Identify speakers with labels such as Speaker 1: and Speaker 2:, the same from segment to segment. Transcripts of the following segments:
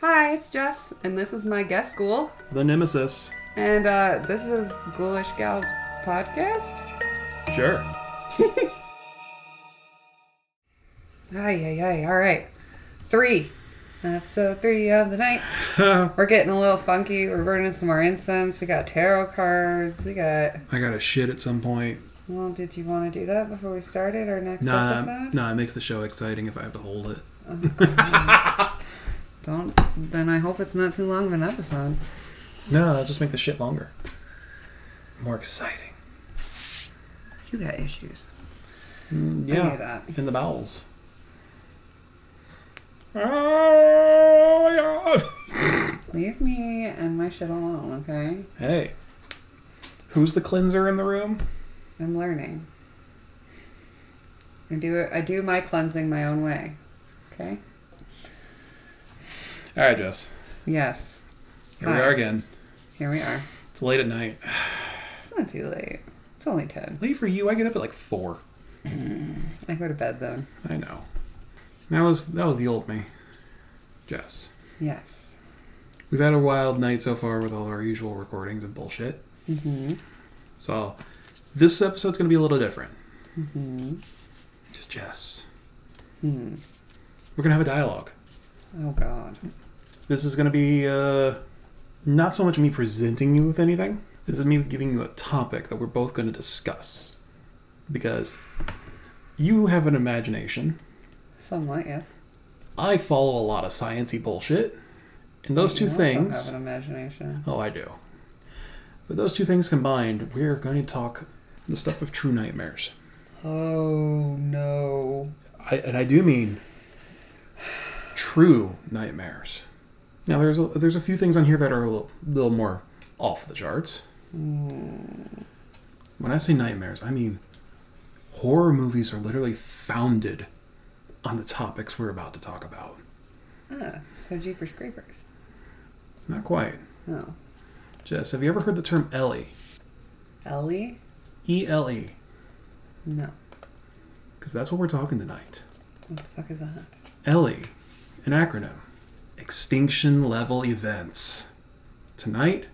Speaker 1: Hi, it's Jess, and this is my guest ghoul,
Speaker 2: The Nemesis.
Speaker 1: and uh, this is Ghoulish Gals podcast.
Speaker 2: Sure.
Speaker 1: Ay, ay, ay, all right. Three. Episode three of the night.
Speaker 2: I
Speaker 1: We're getting a little funky. We're burning some more incense. We got tarot cards. We got.
Speaker 2: gotta shit at some point.
Speaker 1: Well, did you want to do that before we started our next
Speaker 2: Nah,
Speaker 1: episode?
Speaker 2: nah, it makes the show exciting if I have to hold it. Uh-huh.
Speaker 1: Don't. Then I hope it's not too long of an episode.
Speaker 2: No, that'll just make the shit longer. More exciting.
Speaker 1: You got issues.
Speaker 2: Mm,
Speaker 1: I
Speaker 2: yeah.
Speaker 1: knew that.
Speaker 2: In the bowels. Oh,
Speaker 1: Leave me and my shit alone, okay?
Speaker 2: Hey. Who's the cleanser in the room?
Speaker 1: I'm learning. I do it. I do my cleansing my own way. Okay.
Speaker 2: All right, Jess.
Speaker 1: Yes.
Speaker 2: Here we
Speaker 1: Hi.
Speaker 2: are again.
Speaker 1: Here we are.
Speaker 2: It's late at night.
Speaker 1: It's not too late. It's only ten.
Speaker 2: Late for you. I get up at like four.
Speaker 1: I go to bed then.
Speaker 2: I know. That was that was the old me, Jess.
Speaker 1: Yes.
Speaker 2: We've had a wild night so far with all our usual recordings and bullshit.
Speaker 1: Mhm.
Speaker 2: So this episode's gonna be a little different.
Speaker 1: Mhm.
Speaker 2: Just Jess.
Speaker 1: Hmm.
Speaker 2: We're gonna have a dialogue.
Speaker 1: Oh God.
Speaker 2: This is gonna be uh, not so much me presenting you with anything. This is me giving you a topic that we're both gonna discuss because you have an imagination.
Speaker 1: Somewhat. Yes.
Speaker 2: I follow a lot of sciency bullshit, and those two
Speaker 1: You also
Speaker 2: things.
Speaker 1: Have an imagination.
Speaker 2: Oh, I do. But those two things combined, we're going to talk the stuff of true nightmares.
Speaker 1: Oh no.
Speaker 2: I, and I do mean true nightmares. Now, there's a, there's a few things on here that are a little, little more off the charts.
Speaker 1: Mm.
Speaker 2: When I say nightmares, I mean horror movies are literally founded on the topics we're about to talk about.
Speaker 1: Ah. So Jeepers Creepers.
Speaker 2: Not quite.
Speaker 1: Oh.
Speaker 2: Jess, have you ever heard the term Ellie?
Speaker 1: Ellie.
Speaker 2: E L E.
Speaker 1: No.
Speaker 2: Because that's what we're talking tonight.
Speaker 1: What the fuck is that?
Speaker 2: ELLIE, an acronym, Extinction Level Events. Tonight,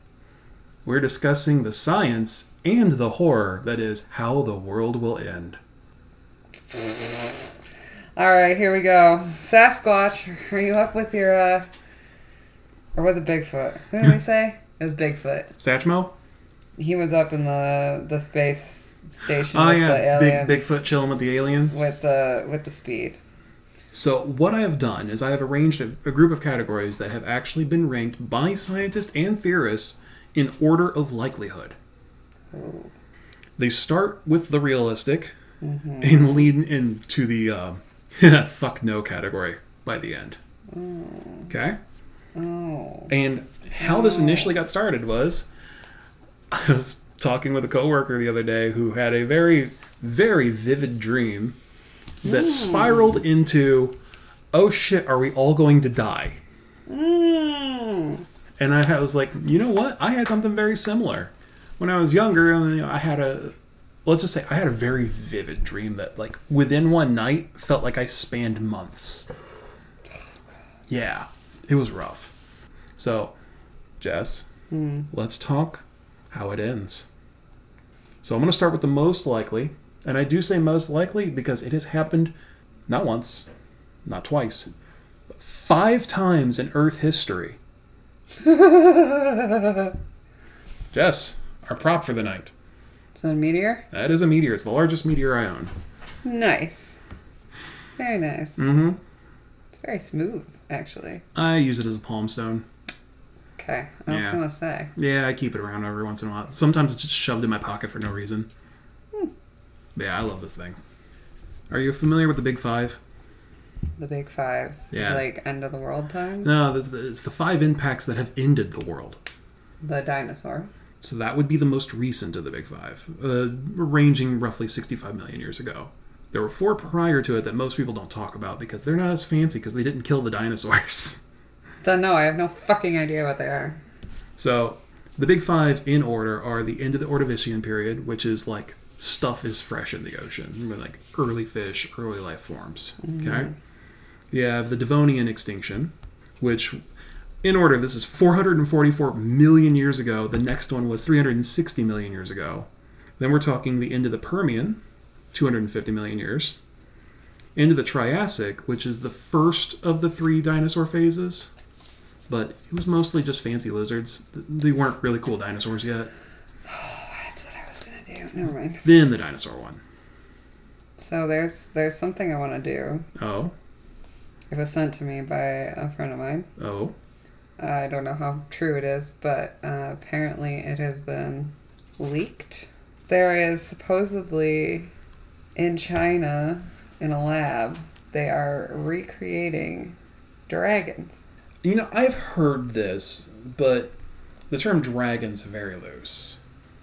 Speaker 2: we're discussing the science and the horror that is how the world will end.
Speaker 1: All right, here we go. Sasquatch, are you up with your uh or was it Bigfoot? Who did we say? It was Bigfoot.
Speaker 2: Satchmo?
Speaker 1: He was up in the the space station
Speaker 2: Oh,
Speaker 1: with the
Speaker 2: yeah, Big,
Speaker 1: aliens.
Speaker 2: Bigfoot chilling with the aliens.
Speaker 1: with the with the speed.
Speaker 2: So, what I have done is I have arranged a, a group of categories that have actually been ranked by scientists and theorists in order of likelihood.
Speaker 1: Ooh.
Speaker 2: They start with the realistic
Speaker 1: Mhm.
Speaker 2: and lead into the uh, fuck no category by the end.
Speaker 1: Mm.
Speaker 2: Okay?
Speaker 1: Oh.
Speaker 2: And how this initially got started was I was talking with a coworker the other day who had a very, very vivid dream that spiraled into, oh shit, are we all going to die?
Speaker 1: Mm.
Speaker 2: And I was like, you know what? I had something very similar when I was younger. And you know, I had a, let's just say, I had a very vivid dream that, like, within one night, felt like I spanned months. Yeah, it was rough. So, Jess,
Speaker 1: Mm.
Speaker 2: let's talk how it ends. So I'm going to start with the most likely, and I do say most likely because it has happened not once, not twice, but five times in Earth history. Jess, our prop for the night.
Speaker 1: Is that a meteor?
Speaker 2: That is a meteor. It's the largest meteor I own.
Speaker 1: Nice. Very nice.
Speaker 2: Mm-hmm.
Speaker 1: It's very smooth, actually.
Speaker 2: I use it as a palm stone.
Speaker 1: Okay. I was
Speaker 2: Yeah.
Speaker 1: gonna say.
Speaker 2: Yeah, I keep it around every once in a while. Sometimes it's just shoved in my pocket for no reason. Hmm. But yeah, I love this thing. Are you familiar with the Big Five?
Speaker 1: The big five.
Speaker 2: Yeah.
Speaker 1: Like end of the world time.
Speaker 2: No, that's the- it's the five impacts that have ended the world.
Speaker 1: The dinosaurs.
Speaker 2: So that would be the most recent of the Big Five, uh, ranging roughly 65 million years ago. There were four prior to it that most people don't talk about because they're not as fancy because they didn't kill the dinosaurs.
Speaker 1: Don't know. I have no fucking idea what they are.
Speaker 2: So the big five in order are the end of the Ordovician period, which is like stuff is fresh in the ocean, with, like early fish, early life forms. Okay. You have the Devonian extinction, which in order, this is 444 million years ago. The next one was 360 million years ago. Then we're talking the end of the Permian, 250 million years. End of the Triassic, which is the first of the three dinosaur phases, but it was mostly just fancy lizards. Th- They weren't really cool dinosaurs yet.
Speaker 1: That's what I was gonna do. Never mind.
Speaker 2: Then the dinosaur one.
Speaker 1: So there's there's something I want to do.
Speaker 2: Oh,
Speaker 1: It was sent to me by a friend of mine.
Speaker 2: oh,
Speaker 1: I don't know how true it is, but uh, apparently it has been leaked. There is supposedly in China, in a lab, they are recreating dragons.
Speaker 2: You know, I've heard this, but the term dragon's very loose.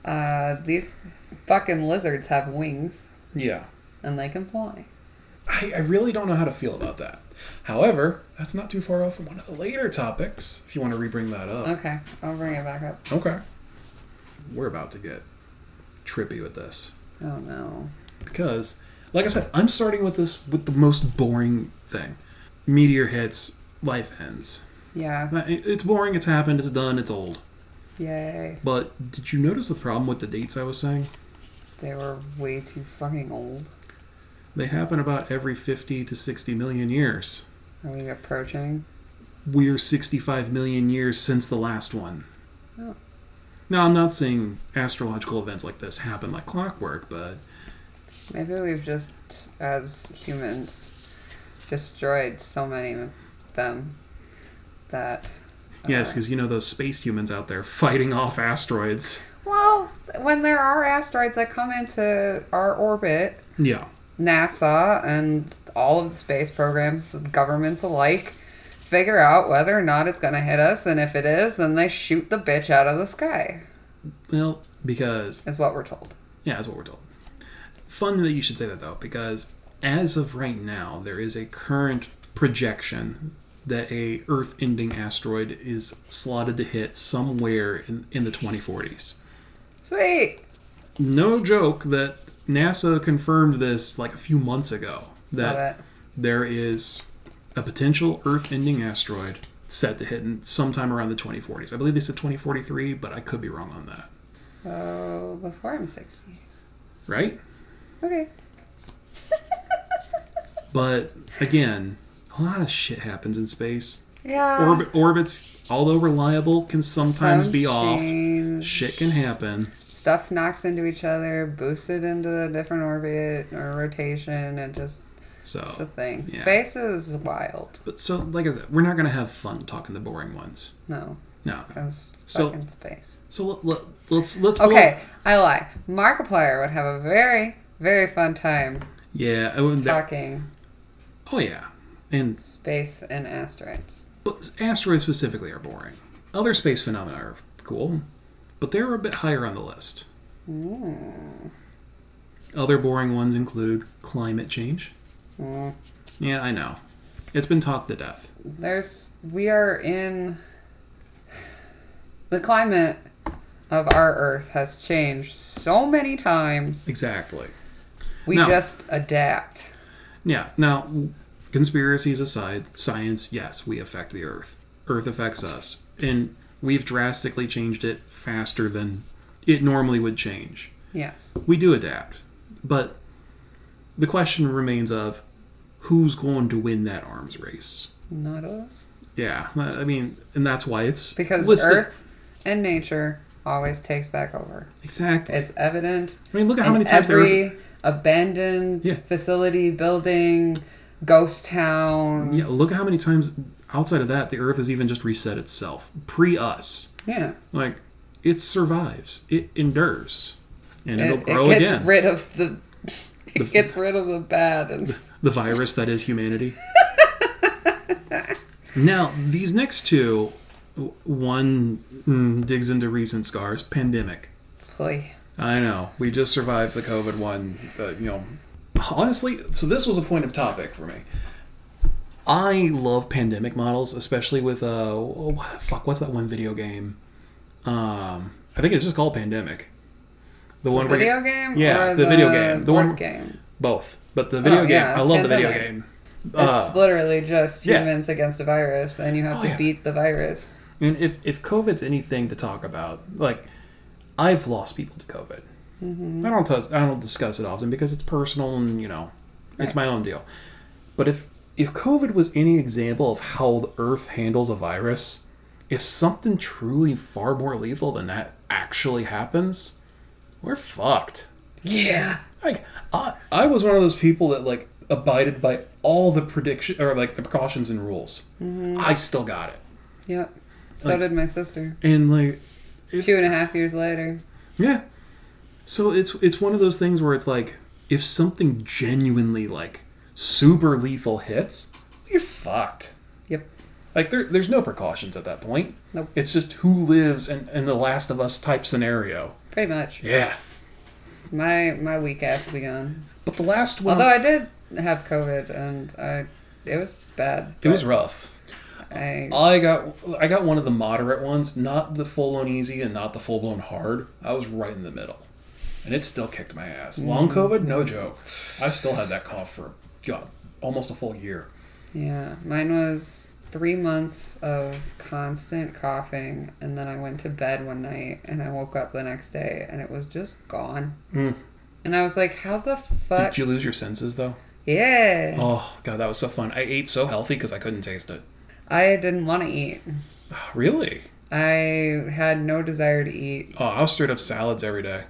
Speaker 1: Uh, these fucking lizards have wings
Speaker 2: Yeah.
Speaker 1: and they can fly.
Speaker 2: I, I really don't know how to feel about that. However, that's not too far off from one of the later topics, if you want to rebring that up.
Speaker 1: Okay, I'll bring it back up.
Speaker 2: Uh, Okay. We're about to get trippy with this.
Speaker 1: Oh no.
Speaker 2: Because, like I said, I'm starting with this with the most boring thing. Meteor hits, life ends.
Speaker 1: Yeah.
Speaker 2: It's boring, it's happened, it's done, it's old.
Speaker 1: Yay.
Speaker 2: But did you notice the problem with the dates I was saying?
Speaker 1: They were way too fucking old.
Speaker 2: They happen about every 50 to 60 million years.
Speaker 1: Are we approaching?
Speaker 2: we're 65 million years since the last one.
Speaker 1: Oh.
Speaker 2: Now, I'm not saying astrological events like this happen like clockwork, but
Speaker 1: Maybe we've just, as humans, destroyed so many of them that. uh,
Speaker 2: yes, 'cause yes, because you know those space humans out there fighting off asteroids.
Speaker 1: Well, when there are asteroids that come into our orbit,
Speaker 2: Yeah.
Speaker 1: NASA and all of the space programs, governments alike, figure out whether or not it's going to hit us, and if it is, then they shoot the bitch out of the sky,
Speaker 2: Well, because,
Speaker 1: is what we're told.
Speaker 2: yeah, that's what we're told. Fun that you should say that, though, because as of right now, there is a current projection that a Earth-ending asteroid is slotted to hit somewhere in, in the 2040s.
Speaker 1: Sweet!
Speaker 2: no joke that NASA confirmed this like a few months ago
Speaker 1: Love
Speaker 2: that
Speaker 1: it.
Speaker 2: there is a potential Earth ending asteroid set to hit in sometime around the 2040s. I believe they said 2043, but I could be wrong on that,
Speaker 1: So, before I'm 60.
Speaker 2: right?
Speaker 1: Okay.
Speaker 2: But again, a lot of shit happens in space.
Speaker 1: yeah.
Speaker 2: Orbi- orbits, although reliable, can sometimes
Speaker 1: Some
Speaker 2: be off.
Speaker 1: change.
Speaker 2: Shit can happen.
Speaker 1: Stuff knocks into each other, boosted into a different orbit or rotation, and just it's a
Speaker 2: So,
Speaker 1: thing.
Speaker 2: Oh, yeah.
Speaker 1: Space is wild.
Speaker 2: but so like I said, we're not gonna have fun talking the boring ones.
Speaker 1: No,
Speaker 2: No.
Speaker 1: it's
Speaker 2: So-
Speaker 1: fucking space.
Speaker 2: So let, let, let's let's
Speaker 1: Okay, I lie. Markiplier would have a very, very fun time
Speaker 2: Yeah. I wouldn't-
Speaker 1: talking
Speaker 2: Oh yeah, and
Speaker 1: space and asteroids.
Speaker 2: but asteroids specifically are boring. Other space phenomena are cool, but they're a bit higher on the list.
Speaker 1: Mm.
Speaker 2: Other boring ones include climate change.
Speaker 1: Mm.
Speaker 2: Yeah, I know, it's been talked to death.
Speaker 1: There's we are in the climate of our Earth has changed so many times.
Speaker 2: Exactly.
Speaker 1: We
Speaker 2: No.
Speaker 1: just adapt.
Speaker 2: Yeah. Now, conspiracies aside, science, yes, we affect the Earth. Earth affects us, and we've drastically changed it faster than it normally would change.
Speaker 1: Yes.
Speaker 2: we do adapt but the question remains of who's going to win that arms race
Speaker 1: Not us.
Speaker 2: yeah i mean and that's why it's
Speaker 1: Because
Speaker 2: listed-
Speaker 1: Earth and nature always takes back over.
Speaker 2: exactly
Speaker 1: It's evident
Speaker 2: i mean look at how
Speaker 1: in
Speaker 2: many times
Speaker 1: every
Speaker 2: there
Speaker 1: abandoned
Speaker 2: Yeah.
Speaker 1: facility, building, ghost town.
Speaker 2: yeah look at how many times outside of that the earth has even just reset itself pre us
Speaker 1: Yeah.
Speaker 2: like it survives it endures and
Speaker 1: It,
Speaker 2: it'll
Speaker 1: it
Speaker 2: grow
Speaker 1: gets
Speaker 2: again
Speaker 1: rid of the it
Speaker 2: The-
Speaker 1: gets rid of the bad and
Speaker 2: the virus that is humanity. now, these next two, w- one mm, digs into recent scars. Pandemic.
Speaker 1: Oy.
Speaker 2: I know we just survived the COVID one. But, you know, honestly, so this was a point of topic for me. I love pandemic models, especially with uh, oh, fuck, what's that one video game? Um, I think it's just called Pandemic. The one where you-
Speaker 1: video game
Speaker 2: Yeah,
Speaker 1: or
Speaker 2: the video game. The
Speaker 1: board
Speaker 2: one-
Speaker 1: game
Speaker 2: both, but the video game.
Speaker 1: yeah,
Speaker 2: I love Oh, the video
Speaker 1: Pandemic.
Speaker 2: game. Uh,
Speaker 1: it's literally just
Speaker 2: yeah.
Speaker 1: humans against a virus, and you have
Speaker 2: Oh,
Speaker 1: to
Speaker 2: yeah.
Speaker 1: beat the virus.
Speaker 2: and if if COVID's anything to talk about, like I've lost people to COVID. I don't tus- I don't discuss it often because it's personal and you know it's my own deal. But if if COVID was any example of how the Earth handles a virus, if something truly far more lethal than that actually happens, we're fucked.
Speaker 1: Yeah.
Speaker 2: Like I, I was one of those people that like abided by all the prediction or like the precautions and rules.
Speaker 1: Mm-hmm.
Speaker 2: I still got it,
Speaker 1: Yep. So
Speaker 2: Like-
Speaker 1: did my sister.
Speaker 2: and like
Speaker 1: Two and a half years later.
Speaker 2: Yeah. So it's it's one of those things where it's like if something genuinely like super lethal hits, you're fucked.
Speaker 1: Yep.
Speaker 2: Like there, there's no precautions at that point.
Speaker 1: Nope.
Speaker 2: It's just who lives in, in the Last of Us type scenario.
Speaker 1: Pretty much.
Speaker 2: Yeah.
Speaker 1: My my weak ass will be gone.
Speaker 2: But the last one,
Speaker 1: Although I did have COVID and I it was bad.
Speaker 2: it was
Speaker 1: but
Speaker 2: rough.
Speaker 1: I
Speaker 2: I got I got one of the moderate ones, not the full blown easy and not the full blown hard. I was right in the middle, and it still kicked my ass. Long COVID, no joke. I still had that cough for God, almost a full year.
Speaker 1: yeah. Mine was three months of constant coughing and then I went to bed one night and I woke up the next day and it was just gone.
Speaker 2: Mm.
Speaker 1: And I was like, How the fuck
Speaker 2: Did you lose your senses though?
Speaker 1: Yeah.
Speaker 2: Oh god, that was so fun. I ate so healthy because I couldn't taste it.
Speaker 1: I didn't want to eat.
Speaker 2: Really?
Speaker 1: I had no desire to eat
Speaker 2: Oh, I was straight up salads every day.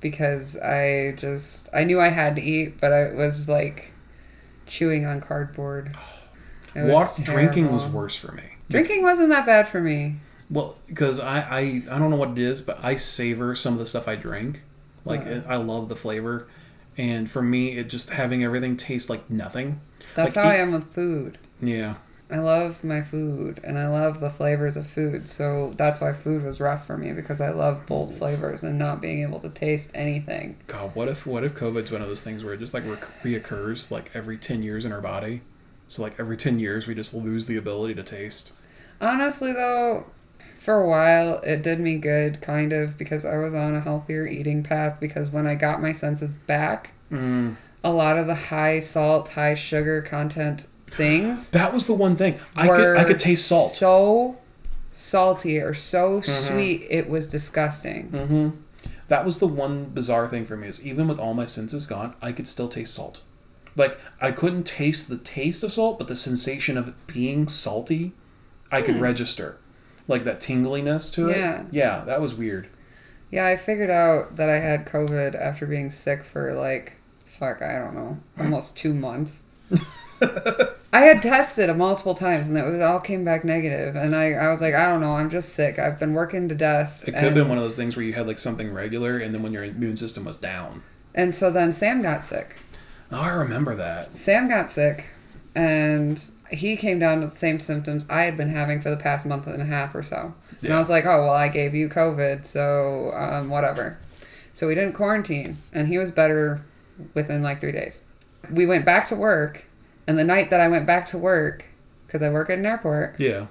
Speaker 1: because I just I knew I had to eat, but I was like chewing on cardboard. It was
Speaker 2: Walk drinking was
Speaker 1: terrible.
Speaker 2: worse for me.
Speaker 1: Drinking wasn't that bad for me.
Speaker 2: Well, because I, I I don't know what it is, but I savor some of the stuff I drink. Like
Speaker 1: Uh-uh.
Speaker 2: it, I love the flavor, and for me, it just having everything taste like nothing.
Speaker 1: That's
Speaker 2: Like,
Speaker 1: how I
Speaker 2: eat-
Speaker 1: am with food.
Speaker 2: Yeah.
Speaker 1: I love my food and I love the flavors of food. So that's why food was rough for me because I love bold
Speaker 2: Mm.
Speaker 1: flavors and not being able to taste anything.
Speaker 2: God, what if what if COVID's one of those things where it just like re- reoccurs like every ten years in our body? So like every ten years, we just lose the ability to taste.
Speaker 1: Honestly, though, for a while it did me good, kind of, because I was on a healthier eating path. Because when I got my senses back,
Speaker 2: Mm.
Speaker 1: a lot of the high salt, high sugar content things
Speaker 2: That was the one thing I could I
Speaker 1: were
Speaker 2: could taste salt. Mm-hmm.
Speaker 1: So salty or so sweet, it was disgusting.
Speaker 2: hmm That was the one bizarre thing for me is even with all my senses gone, I could still taste salt. Like I couldn't taste the taste of salt, but the sensation of it being salty, I could register, like that tingliness to it.
Speaker 1: Hmm. Yeah.
Speaker 2: yeah, that was weird.
Speaker 1: Yeah, I figured out that I had COVID after being sick for like, fuck, I don't know, almost two months. I had tested multiple times and it was, all came back negative. And I, I was like, I don't know, I'm just sick. I've been working to death.
Speaker 2: It could have
Speaker 1: and,
Speaker 2: been one of those things where you had like something regular, and then when your immune system was down.
Speaker 1: and so then Sam got sick.
Speaker 2: Oh, I remember that.
Speaker 1: Sam got sick and he came down with the same symptoms I had been having for the past month and a half or so. And
Speaker 2: Yeah.
Speaker 1: I was like, oh, well, I gave you COVID, so um, whatever. So we didn't quarantine and he was better within like three days. We went back to work and the night that I went back to work, because I work at an airport,
Speaker 2: Yeah.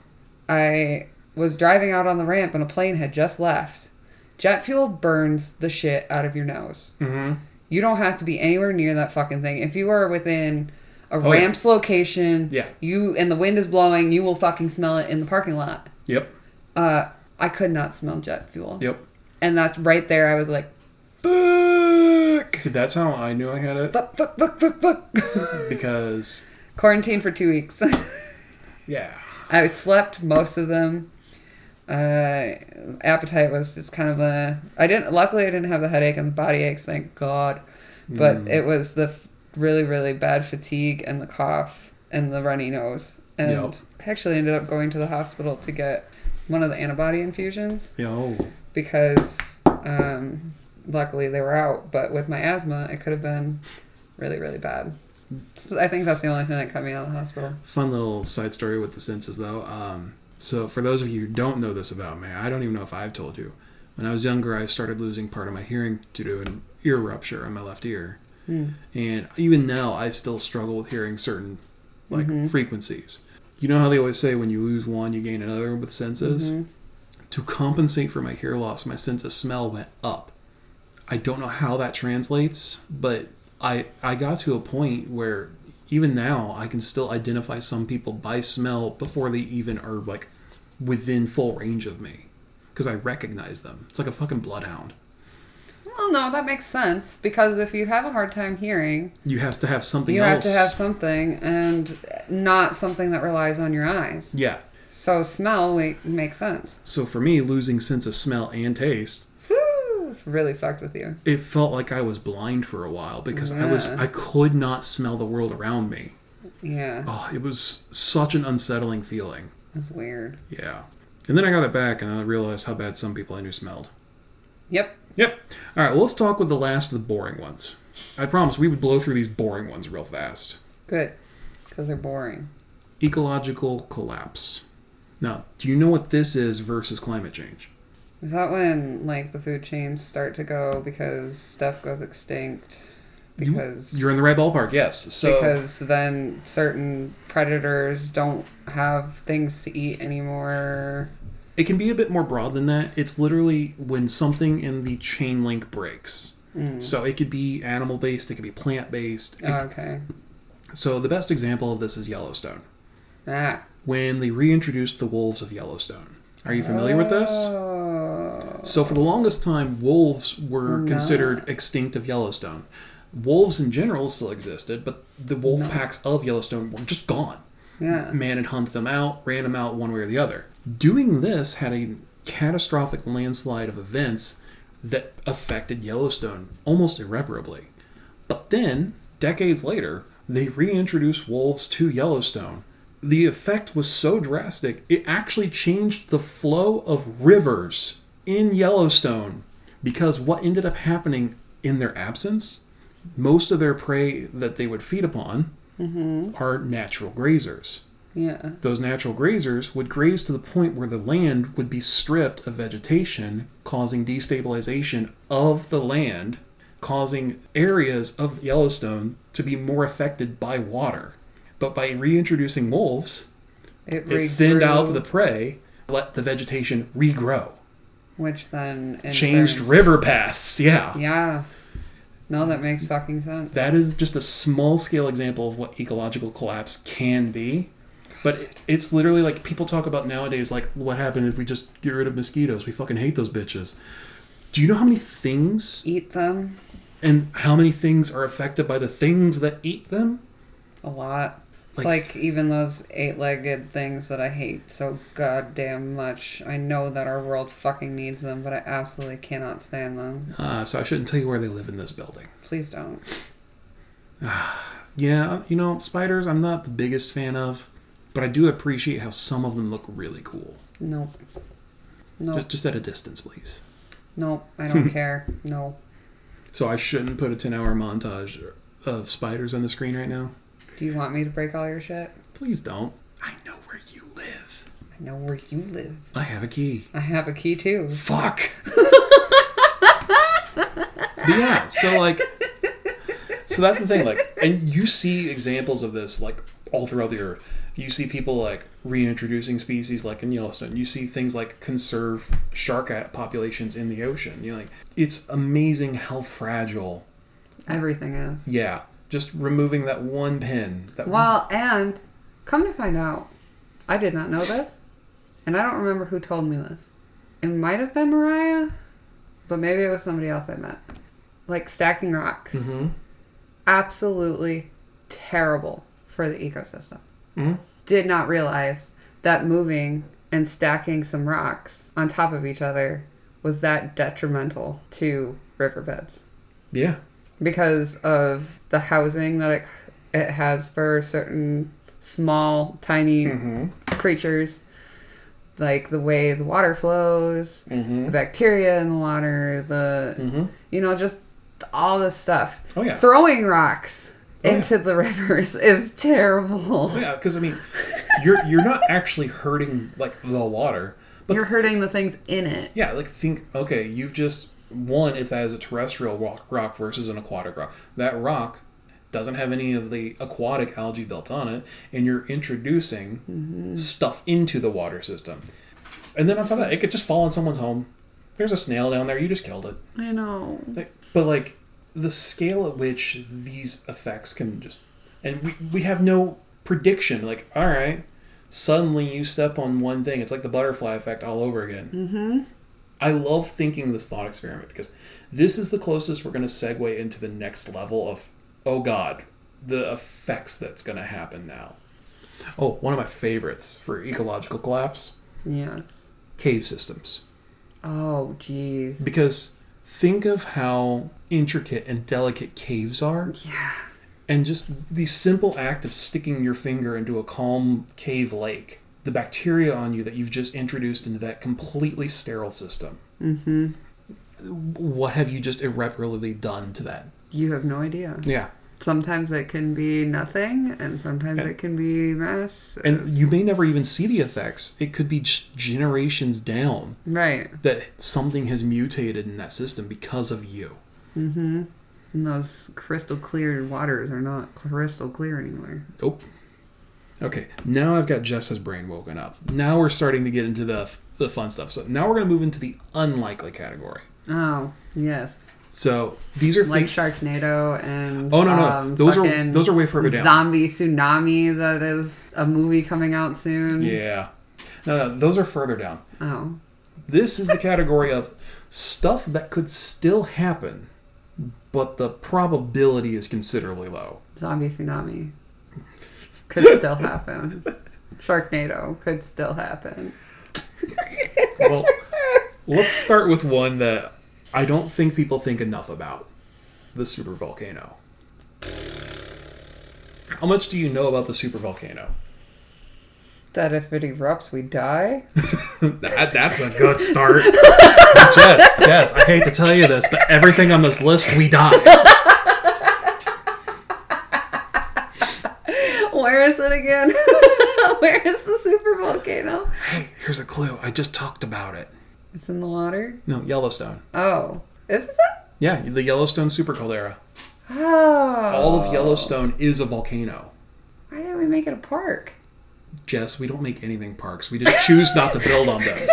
Speaker 1: I was driving out on the ramp and a plane had just left. Jet fuel burns the shit out of your nose.
Speaker 2: Mm-hmm.
Speaker 1: You don't have to be anywhere near that fucking thing. If you are within a
Speaker 2: Oh, yeah.
Speaker 1: ramps location,
Speaker 2: Yeah.
Speaker 1: you and the wind is blowing, you will fucking smell it in the parking lot.
Speaker 2: Yep.
Speaker 1: Uh, I could not smell jet fuel.
Speaker 2: Yep.
Speaker 1: And that's right there. I was like,
Speaker 2: Fuck. See, that's how I knew I had it
Speaker 1: fuck, fuck, fuck, fuck, fuck.
Speaker 2: because
Speaker 1: Quarantine for two weeks.
Speaker 2: yeah.
Speaker 1: I slept most of them. Uh, appetite was just kind of a. I didn't. Luckily, I didn't have the headache and the body aches. Thank God. But it was the f- really, really bad fatigue and the cough and the runny nose. And
Speaker 2: Yep.
Speaker 1: I actually ended up going to the hospital to get one of the antibody infusions
Speaker 2: Yo.
Speaker 1: because um, luckily they were out. But with my asthma, it could have been really, really bad. So I think that's the only thing that cut me out of the hospital.
Speaker 2: Fun little side story with the senses, though. Um, so, for those of you who don't know this about me, I don't even know if I've told you. When I was younger, I started losing part of my hearing due to an ear rupture on my left ear, and even now, I still struggle with hearing certain like frequencies. You know how they always say when you lose one, you gain another with
Speaker 1: Mm-hmm.
Speaker 2: senses. To compensate for my hear loss, my sense of smell went up. I don't know how that translates, but I I got to a point where even now I can still identify some people by smell before they even are like within full range of me because I recognize them. It's like a fucking bloodhound.
Speaker 1: Well, no, that makes sense because if you have a hard time hearing,
Speaker 2: You have to have something
Speaker 1: you have
Speaker 2: else.
Speaker 1: to have something and not something that relies on your eyes.
Speaker 2: yeah.
Speaker 1: So smell like, makes sense.
Speaker 2: So for me, losing sense of smell and taste,
Speaker 1: Whew, it's really fucked with you.
Speaker 2: it felt like I was blind for a while because I was
Speaker 1: Yeah.
Speaker 2: I could not smell the world around me.
Speaker 1: Yeah,
Speaker 2: Oh, it was such an unsettling feeling.
Speaker 1: that's weird.
Speaker 2: Yeah. And then I got it back and I realized how bad some people I knew smelled.
Speaker 1: Yep.
Speaker 2: Yep. All right, well, let's talk with the last of the boring ones. I promise we would blow through these boring ones real fast.
Speaker 1: Good. Because they're boring.
Speaker 2: Ecological collapse. Now, do you know what this is versus climate change?
Speaker 1: Is that when, like, the food chains start to go because stuff goes extinct?
Speaker 2: You-
Speaker 1: Because
Speaker 2: You're in the right ballpark, yes. So,
Speaker 1: because then certain predators don't have things to eat anymore.
Speaker 2: It can be a bit more broad than that. It's literally when something in the chain link breaks.
Speaker 1: Mm-hmm. Mm.
Speaker 2: So it could be animal based, it could be plant based.
Speaker 1: Okay.
Speaker 2: So the best example of this is Yellowstone.
Speaker 1: Ah.
Speaker 2: When they reintroduced the wolves of Yellowstone. Are you familiar with this?
Speaker 1: Oh.
Speaker 2: So for the longest time, wolves were
Speaker 1: Not.
Speaker 2: considered extinct of Yellowstone. Wolves in general still existed, but the wolf packs of Yellowstone were just gone.
Speaker 1: Yeah.
Speaker 2: Man had hunted them out, ran them out one way or the other. Doing this had a catastrophic landslide of events that affected Yellowstone almost irreparably. But then, decades later, they reintroduced wolves to Yellowstone. The effect was so drastic, it actually changed the flow of rivers in Yellowstone because what ended up happening in their absence, most of their prey that they would feed upon are natural grazers
Speaker 1: Yeah.
Speaker 2: those natural grazers would graze to the point where the land would be stripped of vegetation, causing destabilization of the land, causing areas of Yellowstone to be more affected by water. But by reintroducing wolves,
Speaker 1: It,
Speaker 2: it thinned out
Speaker 1: regrew,
Speaker 2: the prey, let the vegetation regrow,
Speaker 1: which then in
Speaker 2: changed
Speaker 1: turn-
Speaker 2: river paths. Yeah.
Speaker 1: Yeah. No, that makes fucking sense.
Speaker 2: That is just a small scale example of what ecological collapse can be. But it- it's literally like people talk about nowadays, like what happened if we just get rid of mosquitoes? We fucking hate those bitches. Do you know how many things
Speaker 1: Eat them
Speaker 2: and how many things are affected by the things that eat them?
Speaker 1: a lot. It's like,
Speaker 2: Like-
Speaker 1: even those eight-legged things that I hate so goddamn much. I know that our world fucking needs them, but I absolutely cannot stand them.
Speaker 2: Uh, so I shouldn't tell you where they live in this building.
Speaker 1: Please don't.
Speaker 2: Yeah, you know, spiders, I'm not the biggest fan of, but I do appreciate how some of them look really cool.
Speaker 1: Nope. Nope.
Speaker 2: Just, just at a distance, please.
Speaker 1: Nope. I don't care. No.
Speaker 2: So I shouldn't put a 10 hour montage of spiders on the screen right now?
Speaker 1: Do you want me to break all your shit?
Speaker 2: Please don't. I know where you live.
Speaker 1: I know where you live.
Speaker 2: I have a key.
Speaker 1: I have a key too.
Speaker 2: Fuck. But yeah, so like, so that's the thing. Like, and you see examples of this like all throughout the earth. You see people like reintroducing species, like in Yellowstone. You see things like conserve shark at- populations in the ocean. You're like, it's amazing how fragile.
Speaker 1: Everything is.
Speaker 2: Yeah, just removing that one pin. That
Speaker 1: Well, and come to find out, I did not know this, and I don't remember who told me this. It might have been Mariah, but maybe it was somebody else I met. Like stacking rocks.
Speaker 2: hmm
Speaker 1: Absolutely terrible for the ecosystem.
Speaker 2: Mhm.
Speaker 1: Did not realize that moving and stacking some rocks on top of each other was that detrimental to riverbeds
Speaker 2: Yeah.
Speaker 1: because of the housing that it, it has for certain small, tiny
Speaker 2: Mm-hmm.
Speaker 1: creatures, like the way the water flows,
Speaker 2: Mm-hmm.
Speaker 1: the bacteria in the water, the
Speaker 2: Mm-hmm.
Speaker 1: you know, just all this stuff.
Speaker 2: Oh yeah.
Speaker 1: Throwing rocks
Speaker 2: Oh, yeah. Oh,
Speaker 1: into the rivers is terrible.
Speaker 2: Yeah, because I mean, you're you're not actually hurting like the water, but
Speaker 1: You're hurting the things in it.
Speaker 2: yeah, like think okay, you've just one if that is a terrestrial rock, rock versus an aquatic rock. That rock doesn't have any of the aquatic algae built on it, and you're introducing stuff into the water system. And then on top of that, it could just fall on someone's home. There's a snail down there. You just killed it.
Speaker 1: I know.
Speaker 2: Like, but like the scale at which these effects can just and we, we have no prediction like all right suddenly you step on one thing it's like the butterfly effect all over again
Speaker 1: Mm-hmm.
Speaker 2: i love thinking this thought experiment because this is the closest we're going to segue into the next level of oh god the effects that's going to happen now oh one of my favorites for ecological collapse
Speaker 1: Yes.
Speaker 2: cave systems
Speaker 1: Oh, jeez.
Speaker 2: because think of how intricate and delicate caves are
Speaker 1: Yeah.
Speaker 2: and just the simple act of sticking your finger into a calm cave lake the bacteria on you that you've just introduced into that completely sterile system
Speaker 1: Mm-hmm.
Speaker 2: what have you just irreparably done to that
Speaker 1: You have no idea.
Speaker 2: yeah
Speaker 1: Sometimes it can be nothing, and sometimes
Speaker 2: And-
Speaker 1: it can be mess.
Speaker 2: and you may never even see the effects it could be just generations down
Speaker 1: right.
Speaker 2: that something has mutated in that system because of you
Speaker 1: Mm-hmm. And those crystal clear waters are not crystal clear anymore.
Speaker 2: Nope. Okay, now I've got Jess's brain woken up. Now we're starting to get into the the fun stuff. So now we're gonna move into the unlikely category.
Speaker 1: Oh, yes.
Speaker 2: So these are
Speaker 1: Like
Speaker 2: things.
Speaker 1: Sharknado and
Speaker 2: Oh no no,
Speaker 1: um,
Speaker 2: those are
Speaker 1: fucking
Speaker 2: those are way further down.
Speaker 1: Zombie tsunami that is a movie coming out soon.
Speaker 2: Yeah, no, no, those are further down.
Speaker 1: Oh.
Speaker 2: This is the category of stuff that could still happen, but the probability is considerably low.
Speaker 1: Zombie tsunami could still happen. Sharknado could still happen.
Speaker 2: Well, let's start with one that I don't think people think enough about: the super volcano. How much do you know about the super volcano?
Speaker 1: That if it erupts, we die.
Speaker 2: that, that's a good start. Jess, Jess, I hate to tell you this, but everything on this list, we die.
Speaker 1: Where is it again? Where is the super volcano?
Speaker 2: Hey, here's a clue. I just talked about it.
Speaker 1: It's in the water.
Speaker 2: No, Yellowstone.
Speaker 1: Oh, is it? that-
Speaker 2: Yeah, the Yellowstone supercaldera.
Speaker 1: Oh,
Speaker 2: All of Yellowstone is a volcano.
Speaker 1: Why didn't we make it a park?
Speaker 2: Jess, we don't make anything parks. We just choose not to build on them.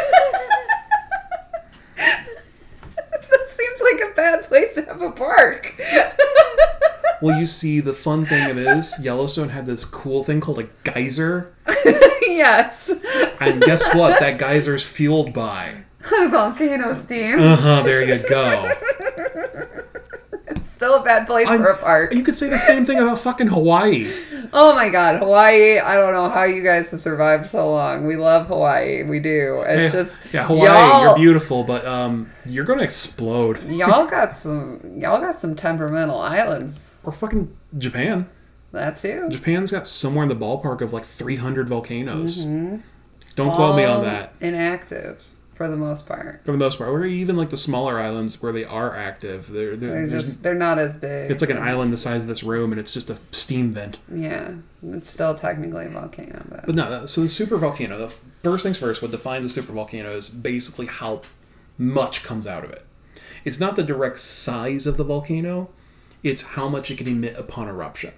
Speaker 1: that seems like a bad place to have a park.
Speaker 2: Well, you see, the fun thing of it is Yellowstone had this cool thing called a geyser,
Speaker 1: yes.
Speaker 2: and guess what? That geyser's fueled by.
Speaker 1: Volcano steam.
Speaker 2: Uh huh. There you go.
Speaker 1: It's still a bad place
Speaker 2: I'm-
Speaker 1: for a park.
Speaker 2: You could say the same thing about fucking Hawaii.
Speaker 1: Oh my god, Hawaii! I don't know how you guys have survived so long. We love Hawaii, we do. It's
Speaker 2: Hey,
Speaker 1: just
Speaker 2: Eh, yeah, Hawaii, you're
Speaker 1: y'all-
Speaker 2: beautiful, but um, you're gonna explode.
Speaker 1: y'all got some y'all got some temperamental islands.
Speaker 2: Or fucking Japan.
Speaker 1: That too.
Speaker 2: Japan's got somewhere in the ballpark of like 300 volcanoes.
Speaker 1: Mhm.
Speaker 2: Don't quote me
Speaker 1: All
Speaker 2: on that.
Speaker 1: Inactive for the most part.
Speaker 2: For the most part, or even like the smaller islands where they are active, they're, they're,
Speaker 1: They're
Speaker 2: there's-
Speaker 1: just they're not as big.
Speaker 2: it's like an island the size of this room, and it's just a steam vent.
Speaker 1: Yeah, it's still technically a volcano, but
Speaker 2: But no, that- so the super volcano. The first things first. What defines a super volcano is basically how much comes out of it. It's not the direct size of the volcano; it's how much it can emit upon eruption.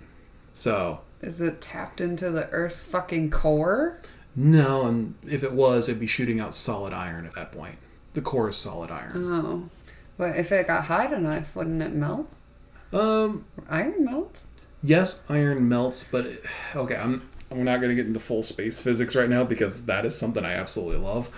Speaker 2: So
Speaker 1: is it tapped into the Earth's fucking core?
Speaker 2: no, and if it was, it'd be shooting out solid iron at that point. The core is solid iron.
Speaker 1: Oh, but if it got hot enough, wouldn't it melt?
Speaker 2: Um,
Speaker 1: Iron melt?
Speaker 2: yes, iron melts, but it, okay, I'm I'm not gonna get into full space physics right now because that is something I absolutely love,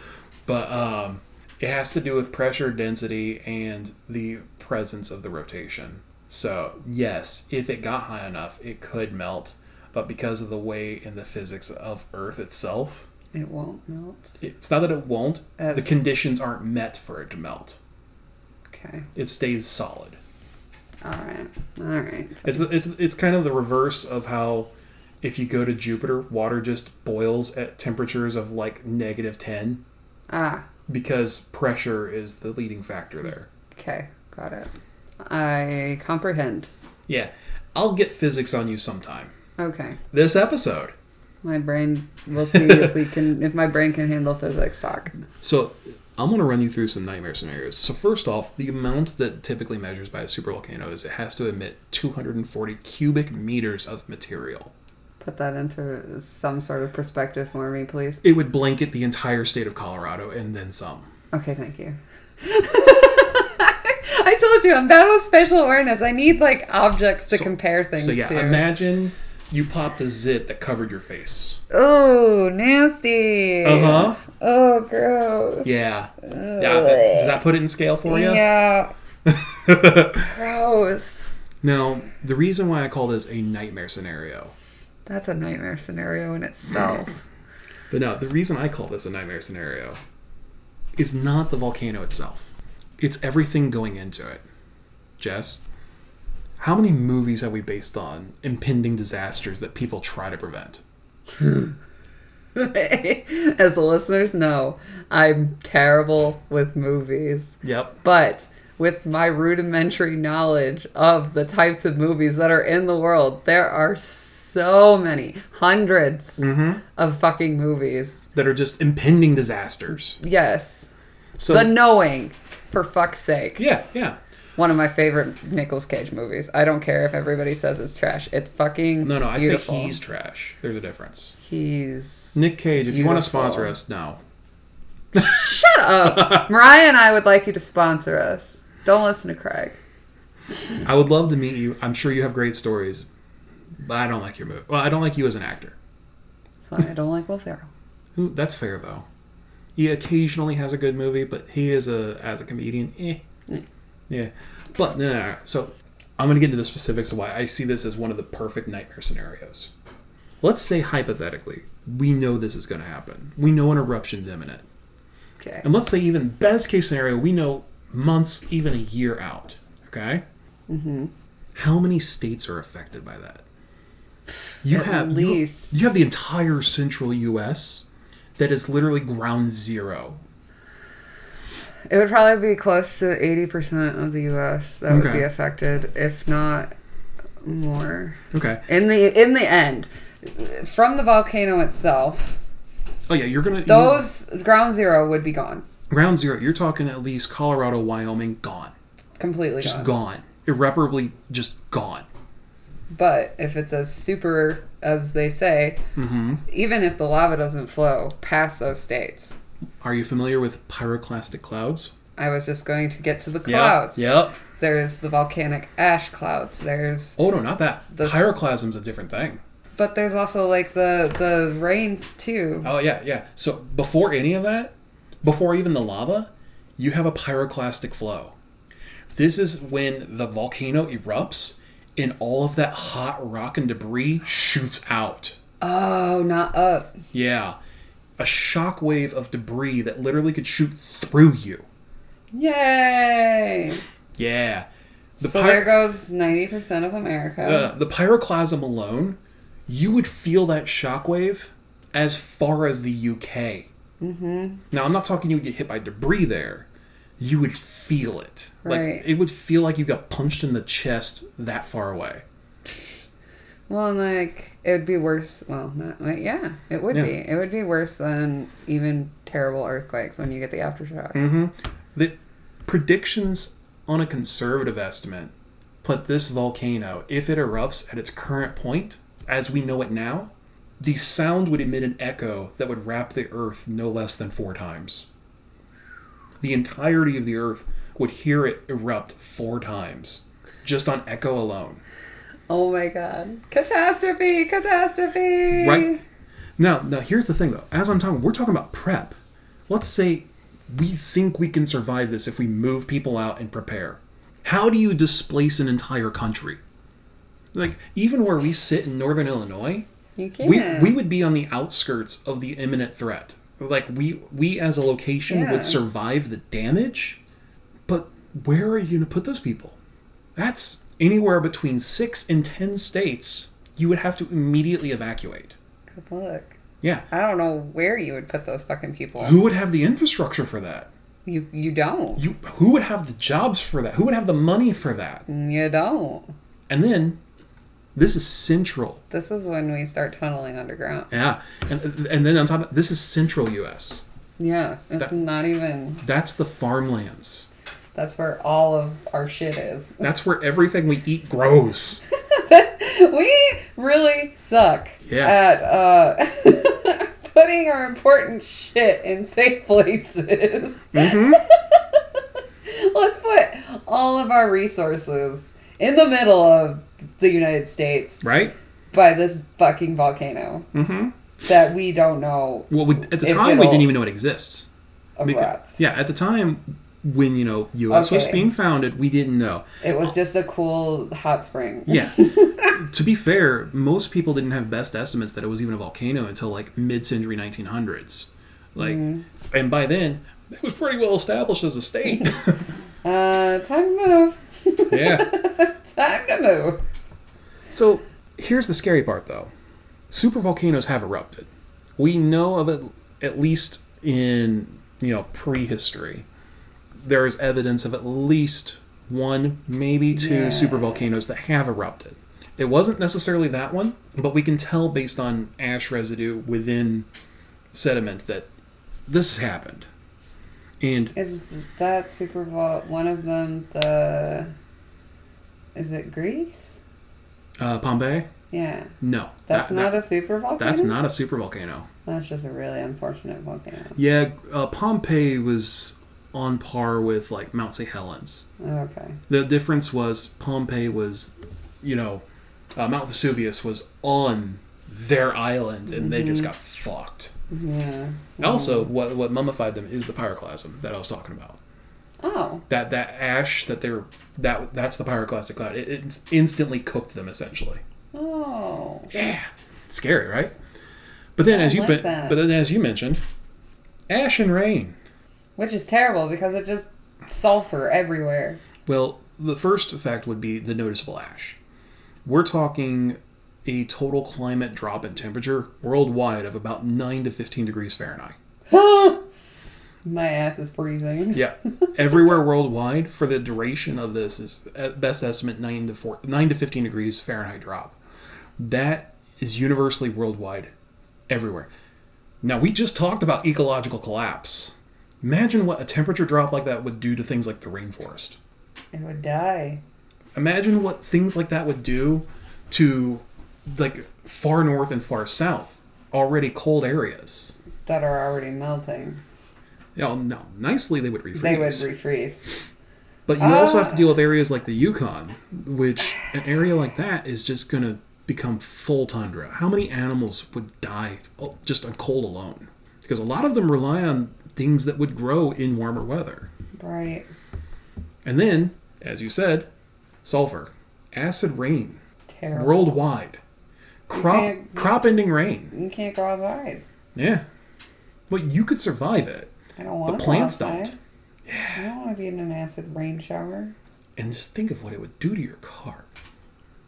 Speaker 2: but um, it has to do with pressure, density, and the presence of the rotation. So yes, if it got high enough, it could melt, but because of the way in the physics of Earth itself,
Speaker 1: It won't melt.
Speaker 2: it's not that it won't.
Speaker 1: As-
Speaker 2: the conditions aren't met for it to melt.
Speaker 1: Okay.
Speaker 2: It stays solid.
Speaker 1: All right. All right.
Speaker 2: It's it's it's kind of the reverse of how if you go to Jupiter, water just boils at temperatures of like negative 10
Speaker 1: Ah,
Speaker 2: because pressure is the leading factor there.
Speaker 1: okay. Got it. I comprehend.
Speaker 2: Yeah. I'll get physics on you sometime.
Speaker 1: Okay.
Speaker 2: This episode.
Speaker 1: My brain we'll see if we can if my brain can handle physics talk.
Speaker 2: So, I'm going to run you through some nightmare scenarios. So, first off, the amount that typically measures by a supervolcano is it has to emit 240 cubic meters of material.
Speaker 1: Put that into some sort of perspective for me, please.
Speaker 2: It would blanket the entire state of Colorado and then some.
Speaker 1: Okay, thank you. I told you I'm bad with spatial awareness. I need like objects to
Speaker 2: So-
Speaker 1: compare things
Speaker 2: So yeah,
Speaker 1: to.
Speaker 2: imagine you popped a zit that covered your face.
Speaker 1: Oh, nasty.
Speaker 2: Uh huh.
Speaker 1: Oh, gross.
Speaker 2: Yeah. Yeah. that-
Speaker 1: Uh.
Speaker 2: does that put it in scale for you?
Speaker 1: Yeah, gross.
Speaker 2: now, the reason why I call this a nightmare scenario,
Speaker 1: That's a nightmare scenario in itself.
Speaker 2: but no, the reason I call this a nightmare scenario is not the volcano itself, it's everything going into it. Jess, how many movies have we based on impending disasters that people try to prevent?
Speaker 1: As the listeners know, I'm terrible with movies,
Speaker 2: Yep.
Speaker 1: but with my rudimentary knowledge of the types of movies that are in the world, there are so many, 100s
Speaker 2: Mm-hmm.
Speaker 1: of fucking movies.
Speaker 2: That are just impending disasters.
Speaker 1: Yes.
Speaker 2: So
Speaker 1: the Knowing, for fuck's sake.
Speaker 2: yeah, yeah.
Speaker 1: One of my favorite Nicolas Cage movies. I don't care if everybody says it's trash. It's fucking
Speaker 2: No, no, I
Speaker 1: beautiful.
Speaker 2: say he's trash. There's a difference.
Speaker 1: He's-
Speaker 2: Nick Cage, if you want to
Speaker 1: Beautiful.
Speaker 2: sponsor us, no.
Speaker 1: Shut up. Mariah and I would like you to sponsor us. Don't listen to Craig.
Speaker 2: I would love to meet you. I'm sure you have great stories, but I don't like your movie. Well, I don't like you as an actor.
Speaker 1: That's why I don't like Will Ferrell.
Speaker 2: Who? That's fair though. He occasionally has a good movie, but he is a as a comedian, eh.
Speaker 1: Mm.
Speaker 2: Yeah. But no, no, no. So I'm gonna get into the specifics of why I see this as one of the perfect nightmare scenarios. Let's say hypothetically, we know this is gonna happen. We know an eruption's imminent.
Speaker 1: Okay.
Speaker 2: And let's say even best case scenario, we know months, even a year out. Okay?
Speaker 1: Mm-hmm.
Speaker 2: How many states are affected by that? You
Speaker 1: At
Speaker 2: have you-
Speaker 1: least.
Speaker 2: you have the entire central US that is literally ground zero.
Speaker 1: It would probably be close to 80% of the U.S. that would
Speaker 2: Okay.
Speaker 1: be affected, if not more.
Speaker 2: Okay.
Speaker 1: In the in the end, from the volcano itself,
Speaker 2: Oh yeah, you're gonna you're-
Speaker 1: those ground zero would be gone,
Speaker 2: ground zero. You're talking at least Colorado, Wyoming, gone,
Speaker 1: completely
Speaker 2: just
Speaker 1: gone.
Speaker 2: gone, irreparably, just gone.
Speaker 1: But if it's as super as they say,
Speaker 2: Mm-hmm.
Speaker 1: even if the lava doesn't flow past those states,
Speaker 2: Are you familiar with pyroclastic clouds?
Speaker 1: I was just going to get to the
Speaker 2: Yeah,
Speaker 1: clouds.
Speaker 2: Yep.
Speaker 1: There's the volcanic ash clouds. There's
Speaker 2: Oh no, not that.
Speaker 1: The s-
Speaker 2: Pyroclasm's a different thing.
Speaker 1: but there's also like the the rain too.
Speaker 2: Oh yeah, yeah. So before any of that, before even the lava, you have a pyroclastic flow. This is when the volcano erupts and all of that hot rock and debris shoots out.
Speaker 1: Oh, not up.
Speaker 2: Yeah. A shockwave of debris that literally could shoot through you.
Speaker 1: Yay!
Speaker 2: Yeah. The
Speaker 1: so
Speaker 2: py-
Speaker 1: there goes ninety percent of America.
Speaker 2: uh, the pyroclasm alone, you would feel that shockwave as far as the UK.
Speaker 1: mm-hmm.
Speaker 2: Now, I'm not talking you would get hit by debris there. You would feel it.
Speaker 1: Right.
Speaker 2: Like it would feel like you got punched in the chest that far away.
Speaker 1: Well, and like it would be worse. Well, not like, yeah, it would
Speaker 2: Yeah.
Speaker 1: be. It would be worse than even terrible earthquakes when you get the aftershock.
Speaker 2: Mm-hmm. The predictions on a conservative estimate put this volcano, if it erupts at its current point, as we know it now, the sound would emit an echo that would wrap the earth no less than four times. The entirety of the earth would hear it erupt four times, just on echo alone.
Speaker 1: Oh my god! Catastrophe! Catastrophe!
Speaker 2: Right. Now, now here's the thing though. As I'm talking, we're talking about prep. Let's say we think we can survive this if we move people out and prepare. How do you displace an entire country? Like even where we sit in northern Illinois,
Speaker 1: You can.
Speaker 2: we we would be on the outskirts of the imminent threat. Like we we as a location
Speaker 1: Yeah.
Speaker 2: would survive the damage, but where are you going to put those people? That's anywhere between 6 and 10 states you would have to immediately evacuate.
Speaker 1: Good look.
Speaker 2: Yeah.
Speaker 1: I don't know where you would put those fucking people.
Speaker 2: Who would have the infrastructure for that?
Speaker 1: You you don't.
Speaker 2: You who would have the jobs for that? Who would have the money for that?
Speaker 1: You don't.
Speaker 2: And then this is central.
Speaker 1: This is when we start tunneling underground.
Speaker 2: Yeah. And and then on top of this is central US.
Speaker 1: Yeah, it's
Speaker 2: That-
Speaker 1: not even.
Speaker 2: That's the farmlands.
Speaker 1: That's where all of our shit is.
Speaker 2: That's where everything we eat grows.
Speaker 1: we really suck
Speaker 2: Yeah.
Speaker 1: at uh, putting our important shit in safe places.
Speaker 2: Mhm.
Speaker 1: Let's put all of our resources in the middle of the United States
Speaker 2: Right?
Speaker 1: by this fucking volcano
Speaker 2: Mm-hmm.
Speaker 1: that we don't know
Speaker 2: Well, we, at the
Speaker 1: If
Speaker 2: time, we
Speaker 1: it'll-
Speaker 2: didn't even know it exists. Because-
Speaker 1: erupts.
Speaker 2: yeah, at the time when you know U.S. was
Speaker 1: Okay.
Speaker 2: being founded, we didn't know.
Speaker 1: It was just a cool hot spring.
Speaker 2: Yeah. to be fair, most people didn't have best estimates that it was even a volcano until like mid-century 1900s. Like, and by then, it was pretty well established as a state.
Speaker 1: Uh, time to move.
Speaker 2: Yeah.
Speaker 1: time to move.
Speaker 2: so here's the scary part, though: supervolcanoes have erupted. We know of it at least in you know prehistory. There is evidence of at least one, maybe two
Speaker 1: Yeah.
Speaker 2: supervolcanoes that have erupted. It wasn't necessarily that one, but we can tell based on ash residue within sediment that this has happened. And
Speaker 1: Is that Super Bowl one of them? The is it Greece?
Speaker 2: uh, Pompeii,
Speaker 1: Yeah,
Speaker 2: no,
Speaker 1: that's
Speaker 2: that-
Speaker 1: not
Speaker 2: that-
Speaker 1: a super volcano.
Speaker 2: that's not a supervolcano.
Speaker 1: That's just a really unfortunate volcano.
Speaker 2: Yeah, uh, Pompeii was on par with like Mount St. Helens.
Speaker 1: Okay.
Speaker 2: The difference was Pompeii was, you know, uh, Mount Vesuvius was on their island and they
Speaker 1: Mm-hmm.
Speaker 2: just got fucked.
Speaker 1: Yeah.
Speaker 2: Also,
Speaker 1: Mm-hmm.
Speaker 2: what what mummified them is the pyroclasm that I was talking about.
Speaker 1: Oh.
Speaker 2: That that ash that they're that that's the pyroclastic cloud. It, it's instantly cooked them essentially.
Speaker 1: Oh.
Speaker 2: Yeah, scary, right? But then,
Speaker 1: I
Speaker 2: as you
Speaker 1: like
Speaker 2: but,
Speaker 1: that.
Speaker 2: but then as you mentioned, ash and rain.
Speaker 1: Which is terrible because it just sulfur everywhere.
Speaker 2: Well, the first effect would be the noticeable ash. We're talking a total climate drop in temperature worldwide of about 9 to 15 degrees Fahrenheit.
Speaker 1: My ass is freezing.
Speaker 2: Yeah. Everywhere worldwide for the duration of this is at best estimate 9 to 4 9 to 15 degrees Fahrenheit drop. That is universally worldwide everywhere. Now, we just talked about ecological collapse. Imagine what a temperature drop like that would do to things like the rainforest.
Speaker 1: It would die.
Speaker 2: imagine what things like that would do to like far north and far south already cold areas
Speaker 1: That are already melting.
Speaker 2: you know, no nicely they would refreeze
Speaker 1: They would refreeze.
Speaker 2: but you
Speaker 1: Ah.
Speaker 2: also have to deal with areas like the yukon which an area like that is just going to become full tundra how many animals would die oh, just on cold alone because a lot of them rely on things that would grow in warmer weather
Speaker 1: Right.
Speaker 2: and then as you said sulfur acid rain
Speaker 1: Terrible.
Speaker 2: worldwide crop
Speaker 1: can't-
Speaker 2: crop ending rain
Speaker 1: You can't go outside.
Speaker 2: Yeah. But you could survive it.
Speaker 1: I don't want to.
Speaker 2: plants
Speaker 1: go outside.
Speaker 2: don't.
Speaker 1: I don't want to be in an acid rain shower.
Speaker 2: And just think of what it would do to your car.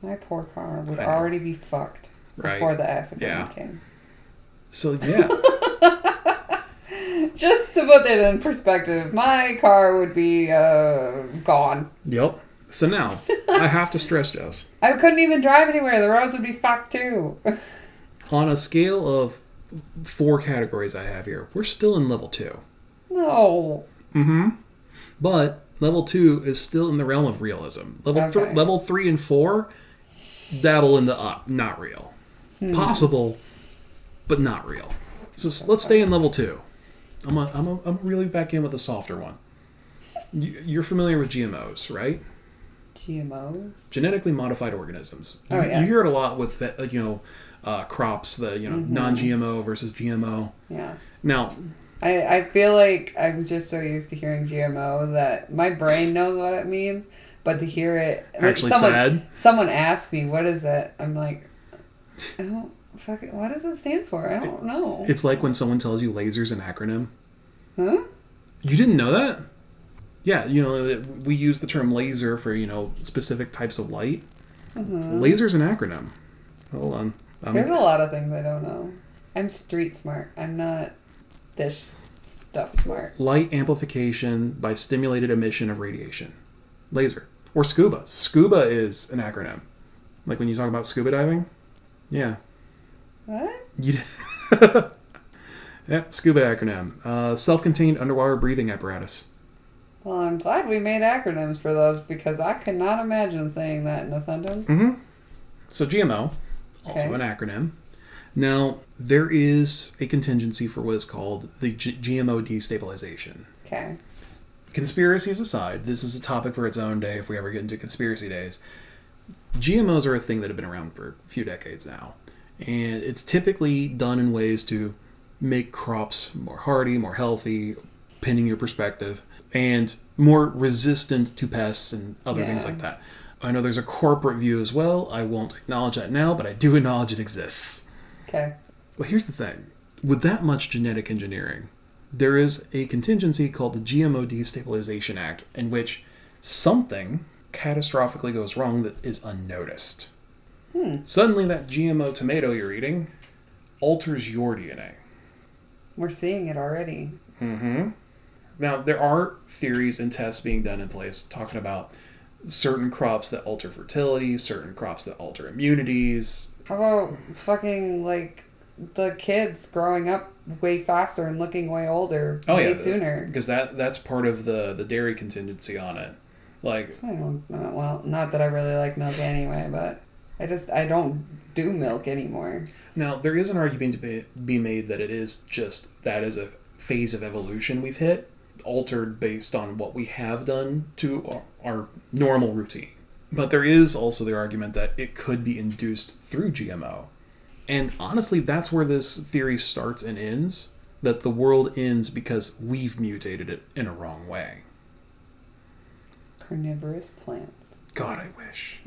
Speaker 1: My poor car would
Speaker 2: I know.
Speaker 1: already be fucked
Speaker 2: Right.
Speaker 1: before the acid
Speaker 2: Yeah.
Speaker 1: rain
Speaker 2: So yeah.
Speaker 1: came. Just to put that in perspective, my car would be uh, gone.
Speaker 2: yep. So now I have to stress Jess.
Speaker 1: I couldn't even drive anywhere. The roads would be fucked too.
Speaker 2: On a scale of four categories I have here, we're still in level two.
Speaker 1: no.
Speaker 2: Mm-hmm. But level two is still in the realm of realism. Level thr-
Speaker 1: Okay.
Speaker 2: level three and four dabble in the up, not real.
Speaker 1: Hmm.
Speaker 2: Possible, but not real. So s- let's stay in level two. I'm a, I'm a, I'm really back in with a softer one. You- You're familiar with GMOs, right?
Speaker 1: GMOs.
Speaker 2: Genetically modified organisms.
Speaker 1: Oh,
Speaker 2: You-
Speaker 1: yeah.
Speaker 2: You hear it a lot with uh, you know uh, crops, the you know
Speaker 1: Mm-hmm.
Speaker 2: non-GMO versus GMO.
Speaker 1: Yeah.
Speaker 2: Now,
Speaker 1: I, I feel like I'm just so used to hearing GMO that my brain knows what it means, but to hear it I mean,
Speaker 2: Actually
Speaker 1: someone,
Speaker 2: said.
Speaker 1: someone asked me what is it, I'm like, I don't fuck it. What does it stand for? I don't know.
Speaker 2: it's like when someone tells you lasers an acronym.
Speaker 1: Huh?
Speaker 2: You didn't know that? Yeah, you know, it- we use the term laser for, you know, specific types of light.
Speaker 1: Mhm.
Speaker 2: Laser's an acronym. Hold on. Um, I'm,
Speaker 1: There's a lot of things I don't know. I'm street smart. I'm not this stuff smart.
Speaker 2: light amplification by stimulated emission of radiation. Laser. Or scuba. Scuba is an acronym. Like when you talk about scuba diving? Yeah.
Speaker 1: What?
Speaker 2: You Yep, scuba acronym. Uh, self contained underwater breathing apparatus.
Speaker 1: Well, I'm glad we made acronyms for those because I could not imagine saying that in a sentence.
Speaker 2: Mm-hmm. So GMO, also
Speaker 1: Okay.
Speaker 2: an acronym. Now there is a contingency for what is called the G- GMO destabilization.
Speaker 1: Okay.
Speaker 2: Conspiracies aside, this is a topic for its own day. If we ever get into conspiracy days, GMOs are a thing that have been around for a few decades now, and it's typically done in ways to make crops more hardy, more healthy, pinning your perspective, and more resistant to pests and other things
Speaker 1: Yeah.
Speaker 2: like that. I know there's a corporate view as well. I won't acknowledge that now, but I do acknowledge it exists.
Speaker 1: Okay.
Speaker 2: Well, here's the thing with that much genetic engineering, there is a contingency called the GMO Destabilization Act, in which something catastrophically goes wrong that is unnoticed.
Speaker 1: Hmm.
Speaker 2: Suddenly, that GMO tomato you're eating alters your DNA.
Speaker 1: We're seeing it already.
Speaker 2: Mm-hmm. Now, there are theories and tests being done in place talking about certain crops that alter fertility, certain crops that alter immunities,
Speaker 1: How about fucking like the kids growing up way faster and looking way older
Speaker 2: Oh,
Speaker 1: way
Speaker 2: yeah, the-
Speaker 1: sooner?
Speaker 2: because that that's part of the the dairy contingency on it. Like,
Speaker 1: I don't know. Well, not that I really like milk anyway, but I just I don't do milk anymore.
Speaker 2: Now, there is an argument to be, be made that it is just that is a phase of evolution we've hit, altered based on what we have done to our, our normal routine. But there is also the argument that it could be induced through GMO. And honestly, that's where this theory starts and ends that the world ends because we've mutated it in a wrong way.
Speaker 1: Carnivorous plants.
Speaker 2: God, I wish.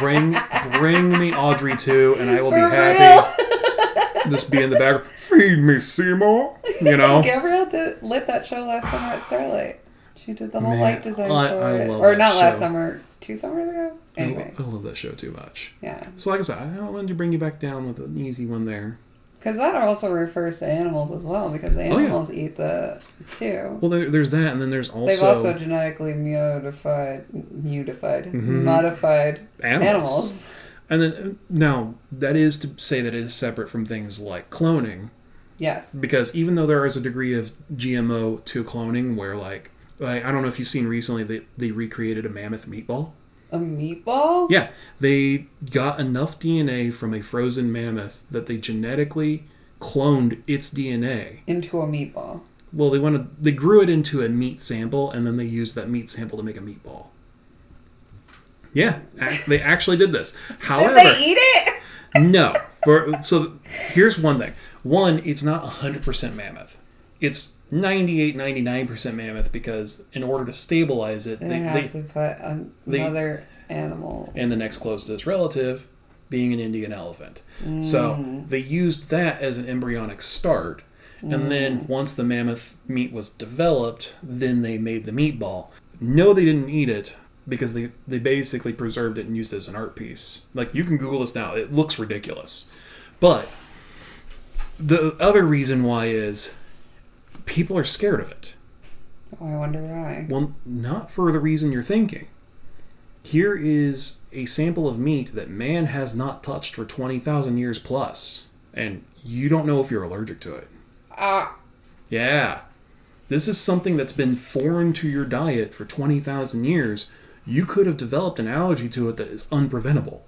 Speaker 2: Bring bring me Audrey too, and I will be
Speaker 1: For
Speaker 2: happy.
Speaker 1: real?
Speaker 2: Just be in the background. Feed me, Seymour. You know.
Speaker 1: Gabrielle did, lit that show last summer at Starlight. She did the whole
Speaker 2: Man,
Speaker 1: light design
Speaker 2: I-
Speaker 1: for
Speaker 2: I
Speaker 1: it,
Speaker 2: love
Speaker 1: or
Speaker 2: that
Speaker 1: not last
Speaker 2: show.
Speaker 1: summer, two summers ago.
Speaker 2: I lo-
Speaker 1: Anyway,
Speaker 2: I love that show too much.
Speaker 1: yeah,
Speaker 2: So, like I said, I wanted to bring you back down with an easy one there.
Speaker 1: because that also refers to animals as well, because the
Speaker 2: Oh, yeah.
Speaker 1: animals eat the too.
Speaker 2: Well, there, there's that, and then there's also,
Speaker 1: They've also genetically modified, modified,
Speaker 2: Mhm.
Speaker 1: modified
Speaker 2: animals.
Speaker 1: animals.
Speaker 2: And then uh, now that is to say that it is separate from things like cloning,
Speaker 1: Yes.
Speaker 2: because even though there is a degree of GMO to cloning, where like, like I don't know if you've seen recently that they recreated a mammoth meatball.
Speaker 1: A meatball?
Speaker 2: Yeah, they got enough DNA from a frozen mammoth that they genetically cloned its DNA.
Speaker 1: Into a meatball.
Speaker 2: Well, they wanted they grew it into a meat sample, and then they used that meat sample to make a meatball. Yeah, ac- they actually did this.
Speaker 1: Did
Speaker 2: However,
Speaker 1: they eat it?
Speaker 2: no. For- so here's one thing. One, it's not 100% mammoth. It's 98, 99% mammoth because in order to stabilize it,
Speaker 1: They,
Speaker 2: they,
Speaker 1: have
Speaker 2: they,
Speaker 1: to put an-
Speaker 2: they-
Speaker 1: another animal.
Speaker 2: and the next closest relative being an Indian elephant. So they used that as an embryonic start. And then once the mammoth meat was developed, then they made the meatball. No, they didn't eat it because they, they basically preserved it and used it as an art piece. Like you can Google this now, it looks ridiculous. But the other reason why is people are scared of it.
Speaker 1: Oh, I wonder why.
Speaker 2: Well, not for the reason you're thinking. Here is a sample of meat that man has not touched for 20,000 years plus, and you don't know if you're allergic to it.
Speaker 1: Ah,
Speaker 2: Yeah. This is something that's been foreign to your diet for 20,000 years. You could have developed an allergy to it that is unpreventable.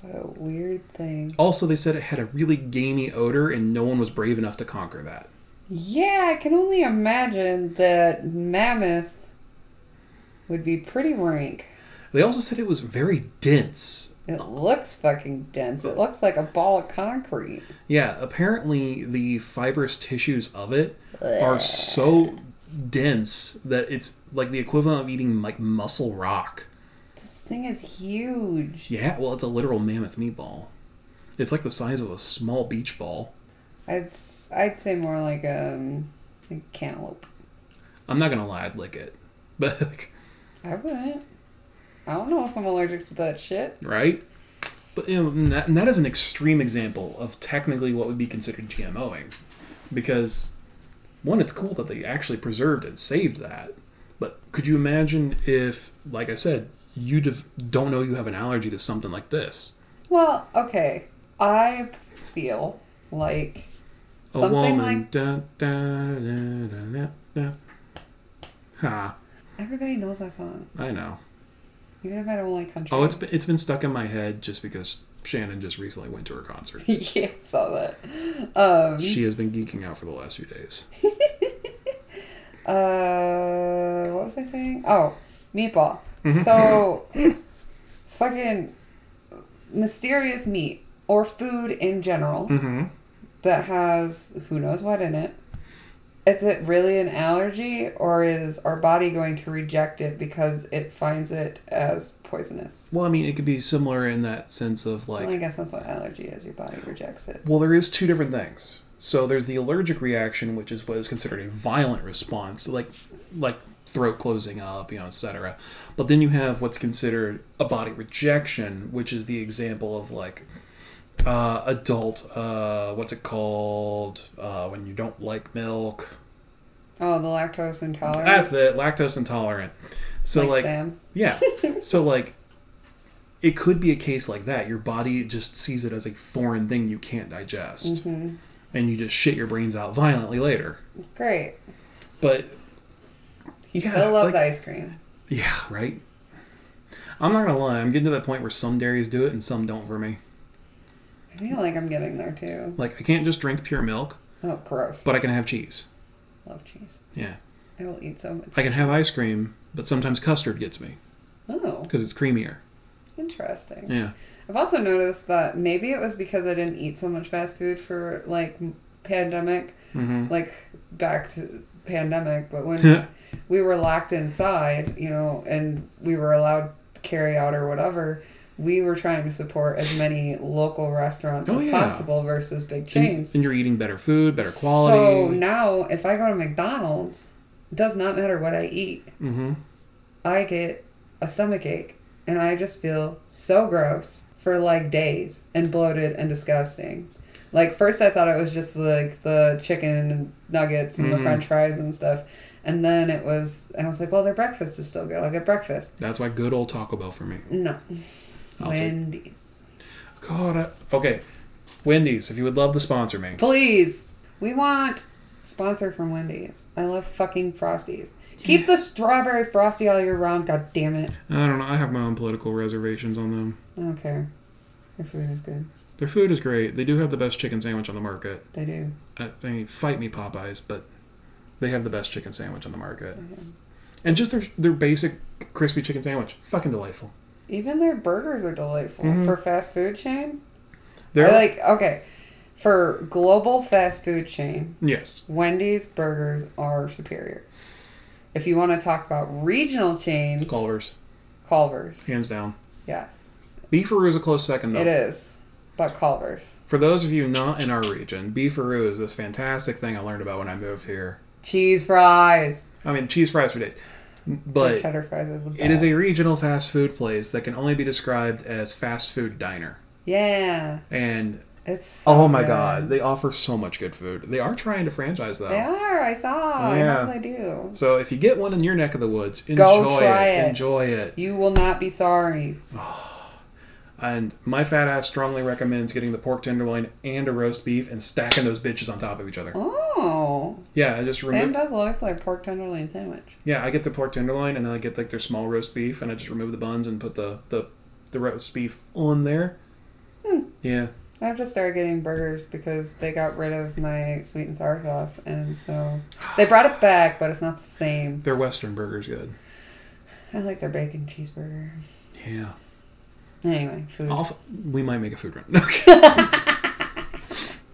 Speaker 1: what a weird thing.
Speaker 2: Also, they said it had a really gamey odor, and no one was brave enough to conquer that.
Speaker 1: Yeah, I can only imagine that mammoth would be pretty rank.
Speaker 2: They also said it was very dense
Speaker 1: It looks fucking dense. It looks like a ball of concrete.
Speaker 2: Yeah, apparently the fibrous tissues of it are so dense that it's like the equivalent of eating like muscle rock.
Speaker 1: This thing is huge.
Speaker 2: Yeah, well, it's a literal mammoth meatball. It's like the size of a small beach ball.
Speaker 1: I'd s- I'd say more like um a cantaloupe.
Speaker 2: I'm not gonna lie, I'd lick it, but like,
Speaker 1: I wouldn't. I don't know if I'm allergic to that shit.
Speaker 2: right? But you know, and that, and that is an extreme example of technically what would be considered GMOing, because one, it's cool that they actually preserved and saved that. But could you imagine if, like I said, you dev- don't know you have an allergy to something like this?
Speaker 1: Well, okay. I feel like
Speaker 2: A
Speaker 1: something
Speaker 2: woman.
Speaker 1: like
Speaker 2: da, da, da, da, da, da. Ha!
Speaker 1: everybody knows that song,
Speaker 2: I know.
Speaker 1: even if I don't like country.
Speaker 2: Oh, it's been, it's been stuck in my head just because Shannon just recently went to her concert.
Speaker 1: yeah, I saw that. Um,
Speaker 2: She has been geeking out for the last few days. Mm-hmm.
Speaker 1: uh, what was I saying? Oh, meatball. So, fucking mysterious meat or food in general
Speaker 2: Mm-hmm.
Speaker 1: that has who knows what in it. Is it really an allergy or is our body going to reject it because it finds it as poisonous?
Speaker 2: Well, I mean, it could be similar in that sense of like,
Speaker 1: well, I guess that's what allergy is. Your body rejects it.
Speaker 2: well, there is two different things. So there's the allergic reaction, which is what is considered a violent response, like like throat closing up, you know, etc. But then you have what's considered a body rejection, which is the example of like uh, adult, uh, what's it called uh, when you don't like milk?
Speaker 1: Oh, the lactose intolerance.
Speaker 2: That's it, lactose intolerant. So like
Speaker 1: Sam.
Speaker 2: Yeah. so like it could be a case like that. Your body just sees it as a foreign thing you can't digest
Speaker 1: Mhm.
Speaker 2: and you just shit your brains out violently later.
Speaker 1: Great.
Speaker 2: But
Speaker 1: He
Speaker 2: Yeah,
Speaker 1: still loves
Speaker 2: like-
Speaker 1: ice cream.
Speaker 2: yeah, right? I'm not going to lie. I'm getting to that point where some dairies do it and some don't for me.
Speaker 1: I feel like I'm getting there too.
Speaker 2: Like I can't just drink pure milk,
Speaker 1: Oh, gross.
Speaker 2: but I can have cheese.
Speaker 1: Love cheese.
Speaker 2: Yeah.
Speaker 1: I will eat so much.
Speaker 2: I can have ice cream, but sometimes custard gets me
Speaker 1: Oh,
Speaker 2: because it's creamier.
Speaker 1: interesting.
Speaker 2: Yeah.
Speaker 1: I've also noticed that maybe it was because I didn't eat so much fast food for like m- pandemic,
Speaker 2: Mhm.
Speaker 1: like back to pandemic, but when we were locked inside, you know, and we were allowed carry out or whatever, we were trying to support as many local restaurants
Speaker 2: Oh,
Speaker 1: as
Speaker 2: yeah.
Speaker 1: possible versus big
Speaker 2: And,
Speaker 1: chains.
Speaker 2: and you're eating better food, better
Speaker 1: So
Speaker 2: quality.
Speaker 1: now if I go to McDonald's, does not matter what I eat,
Speaker 2: mhm.
Speaker 1: I get a stomach ache and I just feel so gross for like days and bloated and disgusting. Like first I thought it was just like the chicken nuggets and the
Speaker 2: Mhm.
Speaker 1: french fries and stuff. And then it was and I was like, well their breakfast is still good. I'll get breakfast.
Speaker 2: That's why good old Taco Bell for me.
Speaker 1: No.
Speaker 2: I'll take
Speaker 1: Wendy's.
Speaker 2: God, I, okay. Wendy's, if you would love to sponsor me.
Speaker 1: Please. We want sponsor from Wendy's. I love fucking frosties. Keep the strawberry frosty all year round, god damn it.
Speaker 2: I don't know. I have my own political reservations on them.
Speaker 1: I don't care. Their food is good.
Speaker 2: Their food is great. They do have the best chicken sandwich on the market.
Speaker 1: They do.
Speaker 2: I, I mean, fight me, Popeyes, but they have the best chicken sandwich on the market.
Speaker 1: Okay.
Speaker 2: And just their their basic crispy chicken sandwich, fucking delightful.
Speaker 1: Even their burgers are delightful
Speaker 2: Mhm.
Speaker 1: for fast food chain.
Speaker 2: They're
Speaker 1: I like okay, for global fast food chain,
Speaker 2: yes,
Speaker 1: Wendy's burgers are superior. If you want to talk about regional chains,
Speaker 2: Culver's,
Speaker 1: Culver's.
Speaker 2: hands down.
Speaker 1: Yes,
Speaker 2: Beefaroo is a close second
Speaker 1: it
Speaker 2: though.
Speaker 1: is. But Culver's,
Speaker 2: For those of you not in our region, Beefaroo is this fantastic thing I learned about when I moved here.
Speaker 1: cheese fries,
Speaker 2: I mean, cheese fries for days,
Speaker 1: Their
Speaker 2: but
Speaker 1: cheddar fries are the best.
Speaker 2: It is a regional fast food place that can only be described as fast food diner.
Speaker 1: yeah.
Speaker 2: And
Speaker 1: It's so
Speaker 2: oh my
Speaker 1: good.
Speaker 2: god, they offer so much good food. They are trying to franchise though.
Speaker 1: They are. I saw. I
Speaker 2: Yeah.
Speaker 1: know they do.
Speaker 2: So if you get one in your neck of the woods, enjoy
Speaker 1: Go try it.
Speaker 2: Enjoy it.
Speaker 1: You will not be sorry.
Speaker 2: And my fat ass strongly recommends getting the pork tenderloin and a roast beef and stacking those bitches on top of each other.
Speaker 1: Oh,
Speaker 2: Yeah, I just
Speaker 1: Sam
Speaker 2: remove.
Speaker 1: does look like pork tenderloin sandwich.
Speaker 2: Yeah, I get the pork tenderloin and I get like their small roast beef and I just remove the buns and put the the, the roast beef on there.
Speaker 1: Hmm.
Speaker 2: Yeah.
Speaker 1: I have to start getting burgers because they got rid of my sweet and sour sauce, and so they brought it back, but it's not the same.
Speaker 2: Their western burger's good.
Speaker 1: I like their bacon cheeseburger.
Speaker 2: Yeah.
Speaker 1: Anyway, food.
Speaker 2: Off, we might make a food run. Okay.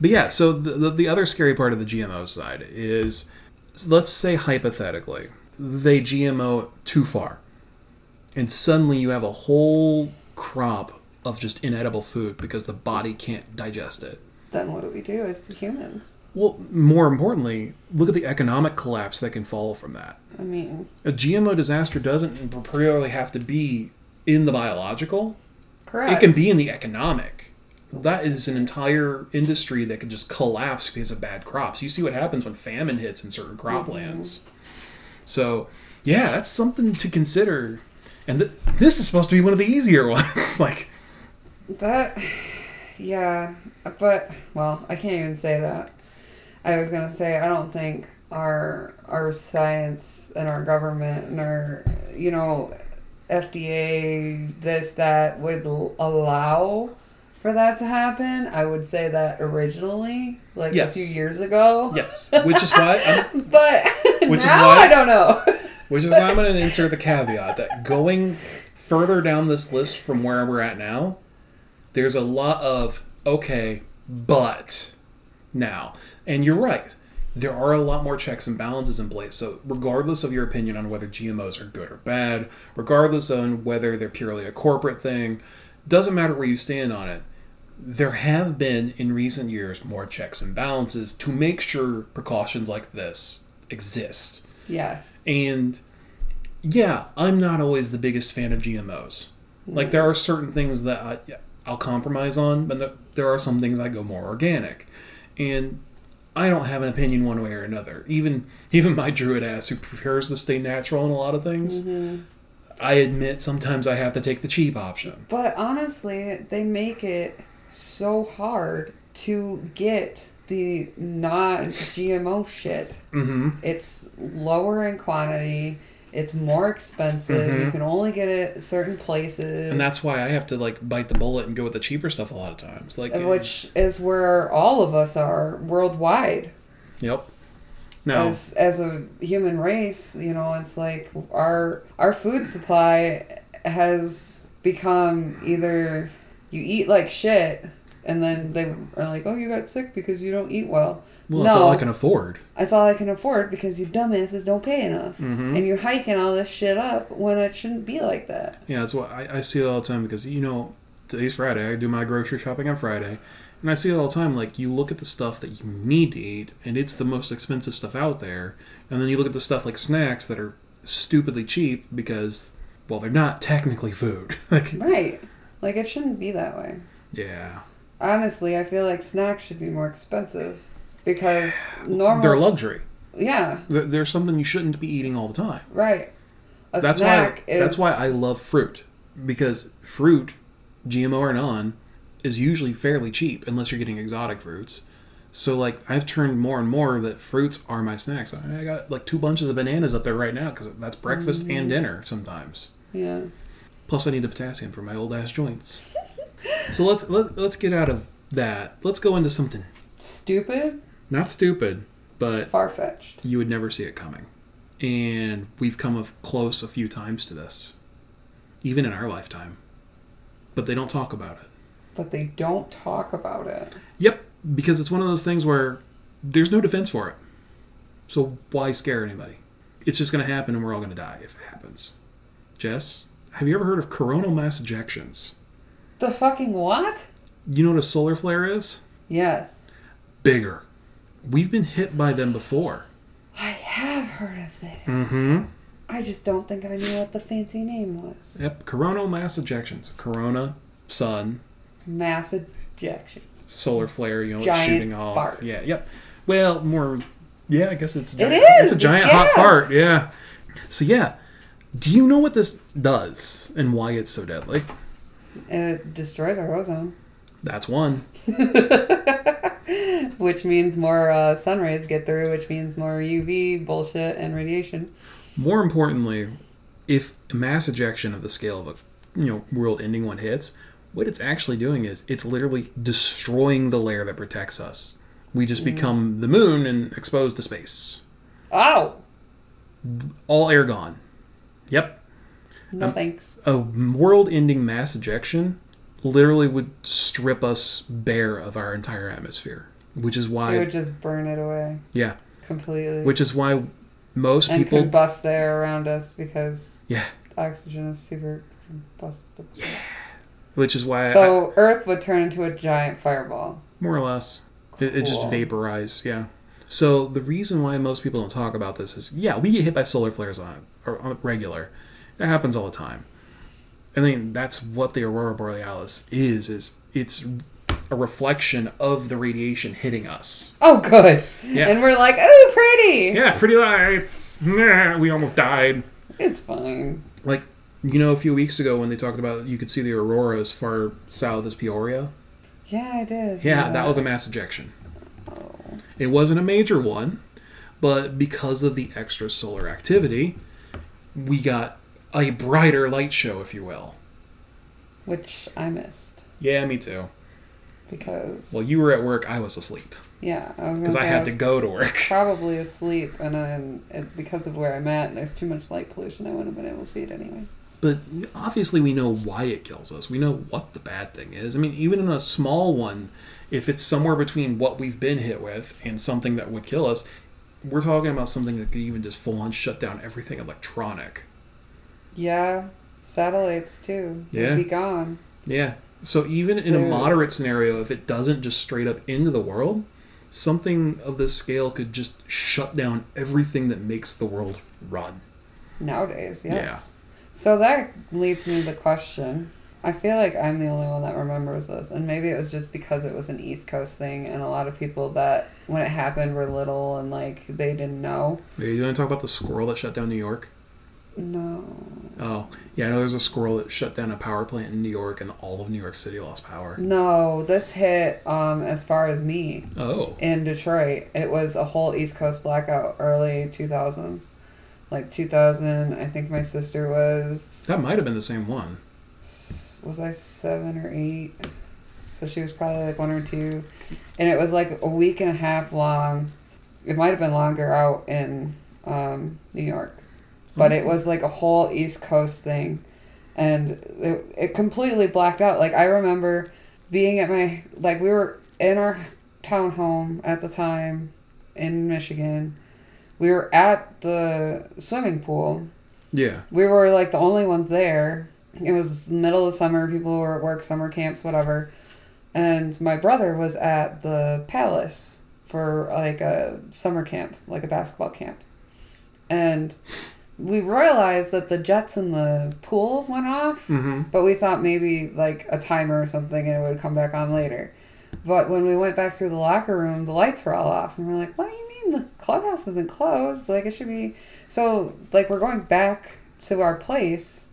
Speaker 2: but yeah, so the, the the other scary part of the GMO side is, let's say hypothetically, they GMO too far, and suddenly you have a whole crop of just inedible food because the body can't digest it.
Speaker 1: Then what do we do as humans?
Speaker 2: Well, more importantly, look at the economic collapse that can follow from that.
Speaker 1: I mean,
Speaker 2: A GMO disaster doesn't particularly have to be in the biological.
Speaker 1: correct.
Speaker 2: It can be in the economic. That is an entire industry that could just collapse because of bad crops. You see what happens when famine hits in certain croplands. So, yeah, that's something to consider. And th- this is supposed to be one of the easier ones. like,
Speaker 1: That, yeah, but well, I can't even say that. I was gonna say I don't think our our science and our government and our you know FDA this that would l- allow for that to happen. I would say that originally, like a
Speaker 2: Yes.
Speaker 1: few years ago.
Speaker 2: yes, which is why I'm,
Speaker 1: But
Speaker 2: Which is
Speaker 1: now
Speaker 2: why-
Speaker 1: I don't know.
Speaker 2: which is why I'm going to insert the caveat that going further down this list from where we're at now, there's a lot of okay, but now. And you're right. There are a lot more checks and balances in place. So, regardless of your opinion on whether GMOs are good or bad, regardless on whether they're purely a corporate thing, doesn't matter where you stand on it, there have been in recent years more checks and balances to make sure precautions like this exist.
Speaker 1: Yes.
Speaker 2: And yeah, I'm not always the biggest fan of GMOs. Like there are certain things that I, I'll compromise on, but there- there are some things I go more organic. And I don't have an opinion one way or another. Even even my druid ass who prefers to stay natural in a lot of things,
Speaker 1: Mhm.
Speaker 2: I admit sometimes I have to take the cheap option.
Speaker 1: But honestly, they make it so hard to get the non GMO shit.
Speaker 2: Mm-hmm.
Speaker 1: It's lower in quantity. It's more expensive. You
Speaker 2: Mhm.
Speaker 1: can only get it certain places.
Speaker 2: And that's why I have to like bite the bullet and go with the cheaper stuff a lot of times. Like
Speaker 1: which is where all of us are worldwide.
Speaker 2: Yep. No.
Speaker 1: as as a human race, you know, it's like our our food supply has become either you eat like shit and then they are like, "Oh, you got sick because you don't eat well."
Speaker 2: well, that's all
Speaker 1: no.
Speaker 2: I can afford.
Speaker 1: That's all I can afford because you dumbasses don't pay enough.
Speaker 2: Mm-hmm.
Speaker 1: And you're hiking all this shit up when it shouldn't be like that.
Speaker 2: Yeah, that's what I, I see it all the time because you know today's Friday. I do my grocery shopping on Friday, and I see it all the time. Like you look at the stuff that you need to eat, and it's the most expensive stuff out there, and then you look at the stuff like snacks that are stupidly cheap because well they're not technically food. like
Speaker 1: Right. Like it shouldn't be that way.
Speaker 2: yeah,
Speaker 1: Honestly, I feel like snacks should be more expensive because normal
Speaker 2: they're luxury.
Speaker 1: Yeah,
Speaker 2: They're, they're something you shouldn't be eating all the time.
Speaker 1: right. A
Speaker 2: that's
Speaker 1: snack
Speaker 2: why
Speaker 1: is
Speaker 2: that's why I love fruit because fruit, GMO or non, is usually fairly cheap unless you're getting exotic fruits. So like I've turned more and more that fruits are my snacks. I I got like two bunches of bananas up there right now because that's breakfast
Speaker 1: Mm.
Speaker 2: and dinner sometimes.
Speaker 1: Yeah.
Speaker 2: Plus I need the potassium for my old ass joints. so let's let, let's get out of that. Let's go into something
Speaker 1: Stupid,
Speaker 2: not stupid, but
Speaker 1: far fetched.
Speaker 2: you would never see it coming. And we've come of close a few times to this, even in our lifetime. But they don't talk about it.
Speaker 1: But they don't talk about it.
Speaker 2: Yep, because it's one of those things where there's no defense for it. So why scare anybody? It's just going to happen and we're all going to die if it happens. Jess, have you ever heard of coronal mass ejections?
Speaker 1: The fucking what?
Speaker 2: You know what a solar flare is?
Speaker 1: Yes.
Speaker 2: Bigger. We've been hit by them before.
Speaker 1: I have heard of this.
Speaker 2: Mm-hmm.
Speaker 1: I just don't think I knew what the fancy name was.
Speaker 2: Yep, coronal mass ejections. Corona, sun,
Speaker 1: Mass ejection.
Speaker 2: solar flare, you know,
Speaker 1: Giant
Speaker 2: it's shooting off.
Speaker 1: fart.
Speaker 2: Yeah, yep. Well, more. Yeah, I guess it's. A
Speaker 1: It
Speaker 2: giant,
Speaker 1: is,
Speaker 2: It's a
Speaker 1: it's
Speaker 2: giant hot
Speaker 1: gas.
Speaker 2: fart. Yeah. So yeah, do you know what this does and why it's so deadly?
Speaker 1: It destroys our ozone.
Speaker 2: That's one.
Speaker 1: which means more uh, sun rays get through, which means more UV bullshit and radiation.
Speaker 2: More importantly, if a mass ejection of the scale of a you know world-ending one hits, what it's actually doing is it's literally destroying the layer that protects us. We
Speaker 1: Mm.
Speaker 2: just become the moon and exposed to space.
Speaker 1: Oh!
Speaker 2: All air gone. Yep.
Speaker 1: No
Speaker 2: Um,
Speaker 1: thanks.
Speaker 2: a world-ending mass ejection literally would strip us bare of our entire atmosphere, which is why
Speaker 1: it would just burn it away.
Speaker 2: Yeah.
Speaker 1: Completely.
Speaker 2: which is why most
Speaker 1: and
Speaker 2: people
Speaker 1: combust the air around us because
Speaker 2: Yeah.
Speaker 1: oxygen is super combustible.
Speaker 2: which is why I-
Speaker 1: So Earth would turn into a giant fireball.
Speaker 2: more or less it, it just
Speaker 1: Cool.
Speaker 2: vaporized, yeah. So the reason why most people don't talk about this is yeah, we get hit by solar flares on or on regular. It happens all the time. I mean, that's what the aurora borealis is is it's a reflection of the radiation hitting us.
Speaker 1: Oh, good.
Speaker 2: Yeah.
Speaker 1: And we're like, oh, pretty.
Speaker 2: Yeah, pretty lights. Nah, we almost died.
Speaker 1: It's fine.
Speaker 2: Like, you know, a few weeks ago when they talked about you could see the aurora as far south as Peoria.
Speaker 1: Yeah, I did.
Speaker 2: Yeah,
Speaker 1: hear
Speaker 2: that was a mass ejection.
Speaker 1: Oh.
Speaker 2: It wasn't a major one, but because of the extra solar activity, we got a brighter light show, if you will.
Speaker 1: Which I missed
Speaker 2: Yeah, me too.
Speaker 1: because.
Speaker 2: Well, you were at work, I was asleep
Speaker 1: yeah, I was gonna
Speaker 2: because
Speaker 1: say
Speaker 2: I had to go to work.
Speaker 1: probably asleep, and then it, because of where I'm at, there's too much light pollution. I wouldn't have been able to see it anyway.
Speaker 2: But obviously, we know why it kills us. We know what the bad thing is. I mean, even in a small one, if it's somewhere between what we've been hit with and something that would kill us, we're talking about something that could even just full on shut down everything electronic.
Speaker 1: Yeah, satellites too. They'd
Speaker 2: Yeah.
Speaker 1: be gone.
Speaker 2: Yeah. So even in a
Speaker 1: So-
Speaker 2: moderate scenario, if it doesn't just straight up into the world, something of this scale could just shut down everything that makes the world run.
Speaker 1: Nowadays, yes.
Speaker 2: Yeah.
Speaker 1: So that leads me to the question. I feel like I'm the only one that remembers this, and maybe it was just because it was an East Coast thing, and a lot of people that, when it happened, were little and like they didn't know.
Speaker 2: Are you going to talk about the squirrel that shut down New York?
Speaker 1: No.
Speaker 2: Oh, yeah, I know there's a squirrel that shut down a power plant in New York and all of New York City lost power.
Speaker 1: No, this hit um, as far as me
Speaker 2: Oh.
Speaker 1: in Detroit. It was a whole East Coast blackout early 2000s. Like 2000, I think my sister was
Speaker 2: That might have been the same one.
Speaker 1: was I seven or eight? So she was probably like one or two. And it was like a week and a half long. It might have been longer out in um, New York. But it was like a whole East Coast thing. And it, it completely blacked out. Like I remember being at my, like we were in our townhome at the time in Michigan. We were at the swimming pool
Speaker 2: Yeah.
Speaker 1: we were like the only ones there. It was the middle of summer. People were at work, summer camps, whatever. And my brother was at the palace for like a summer camp, like a basketball camp. And we realized that the jets in the pool went off,
Speaker 2: Mm-hmm.
Speaker 1: but we thought maybe like a timer or something and it would come back on later. But when we went back through the locker room, the lights were all off, and we're like, "What do you mean the clubhouse isn't closed? Like it should be." So like we're going back to our place.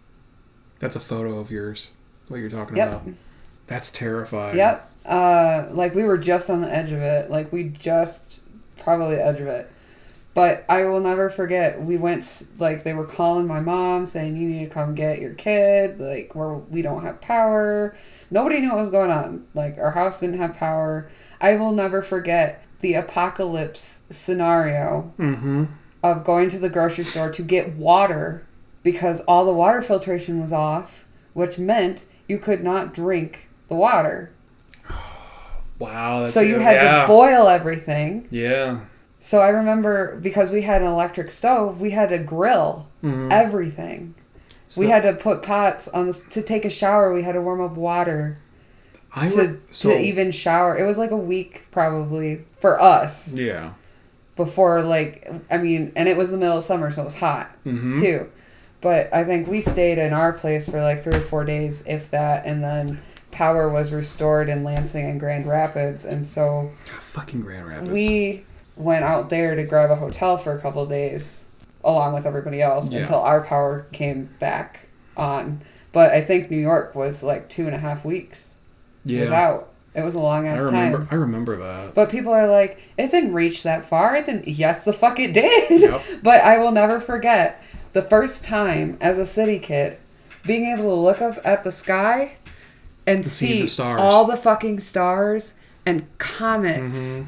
Speaker 2: That's a photo of yours. What you're talking
Speaker 1: Yep.
Speaker 2: about. That's terrifying.
Speaker 1: Yep. Uh, like we were just on the edge of it. Like we just probably edge of it. But I will never forget. We went s- like they were calling my mom saying you need to come get your kid. Like we're we don't have power. Nobody knew what was going on. Like our house didn't have power. I will never forget the apocalypse scenario
Speaker 2: Mm-hmm.
Speaker 1: of going to the grocery store to get water because all the water filtration was off, which meant you could not drink the water
Speaker 2: Wow. That's
Speaker 1: so you had
Speaker 2: yeah.
Speaker 1: to boil everything.
Speaker 2: Yeah.
Speaker 1: So I remember because we had an electric stove, we had to grill
Speaker 2: Mhm.
Speaker 1: everything. we
Speaker 2: So-
Speaker 1: had to put pots on the, s- to take a shower. We had to warm up water
Speaker 2: I
Speaker 1: to,
Speaker 2: re- so-
Speaker 1: to even shower. It was like a week probably for us
Speaker 2: Yeah.
Speaker 1: before like I mean, and it was the middle of summer, so it was hot
Speaker 2: Mm-hmm.
Speaker 1: too. But I think we stayed in our place for like three or four days, if that, and then power was restored in Lansing and Grand Rapids, and so
Speaker 2: Fucking Grand Rapids.
Speaker 1: we went out there to grab a hotel for a couple of days along with everybody else
Speaker 2: Yeah.
Speaker 1: until our power came back on but i think new york was like two and a half weeks
Speaker 2: yeah.
Speaker 1: without it was a long
Speaker 2: I
Speaker 1: ass
Speaker 2: remember.
Speaker 1: time
Speaker 2: I remember that.
Speaker 1: but people are like it didn't reach that far it didn't yes the fuck it did
Speaker 2: Yep.
Speaker 1: but i will never forget the first time as a city kid being able to look up at the sky and
Speaker 2: see
Speaker 1: see,
Speaker 2: the stars.
Speaker 1: all the fucking stars and comets
Speaker 2: Mhm.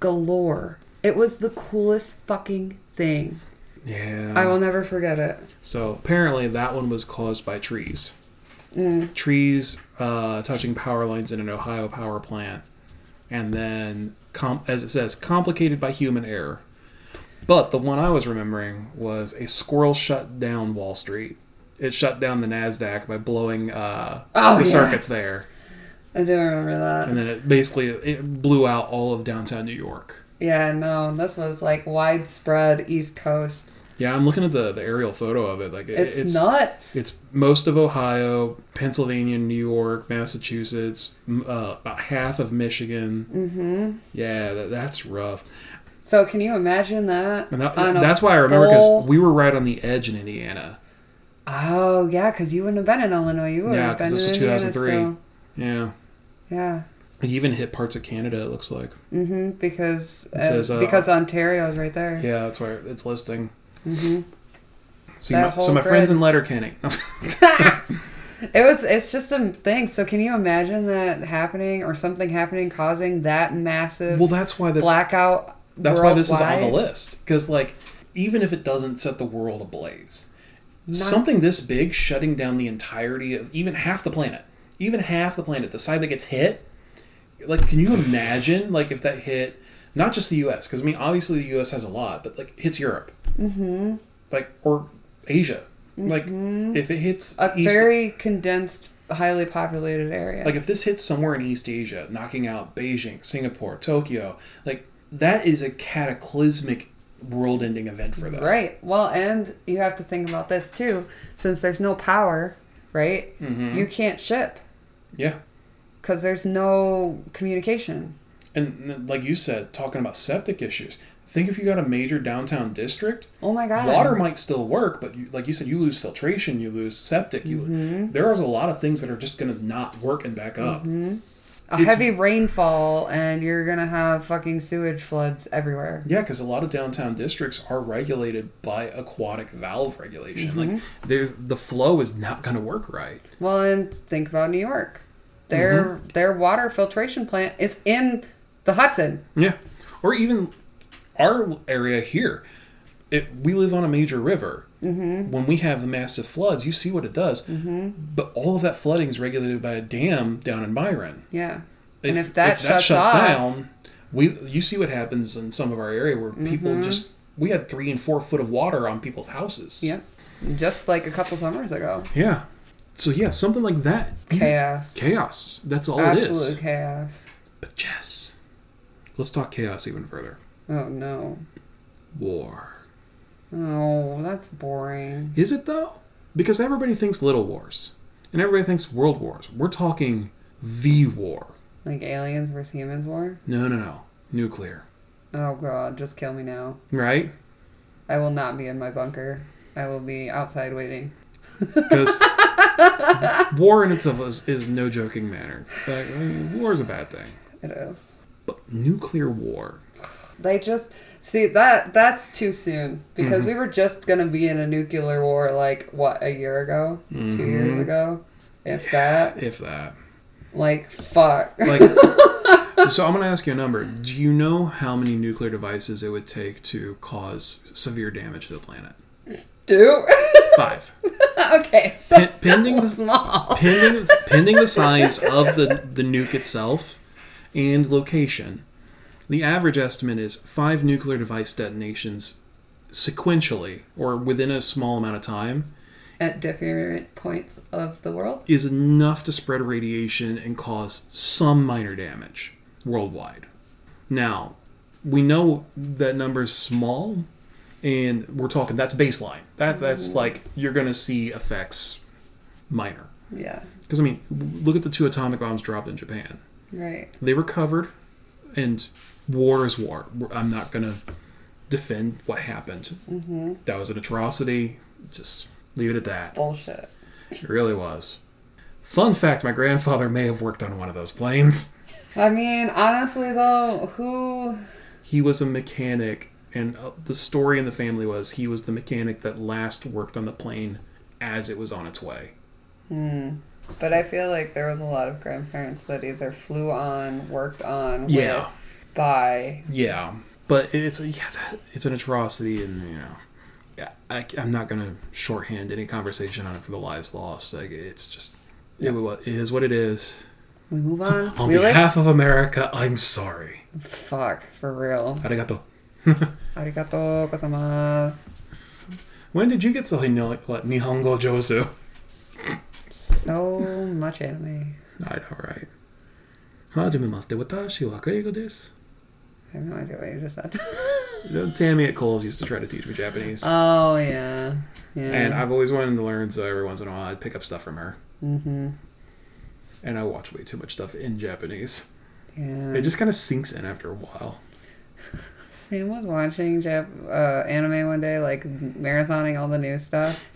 Speaker 1: galore. It was the coolest fucking thing.
Speaker 2: Yeah.
Speaker 1: I will never forget it.
Speaker 2: So apparently that one was caused by trees.
Speaker 1: Mm.
Speaker 2: Trees uh, touching power lines in an Ohio power plant, and then com- as it says, complicated by human error. But the one I was remembering was a squirrel shut down Wall Street. It shut down the Nasdaq by blowing uh,
Speaker 1: Oh,
Speaker 2: the
Speaker 1: yeah.
Speaker 2: circuits there,
Speaker 1: I do remember that.
Speaker 2: and then it basically it blew out all of downtown New York.
Speaker 1: Yeah, no, this was like widespread East Coast.
Speaker 2: Yeah, I'm looking at the, the aerial photo of it. Like it-
Speaker 1: It's, nuts.
Speaker 2: It's most of Ohio, Pennsylvania, New York, Massachusetts, m- uh, about half of Michigan.
Speaker 1: hmm
Speaker 2: Yeah, that, that's rough.
Speaker 1: So can you imagine that?
Speaker 2: And that,
Speaker 1: On a
Speaker 2: that's why I remember because
Speaker 1: full-
Speaker 2: we were right on the edge in Indiana.
Speaker 1: Oh yeah, because you wouldn't have been in Illinois. You would
Speaker 2: Yeah,
Speaker 1: have
Speaker 2: 'cause
Speaker 1: been
Speaker 2: this
Speaker 1: in
Speaker 2: was
Speaker 1: Indiana
Speaker 2: 2003.
Speaker 1: still.
Speaker 2: Yeah.
Speaker 1: Yeah.
Speaker 2: It even hit parts of Canada, it looks like.
Speaker 1: hmm Because uh,
Speaker 2: says, uh,
Speaker 1: because Ontario is right there.
Speaker 2: Yeah, that's why it's listing.
Speaker 1: hmm
Speaker 2: So,
Speaker 1: That
Speaker 2: my, so
Speaker 1: whole
Speaker 2: my friends
Speaker 1: grid.
Speaker 2: in Letterkenny.
Speaker 1: it was it's just some things. So can you imagine that happening or something happening causing that massive
Speaker 2: well, that's why that's
Speaker 1: blackout?
Speaker 2: That's why this is on
Speaker 1: worldwide?
Speaker 2: the list. Because, like, even if it doesn't set the world ablaze,
Speaker 1: Not-
Speaker 2: Something this big shutting down the entirety of even half the planet, even half the planet, the side that gets hit. Like, can you imagine? Like, if that hit not just the U.S. because I mean, obviously the U.S. has a lot, but like hits Europe,
Speaker 1: Mhm.
Speaker 2: like or Asia. Like, if it hits
Speaker 1: Mm-hmm. a
Speaker 2: East-
Speaker 1: very condensed, highly populated area.
Speaker 2: Like if this hits somewhere in East Asia, knocking out Beijing, Singapore, Tokyo, like that is a cataclysmic world-ending event for them.
Speaker 1: Right. Well, and you have to think about this too, since there's no power, right?
Speaker 2: Mhm.
Speaker 1: You can't ship
Speaker 2: Yeah.
Speaker 1: because there's no communication.
Speaker 2: And then, like you said, talking about septic issues. Think if you got a major downtown district,
Speaker 1: Oh my god.
Speaker 2: water might still work, but you, like you said, you lose filtration, you lose septic. You there is a lot of things that are just going to not work and back up.
Speaker 1: A
Speaker 2: it's-
Speaker 1: heavy rainfall, and you're gonna have fucking sewage floods everywhere.
Speaker 2: Yeah, because a lot of downtown districts are regulated by aquatic valve regulation. Like there's the flow is not going to work right.
Speaker 1: Well, and think about New York. Their
Speaker 2: Mm-hmm.
Speaker 1: their water filtration plant is in the Hudson.
Speaker 2: Yeah, or even our area here. It, we live on a major river. Mm-hmm. When we have the massive floods, you see what it does. Mm-hmm. But all of that flooding is regulated by a dam down in Byron.
Speaker 1: Yeah. And if that shuts off-
Speaker 2: down, we you see what happens in some of our area where
Speaker 1: Mm-hmm.
Speaker 2: people just we had three and four foot of water on people's houses.
Speaker 1: Yep. Just like a couple summers ago.
Speaker 2: Yeah. So yeah, something like that.
Speaker 1: Chaos.
Speaker 2: Chaos. That's all it
Speaker 1: Absolute
Speaker 2: is.
Speaker 1: chaos.
Speaker 2: But Jess, let's talk chaos even further.
Speaker 1: Oh no.
Speaker 2: War.
Speaker 1: Oh, that's boring.
Speaker 2: Is it though? Because everybody thinks little wars, and everybody thinks world wars. We're talking the war.
Speaker 1: Like aliens versus humans war?
Speaker 2: No, no, no. Nuclear.
Speaker 1: Oh god, just kill me now.
Speaker 2: Right?
Speaker 1: I will not be in my bunker. I will be outside waiting.
Speaker 2: Because war in itself is, is no joking matter. Like, I mean, war is a bad thing.
Speaker 1: It is.
Speaker 2: But nuclear war.
Speaker 1: They just see that that's too soon because
Speaker 2: Mm-hmm.
Speaker 1: we were just gonna be in a nuclear war like what a year ago, two years
Speaker 2: Mhm.
Speaker 1: ago, if that.
Speaker 2: If that.
Speaker 1: Like fuck.
Speaker 2: Like, so I'm going to ask you a number. Do you know how many nuclear devices it would take to cause severe damage to the planet?
Speaker 1: Dude.
Speaker 2: Five.
Speaker 1: okay, so
Speaker 2: Pe- pending
Speaker 1: still
Speaker 2: this-
Speaker 1: small.
Speaker 2: pending, pending the size of the, the nuke itself and location, the average estimate is five nuclear device detonations sequentially or within a small amount of time
Speaker 1: At different points of the world.
Speaker 2: is enough to spread radiation and cause some minor damage worldwide. Now, we know that number is small, and we're talking that's baseline. That, that's like you're going to see effects minor.
Speaker 1: Yeah.
Speaker 2: Because, I mean, look at the two atomic bombs dropped in Japan.
Speaker 1: Right.
Speaker 2: they recovered and war is war i'm not gonna defend what happened that was an atrocity just leave it at that
Speaker 1: Bullshit.
Speaker 2: it really was fun fact my grandfather may have worked on one of those planes
Speaker 1: I mean, honestly though, who
Speaker 2: he was a mechanic and uh, the story in the family was he was the mechanic that last worked on the plane as it was on its way
Speaker 1: Hmm. But I feel like there was a lot of grandparents that either flew on, worked on,
Speaker 2: Yeah.
Speaker 1: with, by.
Speaker 2: yeah but it's yeah that, it's an atrocity and you know yeah, I, am not gonna shorthand any conversation on it for the lives lost like it's just it, wa- it is what it is
Speaker 1: We move on.
Speaker 2: Oh, on
Speaker 1: we like
Speaker 2: behalf of america i'm sorry
Speaker 1: fuck for real.
Speaker 2: arigato
Speaker 1: Arigato gozaimasu.
Speaker 2: when did you get so know what nihongo josu
Speaker 1: So much anime.
Speaker 2: all right all right Hajimemashite, watashi wa keigo desu.
Speaker 1: I have no idea what you just said.
Speaker 2: You know, Tammy at Cole's used to try to teach me Japanese,
Speaker 1: oh yeah, yeah.
Speaker 2: and I've always wanted to learn. So every once in a while, I'd pick up stuff from her,
Speaker 1: mm-hmm.
Speaker 2: and I watch way too much stuff in Japanese.
Speaker 1: Yeah.
Speaker 2: It just kind of sinks in after a while.
Speaker 1: Sam was watching Jap- uh, anime one day, like marathoning all the new stuff,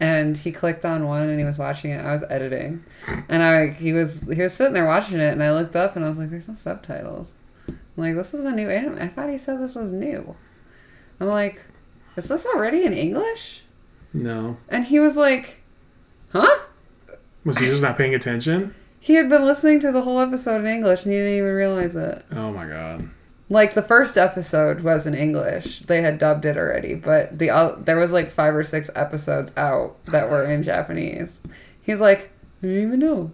Speaker 1: and he clicked on one and he was watching it. I was editing, and I he was he was sitting there watching it, and I looked up and I was like, "There's no subtitles." I'm like, "This is a new anime. I thought he said this was new." I'm like, "Is this already in English?"
Speaker 2: No.
Speaker 1: And he was like, "Huh?"
Speaker 2: Was he just not paying attention?
Speaker 1: He had been listening to the whole episode in English and he didn't even realize it.
Speaker 2: Oh my god.
Speaker 1: Like the first episode was in English. They had dubbed it already, but the o there was like five or six episodes out that were in Japanese. He's like, I don't even know.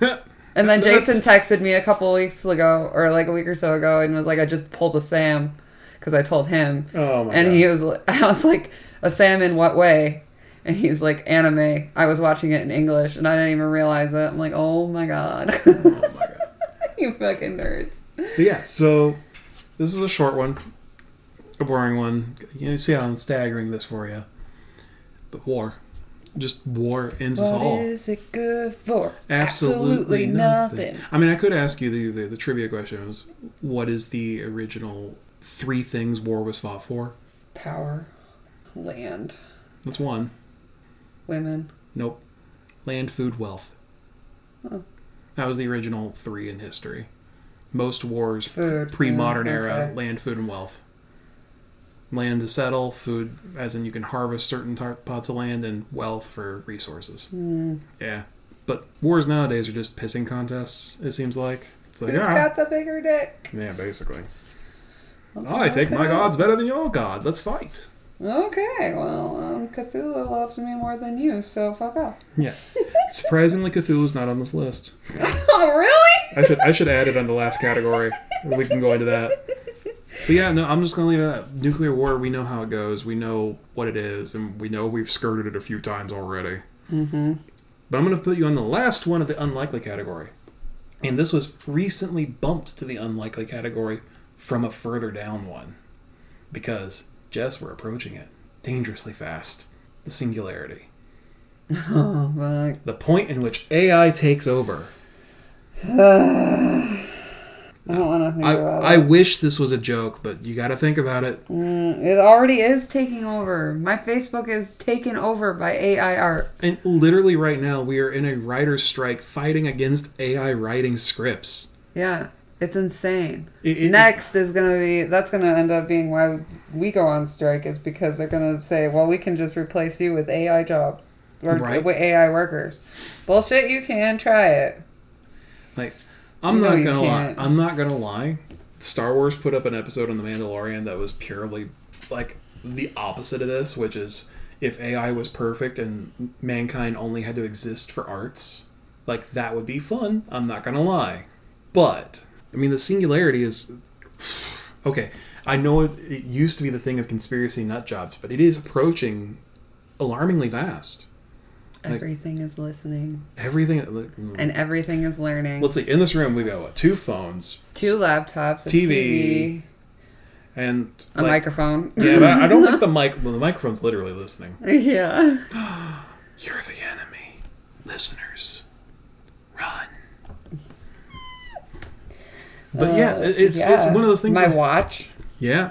Speaker 2: Oh
Speaker 1: And then Jason texted me a couple weeks ago, or like a week or so ago, and was like, I just pulled a Sam because I told him.
Speaker 2: Oh my
Speaker 1: and
Speaker 2: god.
Speaker 1: he was, li- I was like, a Sam in what way? And he was like, anime. I was watching it in English and I didn't even realize it. I'm like, oh my god.
Speaker 2: oh my god.
Speaker 1: you fucking nerds.
Speaker 2: But yeah, so this is a short one, a boring one. You see how I'm staggering this for you. But war, just war ends us
Speaker 1: What
Speaker 2: all.
Speaker 1: is it good for?
Speaker 2: Absolutely, nothing. I mean, I could ask you the, the the trivia question was, what is the original three things war was fought for?
Speaker 1: Power, land,
Speaker 2: That's one.
Speaker 1: women.
Speaker 2: Nope. Land, food, wealth.
Speaker 1: Huh.
Speaker 2: That was the original three in history. Most wars
Speaker 1: Food,
Speaker 2: pre modern
Speaker 1: yeah,
Speaker 2: era
Speaker 1: okay.
Speaker 2: land, food, and wealth. Land to settle, food, as in you can harvest certain tar- pots of land, and wealth for resources.
Speaker 1: Mm.
Speaker 2: Yeah. But wars nowadays are just pissing contests, it seems like. It's like,
Speaker 1: Who's
Speaker 2: ah.
Speaker 1: got the bigger dick?
Speaker 2: Yeah, basically.
Speaker 1: Let's
Speaker 2: Oh, I think my
Speaker 1: work it
Speaker 2: god's
Speaker 1: out.
Speaker 2: better than your god. Let's fight.
Speaker 1: Okay, well, um, Cthulhu loves me more than you, so fuck off.
Speaker 2: Yeah. Surprisingly, Cthulhu's not on this list.
Speaker 1: oh, really?
Speaker 2: I should I should add it on the last category. We can go into that. But yeah, no, I'm just gonna leave it at that. Nuclear war. We know how it goes. We know what it is, and we know we've skirted it a few times already.
Speaker 1: Mm-hmm.
Speaker 2: But I'm gonna put you on the last one of the unlikely category, and this was recently bumped to the unlikely category from a further down one, because Jess, we're approaching it dangerously fast. The singularity,
Speaker 1: Oh, fuck.
Speaker 2: the point in which AI takes over.
Speaker 1: I don't want to think
Speaker 2: I,
Speaker 1: about
Speaker 2: I
Speaker 1: it.
Speaker 2: wish this was a joke, but you got to think about it.
Speaker 1: Mm, it already is taking over. My Facebook is taken over by AI art.
Speaker 2: And literally right now, we are in a writer's strike fighting against AI writing scripts.
Speaker 1: Yeah, it's insane.
Speaker 2: It- it-
Speaker 1: Next is gonna be that's gonna end up being why we go on strike is because they're gonna say, well, we can just replace you with AI jobs or
Speaker 2: Right.
Speaker 1: with AI workers. Bullshit, you can try it.
Speaker 2: I'm
Speaker 1: No,
Speaker 2: not
Speaker 1: you
Speaker 2: gonna
Speaker 1: can't.
Speaker 2: lie. I'm not gonna lie. Star Wars put up an episode on The Mandalorian that was purely like the opposite of this, which is if AI was perfect and mankind only had to exist for arts, like that would be fun. I'm not gonna lie, but I mean the singularity is okay. I know it, it used to be the thing of conspiracy nut jobs, but it is approaching alarmingly fast. Like-
Speaker 1: Everything is listening
Speaker 2: Everything.
Speaker 1: and everything is learning.
Speaker 2: let's see. In this room, we've got what, two phones,
Speaker 1: Two laptops, a
Speaker 2: TV,
Speaker 1: TV,
Speaker 2: and
Speaker 1: a
Speaker 2: like-
Speaker 1: microphone.
Speaker 2: Yeah, but I don't think the mic. Well, the microphone's literally listening.
Speaker 1: yeah.
Speaker 2: You're the enemy, listeners. Run. But yeah,
Speaker 1: Uh,
Speaker 2: it- it's
Speaker 1: yeah.
Speaker 2: it's one of those things.
Speaker 1: My
Speaker 2: that-
Speaker 1: watch.
Speaker 2: yeah,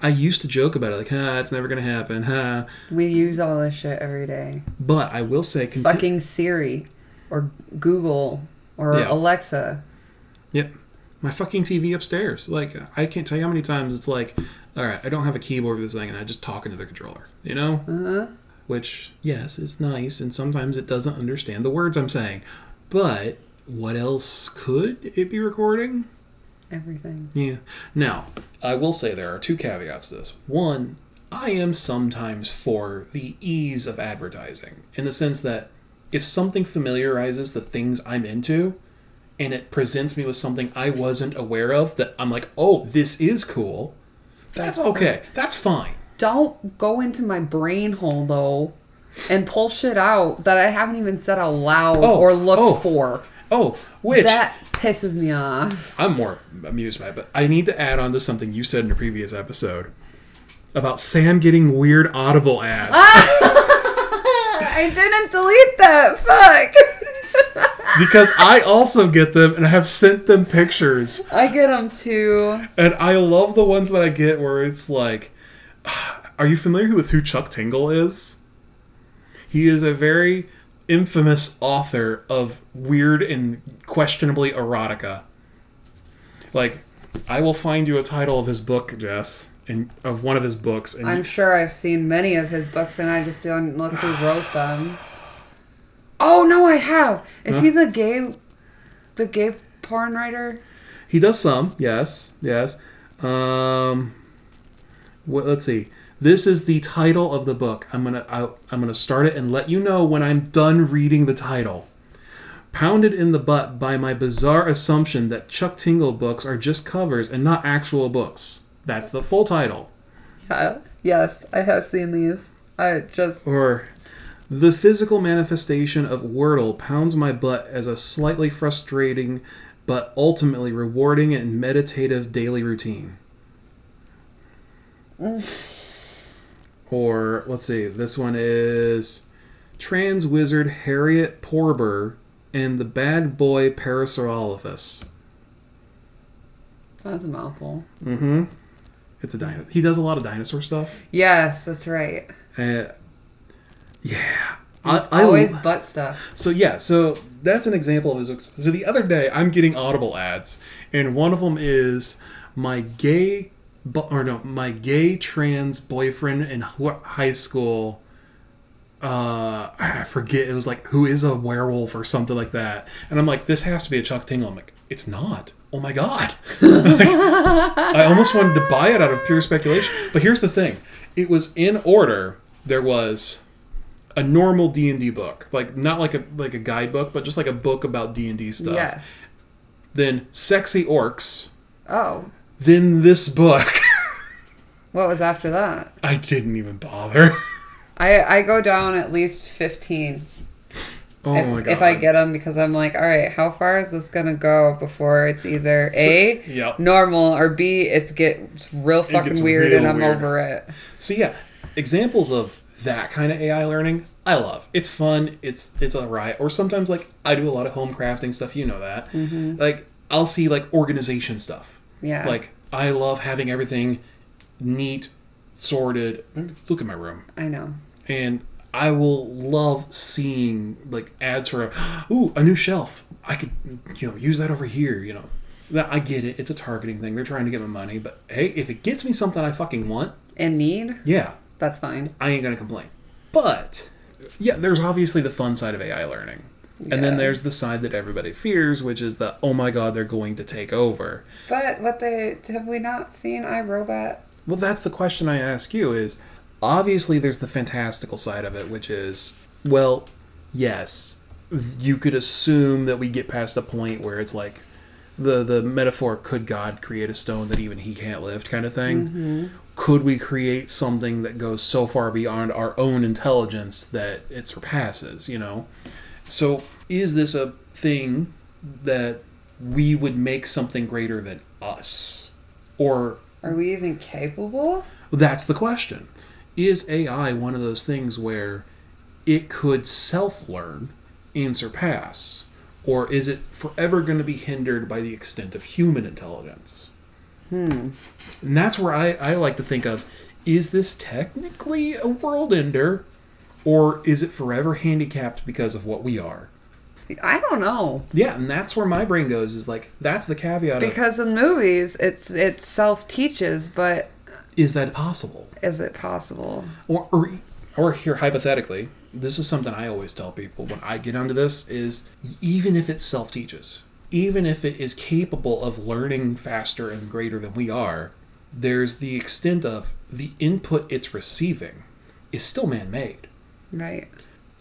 Speaker 2: I used to joke about it, like, "Huh, it's never gonna happen, huh?"
Speaker 1: We use all this shit every day.
Speaker 2: But I will say, conti-
Speaker 1: Fucking Siri or Google or
Speaker 2: Yeah.
Speaker 1: Alexa.
Speaker 2: my fucking TV upstairs. Like, I can't tell you how many times it's like, "All right, I don't have a keyboard for this thing, and I just talk into the controller," you know.
Speaker 1: Uh-huh.
Speaker 2: which yes is nice and sometimes it doesn't understand the words i'm saying but what else could it be recording
Speaker 1: Everything.
Speaker 2: yeah now i will say there are two caveats to this one i am sometimes for the ease of advertising in the sense that if something familiarizes the things i'm into and it presents me with something i wasn't aware of that i'm like oh this is cool that's okay that's fine
Speaker 1: Don't go into my brain hole though and pull shit out that I haven't even said out loud
Speaker 2: Oh,
Speaker 1: or looked
Speaker 2: oh.
Speaker 1: for.
Speaker 2: oh which
Speaker 1: That pisses me off.
Speaker 2: I'm more amused by it, but I need to add on to something you said in a previous episode about Sam getting weird Audible ads.
Speaker 1: Ah! I didn't delete that. Fuck.
Speaker 2: Because I also get them and I have sent them pictures.
Speaker 1: I get them too.
Speaker 2: And I love the ones that I get where it's like, are you familiar with who Chuck Tingle is? He is a very infamous author of weird and questionably erotica. Like, I will find you a title of his book, Jess, and of one of his books, and
Speaker 1: I'm sure I've seen many of his books and I just don't look who wrote them. Oh no, I have. Is he the gay the gay porn writer?
Speaker 2: He does some, yes, yes. Um, well, let's see. This is the title of the book. I'm gonna I, I'm gonna start it and let you know when I'm done reading the title. Pounded in the butt by my bizarre assumption that Chuck Tingle books are just covers and not actual books. That's the full title.
Speaker 1: Yeah. Yes, I have seen these. I just
Speaker 2: Or the physical manifestation of Wordle pounds my butt as a slightly frustrating but ultimately rewarding and meditative daily routine. Or let's see, this one is Trans Wizard Harriet Porber and the Bad Boy Parasaurolophus.
Speaker 1: that's a mouthful.
Speaker 2: Mm-hmm. It's a dinosaur. He does a lot of dinosaur stuff.
Speaker 1: Yes, that's right.
Speaker 2: Uh, yeah.
Speaker 1: It's always butt stuff.
Speaker 2: So yeah, so that's an example of his. So the other day, I'm getting Audible ads, and one of them is my gay, bu- or no, my gay trans boyfriend in h- high school. Uh, I forget. It was like who is a werewolf or something like that, and I'm like, this has to be a Chuck Tingle. I'm like, it's not. Oh my god. I almost wanted to buy it out of pure speculation. But here's the thing: it was in order. There was a normal D and D book, like not like a like a guidebook, but just like a book about D and D stuff.
Speaker 1: Yes.
Speaker 2: Then sexy orcs.
Speaker 1: Oh,
Speaker 2: Then this book.
Speaker 1: what was after that?
Speaker 2: I didn't even bother.
Speaker 1: I I go down at least fifteen
Speaker 2: Oh
Speaker 1: if,
Speaker 2: my god!
Speaker 1: if I get them because I'm like, all right, how far is this gonna go before it's either a
Speaker 2: yeah.
Speaker 1: normal or b it's gets real fucking
Speaker 2: gets
Speaker 1: weird
Speaker 2: real
Speaker 1: and I'm
Speaker 2: weird.
Speaker 1: over it.
Speaker 2: So yeah, examples of that kind of AI learning, I love. It's fun. It's it's a riot. Or sometimes like I do a lot of home crafting stuff. You know that. Like I'll see like organization stuff.
Speaker 1: Yeah.
Speaker 2: Like I love having everything neat, sorted. Look at my room,
Speaker 1: I know.
Speaker 2: and I will love seeing like ads for, ooh, a new shelf. I could you know use that over here. You know, that I get it. It's a targeting thing. They're trying to get my money, but hey, if it gets me something I fucking want,
Speaker 1: And need
Speaker 2: yeah,
Speaker 1: that's fine.
Speaker 2: I ain't gonna complain. But yeah, there's obviously the fun side of AI learning. And then
Speaker 1: Yeah.
Speaker 2: there's the side that everybody fears, which is the oh my god, they're going to take over.
Speaker 1: But what they have we not seen iRobot?
Speaker 2: Well, that's the question I ask you is obviously there's the fantastical side of it, which is, well, yes, you could assume that we get past a point where it's like the, the metaphor, could God create a stone that even he can't lift kind of thing? Could we create something that goes so far beyond our own intelligence that it surpasses, you know? So is this a thing that we would make something greater than us? Or
Speaker 1: Are we even capable?
Speaker 2: that's the question. Is AI one of those things where it could self learn and surpass? Or is it forever going to be hindered by the extent of human intelligence?
Speaker 1: Hmm.
Speaker 2: And that's where I, I like to think of is this technically a world ender? Or is it forever handicapped because of what we are?
Speaker 1: I don't know.
Speaker 2: Yeah, and that's where my brain goes is like, that's the caveat of
Speaker 1: Because in movies it's it self teaches, but
Speaker 2: is that possible?
Speaker 1: is it possible?
Speaker 2: or, or or here hypothetically this is something i always tell people when i get onto this is even if it self-teaches even if it is capable of learning faster and greater than we are there's the extent of the input it's receiving is still man-made
Speaker 1: Right.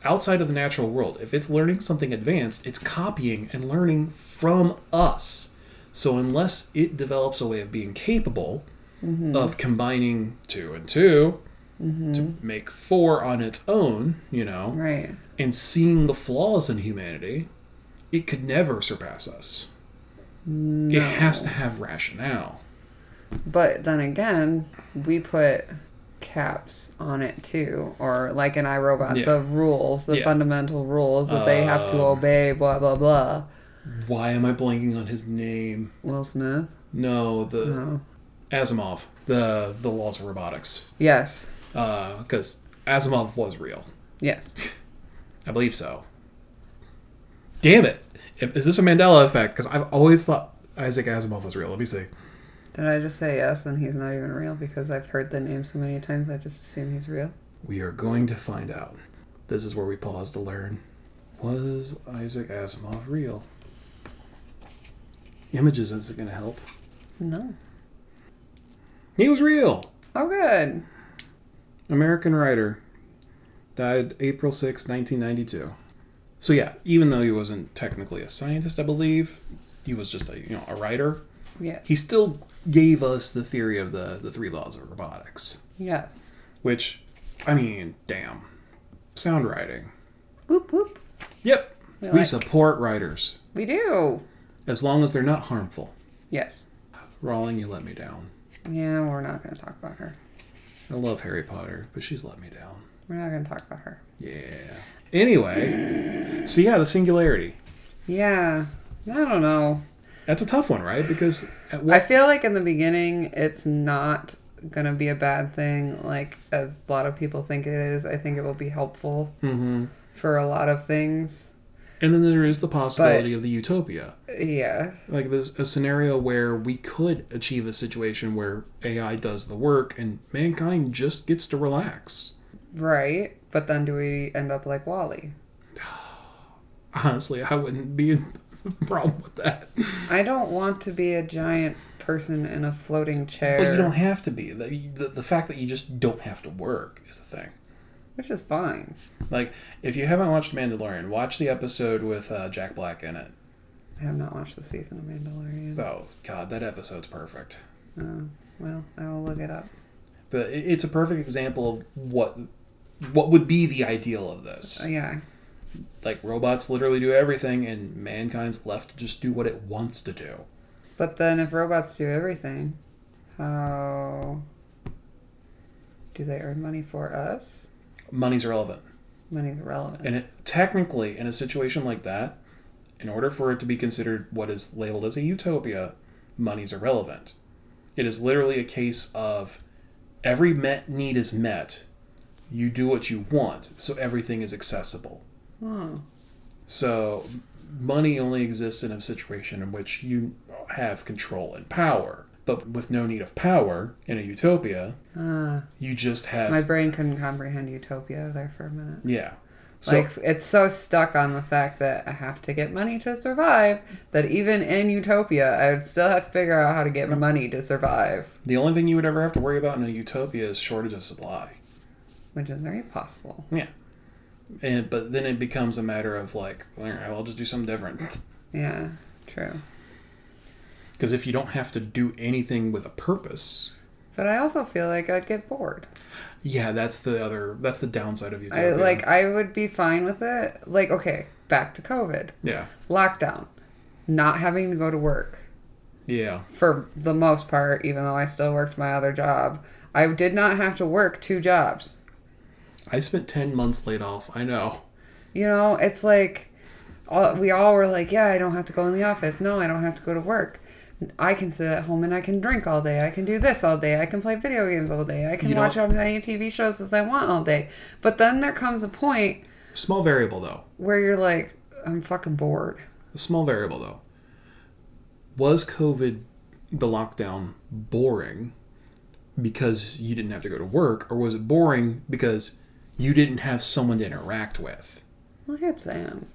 Speaker 2: outside of the natural world if it's learning something advanced it's copying and learning from us so unless it develops a way of being capable
Speaker 1: Mm-hmm.
Speaker 2: of combining two and 2 to make four on its own, you know,
Speaker 1: Right.
Speaker 2: and seeing the flaws in humanity, it could never surpass us.
Speaker 1: No.
Speaker 2: It has to have rationale.
Speaker 1: But then again, we put caps on it too, or like an iRobot,
Speaker 2: Yeah.
Speaker 1: the rules, the
Speaker 2: Yeah.
Speaker 1: fundamental rules that they have to
Speaker 2: Um,
Speaker 1: obey, blah blah blah.
Speaker 2: Why am I blanking on his name?
Speaker 1: Will Smith.
Speaker 2: No, the
Speaker 1: No.
Speaker 2: Asimov, the the laws of robotics,
Speaker 1: Yes.
Speaker 2: because Asimov was real,
Speaker 1: Yes.
Speaker 2: I believe so. Damn it! Is this a Mandela effect? Because I've always thought Isaac Asimov was real. Let me see.
Speaker 1: Did I just say yes and he's not even real because I've heard the name so many times I just assume he's real?
Speaker 2: We are going to find out. This is where we pause to learn. Was Isaac Asimov real? Images isn't going to help.
Speaker 1: No.
Speaker 2: He was real.
Speaker 1: Oh, good.
Speaker 2: American writer. Died April 6, 1992. So yeah, even though he wasn't technically a scientist, I believe, he was just a, you know, a writer.
Speaker 1: Yes.
Speaker 2: He still gave us the theory of the the three laws of robotics,
Speaker 1: Yes.
Speaker 2: which I mean, damn. Sound writing.
Speaker 1: Whoop, whoop.
Speaker 2: Yep.
Speaker 1: We,
Speaker 2: We
Speaker 1: like-
Speaker 2: support writers
Speaker 1: we do.
Speaker 2: as long as they're not harmful.
Speaker 1: Yes.
Speaker 2: Rawling, you let me down.
Speaker 1: Yeah, we're not going to talk about her.
Speaker 2: I love Harry Potter, but she's let me down.
Speaker 1: We're not going to talk about her.
Speaker 2: Yeah. Anyway, so yeah, the singularity.
Speaker 1: Yeah. I don't know.
Speaker 2: That's a tough one, right? Because at
Speaker 1: I
Speaker 2: what
Speaker 1: feel like in the beginning, it's not going to be a bad thing, like as a lot of people think it is. I think it will be helpful
Speaker 2: hmm
Speaker 1: for a lot of things.
Speaker 2: and then there is the possibility of the utopia,
Speaker 1: Yeah.
Speaker 2: like there's a scenario where we could achieve a situation where AI does the work and mankind just gets to relax.
Speaker 1: Right. But then do we end up like Wally?
Speaker 2: Honestly, I wouldn't be in a problem with that.
Speaker 1: I don't want to be a giant person in a floating chair,
Speaker 2: But you don't have to be. The, the, the fact that you just don't have to work is the thing.
Speaker 1: which is fine.
Speaker 2: Like, if you haven't watched Mandalorian, watch the episode with uh, Jack Black in it.
Speaker 1: I have not watched the season of Mandalorian.
Speaker 2: Oh, God, that episode's perfect.
Speaker 1: Oh, well, I will look it up.
Speaker 2: But it- it's a perfect example of what what would be the ideal of this.
Speaker 1: Oh, yeah.
Speaker 2: Like, robots literally do everything, and mankind's left to just do what it wants to do.
Speaker 1: But then if robots do everything, how do they earn money for us?
Speaker 2: Money's irrelevant.
Speaker 1: Money's relevant.
Speaker 2: And it, technically, in a situation like that, in order for it to be considered what is labeled as a utopia, money's irrelevant. It is literally a case of every met need is met. You do what you want, so everything is accessible.
Speaker 1: Oh,
Speaker 2: So money only exists in a situation in which you have control and power. But with no need of power in a utopia,
Speaker 1: Ah.
Speaker 2: you just have
Speaker 1: my brain couldn't comprehend utopia there for a minute.
Speaker 2: yeah. So
Speaker 1: like it's so stuck on the fact that I have to get money to survive that even in utopia, I would still have to figure out how to get money to survive,
Speaker 2: the only thing you would ever have to worry about in a utopia is shortage of supply.
Speaker 1: which is very possible.
Speaker 2: And but then it becomes a matter of like, all right, I'll just do something different.
Speaker 1: Yeah, true.
Speaker 2: Because if you don't have to do anything with a purpose,
Speaker 1: But I also feel like I'd get bored.
Speaker 2: yeah, that's the other. That's the downside of
Speaker 1: I
Speaker 2: utopia.
Speaker 1: like I would be fine with it. Like okay, back to COVID.
Speaker 2: Yeah,
Speaker 1: Lockdown. Not having to go to work
Speaker 2: yeah,
Speaker 1: for the most part, even though I still worked my other job. I did not have to work two jobs.
Speaker 2: I spent ten months laid off. I know.
Speaker 1: You know, it's like all, we all were like, yeah, I don't have to go in the office. No, I don't have to go to work. I can sit at home and I can drink all day. I can do this all day. I can play video games all day. I can
Speaker 2: You know-
Speaker 1: watch as many TV shows as I want all day. But then there comes a point
Speaker 2: Small variable though.
Speaker 1: where you're like, I'm fucking bored.
Speaker 2: A small variable though. Was COVID the lockdown boring because you didn't have to go to work, or was it boring because you didn't have someone to interact with?
Speaker 1: Look at Sam.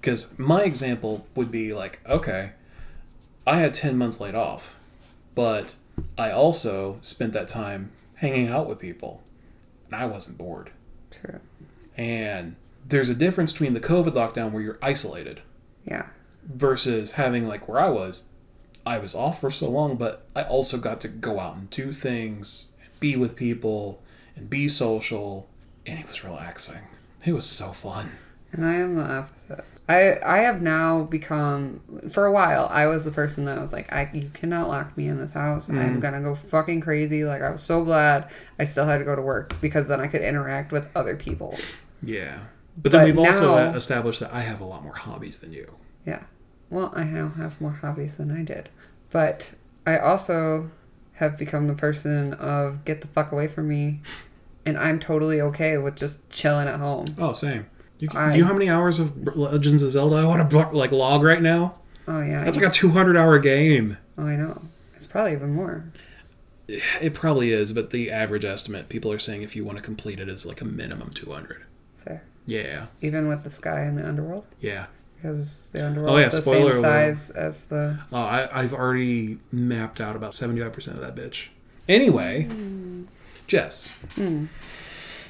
Speaker 2: Because my example would be like, okay, I had 10 months laid off, but I also spent that time hanging out with people, and I wasn't bored.
Speaker 1: True.
Speaker 2: And there's a difference between the COVID lockdown where you're isolated
Speaker 1: Yeah.
Speaker 2: versus having like where I was, I was off for so long, but I also got to go out and do things, be with people, and be social, and it was relaxing. It was so fun.
Speaker 1: And I am the opposite. I I have now become for a while I was the person that was like I you cannot lock me in this house. I'm
Speaker 2: Mm.
Speaker 1: gonna go fucking crazy. Like I was so glad I still had to go to work because then I could interact with other people.
Speaker 2: Yeah. But then
Speaker 1: But
Speaker 2: we've also e-
Speaker 1: now-
Speaker 2: established that I have a lot more hobbies than you.
Speaker 1: Well, I now have more hobbies than I did, but I also have become the person of get the fuck away from me, and I'm totally okay with just chilling at home.
Speaker 2: Oh, same. You, can,
Speaker 1: I-
Speaker 2: you know how many hours of Legends of Zelda I want to like log right now?
Speaker 1: Oh yeah,
Speaker 2: That's like a 200 hour game.
Speaker 1: oh I know. It's probably even more.
Speaker 2: It probably is, but the average estimate people are saying if you want to complete it is like a minimum 200.
Speaker 1: Fair.
Speaker 2: Yeah,
Speaker 1: Even with the sky and the underworld.
Speaker 2: yeah.
Speaker 1: because the underworld
Speaker 2: Oh, yeah,
Speaker 1: is the
Speaker 2: spoiler
Speaker 1: same
Speaker 2: alert.
Speaker 1: size as the.
Speaker 2: Oh, I, I've already mapped out about 75% of that bitch. Anyway,
Speaker 1: Hmm.
Speaker 2: Jess,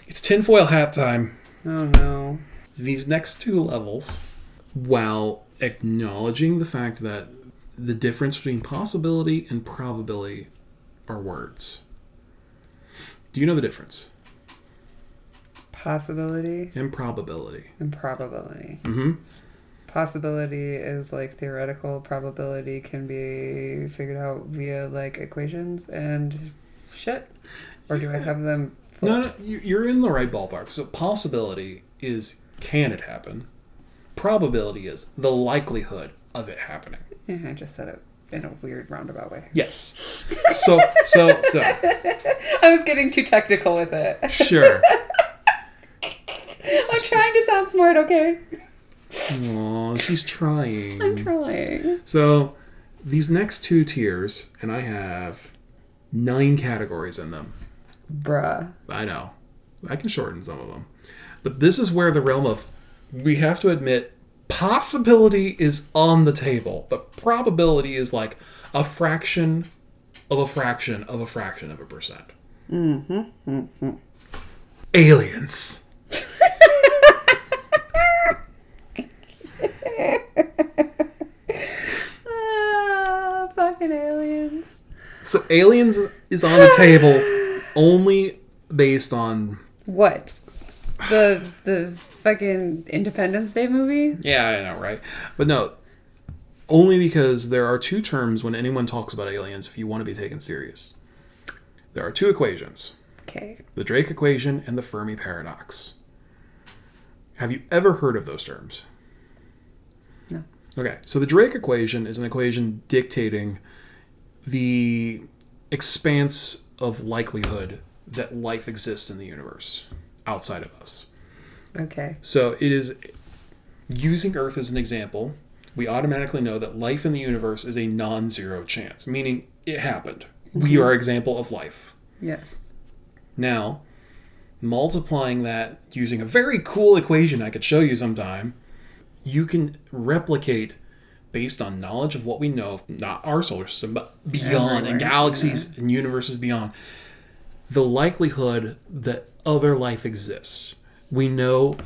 Speaker 2: it's tinfoil hat time.
Speaker 1: Oh no.
Speaker 2: These next two levels, while acknowledging the fact that the difference between possibility and probability are words. Do you know the difference?
Speaker 1: Possibility
Speaker 2: And probability.
Speaker 1: and probability.
Speaker 2: Mm-hmm.
Speaker 1: Possibility is like theoretical, probability can be figured out via like equations and shit. Or do I
Speaker 2: Yeah.
Speaker 1: have them
Speaker 2: No,
Speaker 1: flipped?
Speaker 2: no, you- you're in the right ballpark. So possibility is can it happen? Probability is the likelihood of it happening.
Speaker 1: Yeah, I just said it in a weird roundabout way.
Speaker 2: Yes. So so so
Speaker 1: I was getting too technical with it.
Speaker 2: sure.
Speaker 1: I'm trying to sound smart, okay?
Speaker 2: Aw, she's trying.
Speaker 1: I'm trying.
Speaker 2: So these next two tiers, and I have nine categories in them.
Speaker 1: Bruh.
Speaker 2: I know. I can shorten some of them. But this is where the realm of we have to admit possibility is on the table, but probability is like a fraction of a fraction of a fraction of a percent.
Speaker 1: Mm-hmm. Mm-hmm.
Speaker 2: Aliens.
Speaker 1: ah, fucking aliens.
Speaker 2: So aliens is on the table only based on
Speaker 1: What? The the fucking Independence Day movie?
Speaker 2: Yeah, I know, right? But no, only because there are two terms when anyone talks about aliens if you want to be taken serious. There are two equations
Speaker 1: Okay.
Speaker 2: the Drake equation and the Fermi paradox. Have you ever heard of those terms?
Speaker 1: No.
Speaker 2: Okay, so the Drake equation is an equation dictating the expanse of likelihood that life exists in the universe outside of us.
Speaker 1: Okay.
Speaker 2: So it is using Earth as an example. We automatically know that life in the universe is a non zero chance, meaning it happened. We are an example of life.
Speaker 1: Yes.
Speaker 2: Now, multiplying that using a very cool equation I could show you sometime, you can replicate based on knowledge of what we know, of not our solar system, but beyond
Speaker 1: Everywhere,
Speaker 2: and galaxies and universes beyond, the likelihood that other life exists. We know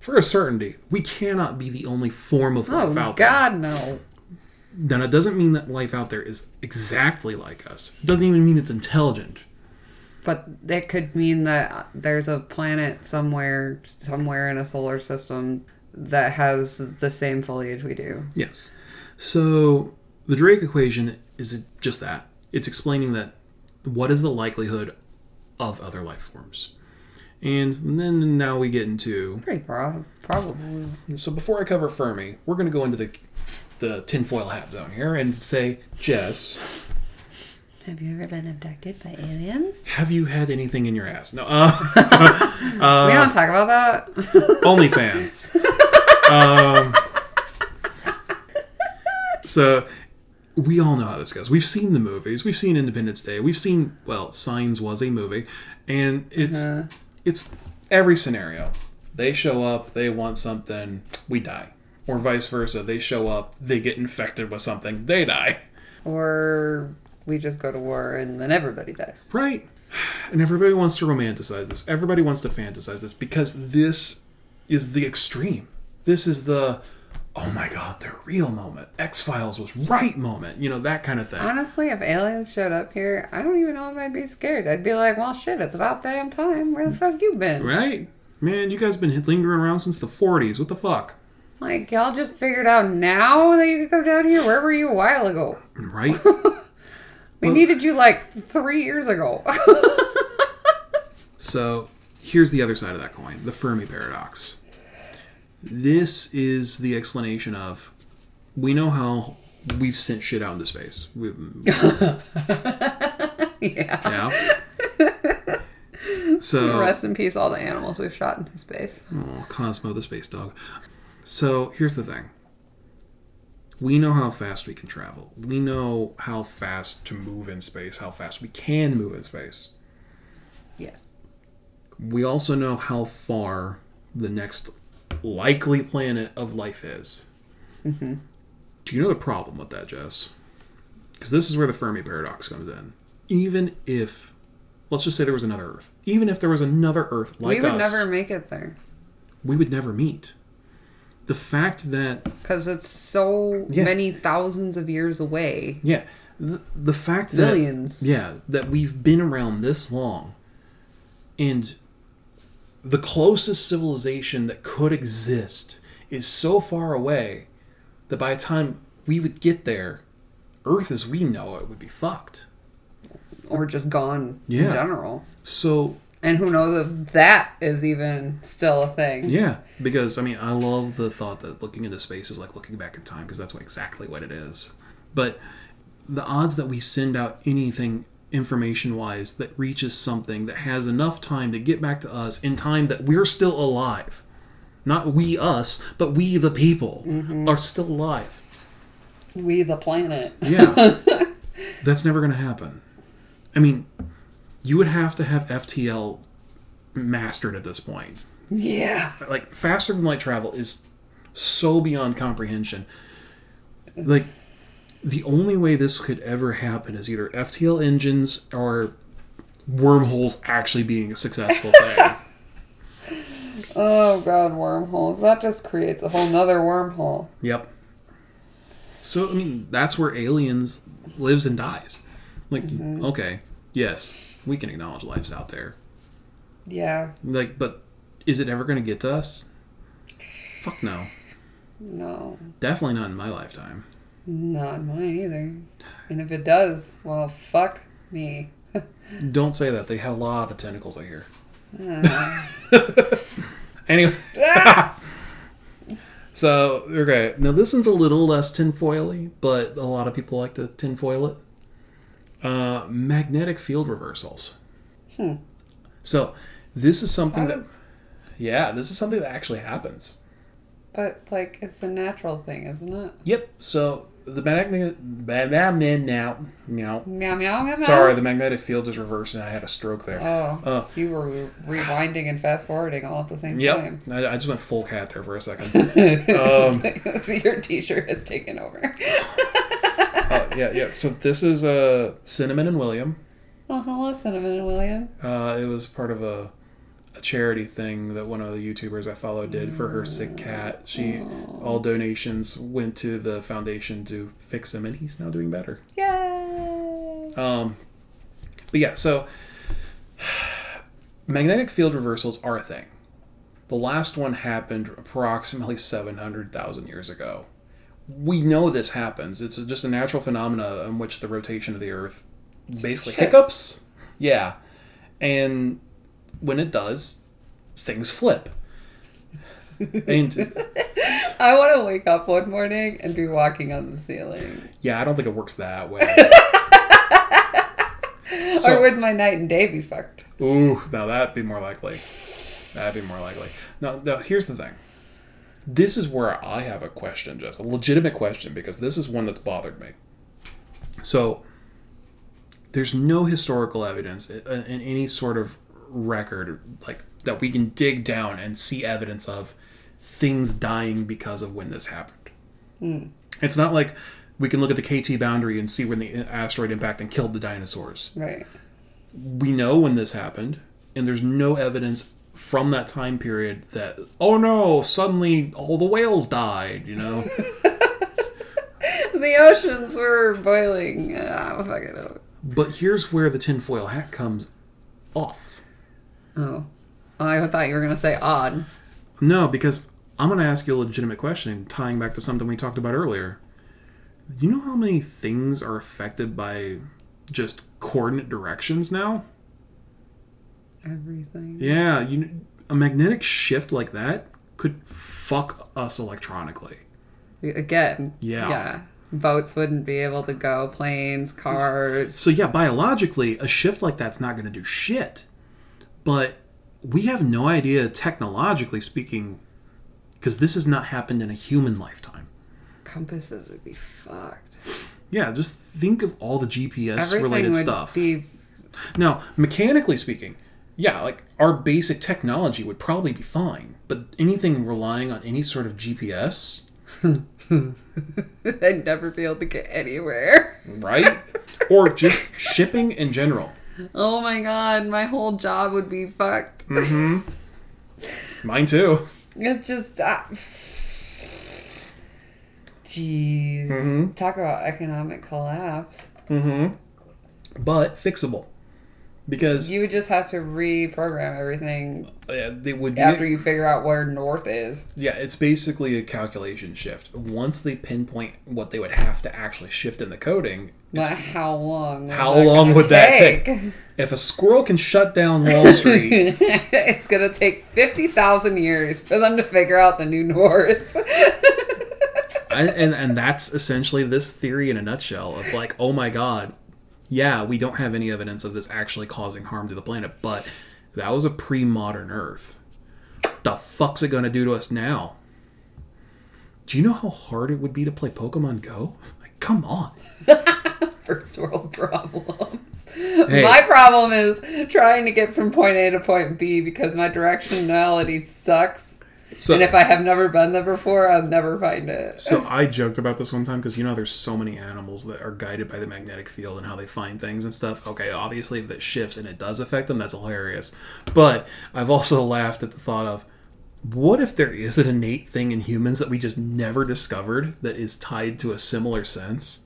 Speaker 2: for a certainty we cannot be the only form of
Speaker 1: Oh
Speaker 2: life out there.
Speaker 1: God, no.
Speaker 2: Now, that doesn't mean that life out there is exactly like us. It doesn't even mean it's intelligent.
Speaker 1: But that could mean that there's a planet somewhere, somewhere in a solar system that has the same foliage we do.
Speaker 2: Yes. So the Drake equation is just that. It's explaining that what is the likelihood of other life forms. And then now we get into
Speaker 1: Pretty prob- probable.
Speaker 2: so before I cover Fermi, we're going to go into the the tinfoil hat zone here and say, Jess,
Speaker 1: Have you ever been abducted by aliens?
Speaker 2: have you had anything in your ass? No. Uh, uh,
Speaker 1: we don't talk about that.
Speaker 2: OnlyFans. um, so we all know how this goes. We've seen the movies. We've seen Independence Day. We've seen well, Signs was a movie, and it's
Speaker 1: Uh,
Speaker 2: it's every scenario. They show up. They want something. We die. Or vice versa. They show up. They get infected with something. They die.
Speaker 1: or we just go to war and then everybody dies.
Speaker 2: Right. And everybody wants to romanticize this. Everybody wants to fantasize this because this is the extreme. This is the oh my god, they're real moment. X Files was right moment. You know, that kind of thing.
Speaker 1: Honestly, if aliens showed up here, I don't even know if I'd be scared. I'd be like, well, shit, it's about damn time. Where the fuck you been?
Speaker 2: Right? Man, you guys been lingering around since the 40s. What the fuck?
Speaker 1: Like, y'all just figured out now that you could come down here? Where were you a while ago?
Speaker 2: Right?
Speaker 1: We
Speaker 2: Well-
Speaker 1: needed you like three years ago.
Speaker 2: So here's the other side of that coin the Fermi paradox. This is the explanation of we know how we've sent shit out into space. We've,
Speaker 1: yeah.
Speaker 2: yeah. So
Speaker 1: Rest in peace, all the animals we've shot into space.
Speaker 2: Oh, Cosmo the space dog. So here's the thing. We know how fast we can travel. We know how fast to move in space, how fast we can move in space.
Speaker 1: Yes.
Speaker 2: We also know how far the next likely planet of life is.
Speaker 1: hmm
Speaker 2: Do you know the problem with that, Jess? Because this is where the Fermi paradox comes in. even if, let's just say there was another Earth, even if there was another Earth like
Speaker 1: we would
Speaker 2: us,
Speaker 1: never make it there
Speaker 2: we would never meet. The fact that
Speaker 1: because it's so
Speaker 2: Yeah.
Speaker 1: many thousands of years away.
Speaker 2: yeah, the, the fact that
Speaker 1: Millions.
Speaker 2: yeah that we've been around this long, and the closest civilization that could exist is so far away that by the time we would get there, Earth as we know it would be fucked.
Speaker 1: or just gone in
Speaker 2: Yeah.
Speaker 1: general.
Speaker 2: So
Speaker 1: And who knows if that is even still a thing.
Speaker 2: Yeah, because I mean, I love the thought that looking into space is like looking back in time, because that's what, exactly what it is. But the odds that we send out anything information-wise that reaches something that has enough time to get back to us in time that we're still alive, not we us, but we the people are still alive.
Speaker 1: We the planet.
Speaker 2: Yeah. That's never going to happen. I mean, you would have to have FTL mastered at this point.
Speaker 1: yeah.
Speaker 2: like faster than light travel is so beyond comprehension. Like the only way this could ever happen is either FTL engines or wormholes actually being a successful thing.
Speaker 1: Oh god, wormholes. That just creates a whole nother wormhole.
Speaker 2: yep. So I mean, that's where aliens lives and dies. Like, okay, yes, we can acknowledge lives out there.
Speaker 1: Yeah.
Speaker 2: Like, but is it ever going to get to us? Fuck no.
Speaker 1: No.
Speaker 2: Definitely not in my lifetime.
Speaker 1: Not mine either. And if it does, well fuck me.
Speaker 2: Don't say that. They have a lot of tentacles. I hear.
Speaker 1: Uh,
Speaker 2: anyway.
Speaker 1: Ah!
Speaker 2: so okay, now this one's a little less tinfoily, but a lot of people like to tinfoil it. Uh, magnetic field reversals.
Speaker 1: Hmm.
Speaker 2: So this is
Speaker 1: How
Speaker 2: something that, yeah, this is something that actually happens.
Speaker 1: but like it's a natural thing, isn't it?
Speaker 2: Yep. So the magnetic, now, now.
Speaker 1: Meow meow meow. meow.
Speaker 2: Sorry, the magnetic field is reversed, and I had a stroke there.
Speaker 1: Uh-huh. Oh.
Speaker 2: Uh,
Speaker 1: you were re- rewinding and fast forwarding all at the same
Speaker 2: yep.
Speaker 1: time.
Speaker 2: I, I just went full cat there for a second. Um.
Speaker 1: Your T-shirt has taken over.
Speaker 2: Oh yeah, yeah. So this is uh, Cinnamon and William.
Speaker 1: Well, Oh, hello, Cinnamon and William.
Speaker 2: Uh, it was part of a, a charity thing that one of the YouTubers I follow did for her sick cat. She all donations went to the foundation to fix him, and he's now doing better.
Speaker 1: Yay!
Speaker 2: Um, but yeah, so magnetic field reversals are a thing. The last one happened approximately 700,000 years ago. We know this happens. It's just a natural phenomena in which the rotation of the Earth basically
Speaker 1: Shifts.
Speaker 2: hiccups. Yeah. And when it does, things flip. And
Speaker 1: I want to wake up one morning and be walking on the ceiling,
Speaker 2: yeah, I don't think it works that way. So-
Speaker 1: or would my night and day be fucked?
Speaker 2: Ooh, now that'd be more likely. That'd be more likely. Now, now here's the thing. This is where I have a question, Jess, a legitimate question, because this is one that's bothered me. So, there's no historical evidence i- in any sort of record, like that we can dig down and see evidence of things dying because of when this happened.
Speaker 1: Hmm.
Speaker 2: It's not like we can look at the KT boundary and see when the uh, asteroid impacted and killed the dinosaurs
Speaker 1: Right.
Speaker 2: we know when this happened, and there's no evidence from that time period that oh no, suddenly all the whales died. You know,
Speaker 1: The oceans were boiling. Ah, fuck it up.
Speaker 2: but here's where the tinfoil hat comes off.
Speaker 1: Oh, I thought you were gonna say odd.
Speaker 2: No, because I'm going to ask you a legitimate question, tying back to something we talked about earlier. You know how many things are affected by just coordinate directions now?
Speaker 1: Everything.
Speaker 2: Yeah, you a magnetic shift like that could fuck us electronically.
Speaker 1: Again.
Speaker 2: Yeah.
Speaker 1: Yeah. Boats wouldn't be able to go. Planes, cars.
Speaker 2: So yeah, biologically, a shift like that's not going to do shit. But we have no idea, technologically speaking, because this has not happened in a human lifetime.
Speaker 1: Compasses would be fucked.
Speaker 2: Yeah, just think of all the GPS
Speaker 1: Everything
Speaker 2: related
Speaker 1: would
Speaker 2: stuff.
Speaker 1: be
Speaker 2: Now, mechanically speaking, yeah, like our basic technology would probably be fine, but anything relying on any sort of GPS,
Speaker 1: I'd never be able to get anywhere.
Speaker 2: right? or just shipping in general.
Speaker 1: Oh my god, my whole job would be fucked.
Speaker 2: Mm-hmm. Mine too.
Speaker 1: It's just. ah, Jeez.
Speaker 2: Mhm.
Speaker 1: Talk about economic collapse.
Speaker 2: Mm-hmm. But fixable, because
Speaker 1: You would just have to reprogram everything
Speaker 2: uh, they would
Speaker 1: after you figure out where north is.
Speaker 2: Yeah, it's basically a calculation shift. Once they pinpoint what they would have to actually shift in the coding, it's-
Speaker 1: But how long? is
Speaker 2: How
Speaker 1: that
Speaker 2: long
Speaker 1: gonna
Speaker 2: would that if a squirrel can shut down Wall Street,
Speaker 1: it's gonna take fifty thousand years for them to figure out the new north.
Speaker 2: and, and and that's essentially this theory in a nutshell of like, oh my god, yeah, we don't have any evidence of this actually causing harm to the planet, but that was a pre-modern Earth. The fuck's it gonna do to us now? Do you know how hard it would be to play Pokemon Go? Like, come on.
Speaker 1: First world problems. My problem is trying to get from point A to point B because my directionality sucks.
Speaker 2: So,
Speaker 1: and if I have never been there before, I'll never find it.
Speaker 2: So I joked about this one time because you know there's so many animals that are guided by the magnetic field and how they find things and stuff. Okay, obviously if that shifts and it does affect them, that's hilarious. But I've also laughed at the thought of what if there is an innate thing in humans that we just never discovered that is tied to a similar sense?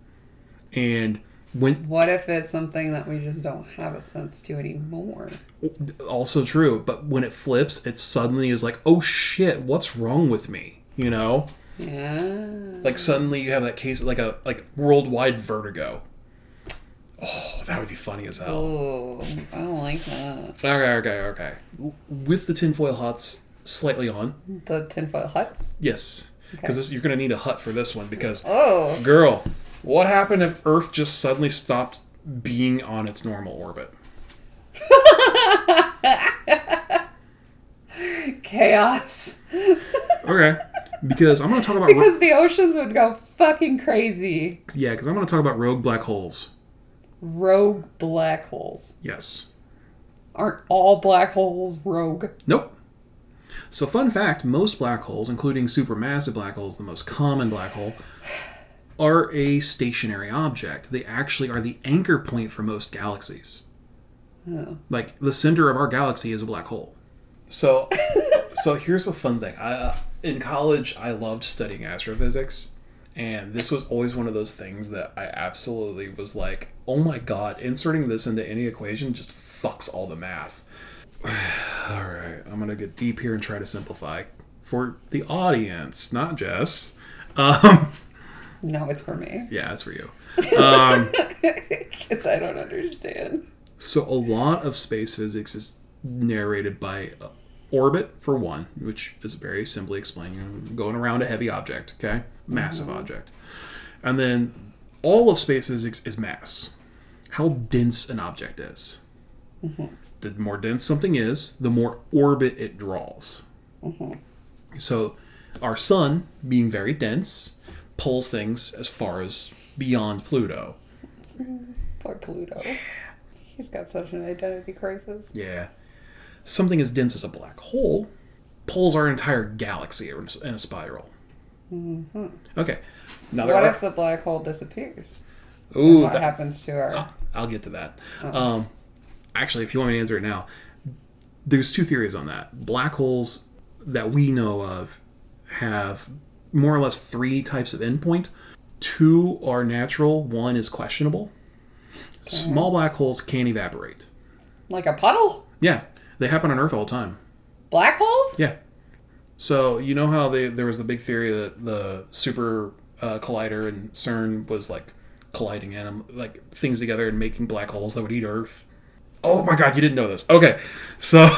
Speaker 2: And when
Speaker 1: what if it's something that we just don't have a sense to anymore?
Speaker 2: also true, but when it flips, it suddenly is like, "Oh shit, what's wrong with me?" You know?
Speaker 1: Yeah.
Speaker 2: like suddenly you have that case like a like worldwide vertigo oh that would be funny as hell
Speaker 1: Oh, I don't like that.
Speaker 2: okay okay okay W- with the tinfoil huts slightly on
Speaker 1: The tinfoil huts.
Speaker 2: yes because you're gonna need a hut for this one because
Speaker 1: Oh,
Speaker 2: girl what happened if earth just suddenly stopped being on its normal orbit
Speaker 1: chaos.
Speaker 2: okay because i'm gonna talk about ro-
Speaker 1: because the oceans would go fucking crazy.
Speaker 2: yeah because i'm gonna talk about rogue black holes
Speaker 1: Rogue black holes.
Speaker 2: yes
Speaker 1: Aren't all black holes rogue?
Speaker 2: Nope. So, fun fact most black holes, including supermassive black holes, the most common black hole, are a stationary object. They actually are the anchor point for most galaxies.
Speaker 1: Oh.
Speaker 2: Like, the center of our galaxy is a black hole. So, so here's a fun thing. I, uh, in college, I loved studying astrophysics, and this was always one of those things that I absolutely was like, oh my god, inserting this into any equation just fucks all the math. all right, I'm gonna get deep here and try to simplify for the audience, not Jess. Um,
Speaker 1: No, it's for me.
Speaker 2: yeah, that's for you. Um,
Speaker 1: Because I don't understand.
Speaker 2: So a lot of space physics is narrated by uh, orbit for one, which is very simply explained, you know, going around a heavy object, okay, massive object, and then all of space physics is mass, how dense an object is.
Speaker 1: Mhm.
Speaker 2: The more dense something is, the more orbit it draws.
Speaker 1: Mhm.
Speaker 2: So our sun, being very dense, pulls things as far as beyond Pluto.
Speaker 1: Poor Pluto. He's got such an identity crisis.
Speaker 2: Yeah. Something as dense as a black hole pulls our entire galaxy in in a spiral.
Speaker 1: hmm
Speaker 2: Okay. Now there
Speaker 1: What
Speaker 2: are-
Speaker 1: if the black hole disappears?
Speaker 2: Ooh,
Speaker 1: what
Speaker 2: that-
Speaker 1: happens to our?
Speaker 2: Ah, I'll get to that.
Speaker 1: Oh.
Speaker 2: Um, actually, if you want me to answer it now, there's two theories on that. Black holes that we know of have more or less three types of endpoint. Two are natural, one is questionable. Small black holes can evaporate.
Speaker 1: Like a puddle?
Speaker 2: Yeah, they happen on Earth all the time.
Speaker 1: Black holes?
Speaker 2: Yeah. So you know how they, there was the big theory that the super uh, collider and CERN was like colliding anim- like things together and making black holes that would eat Earth. Oh my God, you didn't know this. Okay, so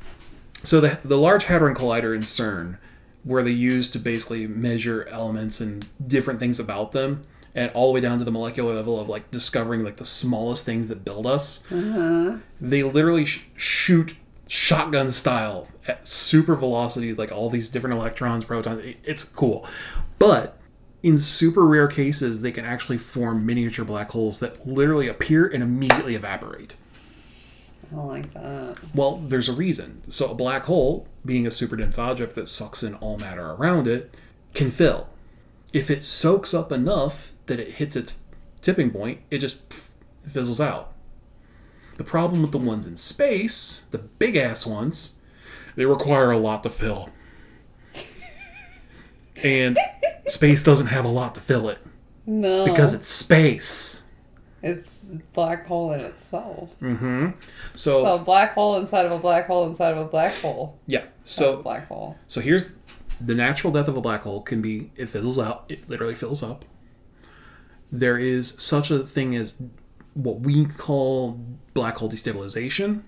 Speaker 2: so the the Large Hadron Collider in CERN, where they used to basically measure elements and different things about them, and all the way down to the molecular level of like discovering like the smallest things that build us
Speaker 1: Uh-huh.
Speaker 2: they literally sh- shoot shotgun style at super velocity, like all these different electrons, protons. It- It's cool. But in super rare cases, they can actually form miniature black holes that literally appear and immediately evaporate.
Speaker 1: I don't like that.
Speaker 2: Well, there's a reason. So, a black hole, being a super dense object that sucks in all matter around it, can fill. If it soaks up enough that it hits its tipping point, it just It fizzles out. The problem with the ones in space, the big ass ones, they require a lot to fill. and space doesn't have a lot to fill it
Speaker 1: No.
Speaker 2: because it's space.
Speaker 1: it's black hole in itself.
Speaker 2: Mm-hmm.
Speaker 1: So a
Speaker 2: So
Speaker 1: black hole inside of a black hole inside of a black hole.
Speaker 2: yeah.
Speaker 1: So
Speaker 2: So
Speaker 1: black hole.
Speaker 2: So here's the natural death of a black hole can be it fizzles out, it literally fills up. There is such a thing as what we call black hole destabilization,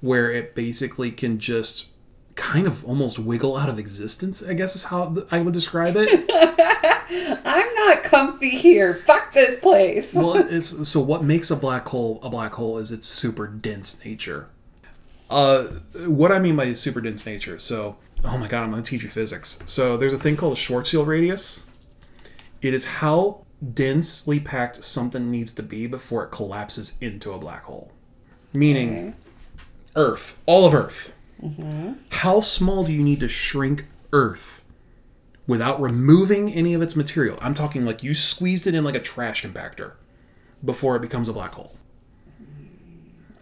Speaker 2: where it basically can just kind of almost wiggle out of existence, I guess is how th- I would describe it.
Speaker 1: I'm not comfy here. Fuck this place.
Speaker 2: well, it's so what makes a black hole a black hole is its super dense nature. Uh, what I mean by super dense nature, so oh my god, I'm gonna teach you physics. So there's a thing called a Schwarzschild radius. It is how densely packed something needs to be before it collapses into a black hole. Meaning,
Speaker 1: Okay.
Speaker 2: Earth, all of Earth.
Speaker 1: hmm
Speaker 2: How small do you need to shrink Earth without removing any of its material? I'm talking like you squeezed it in like a trash compactor before it becomes a black hole,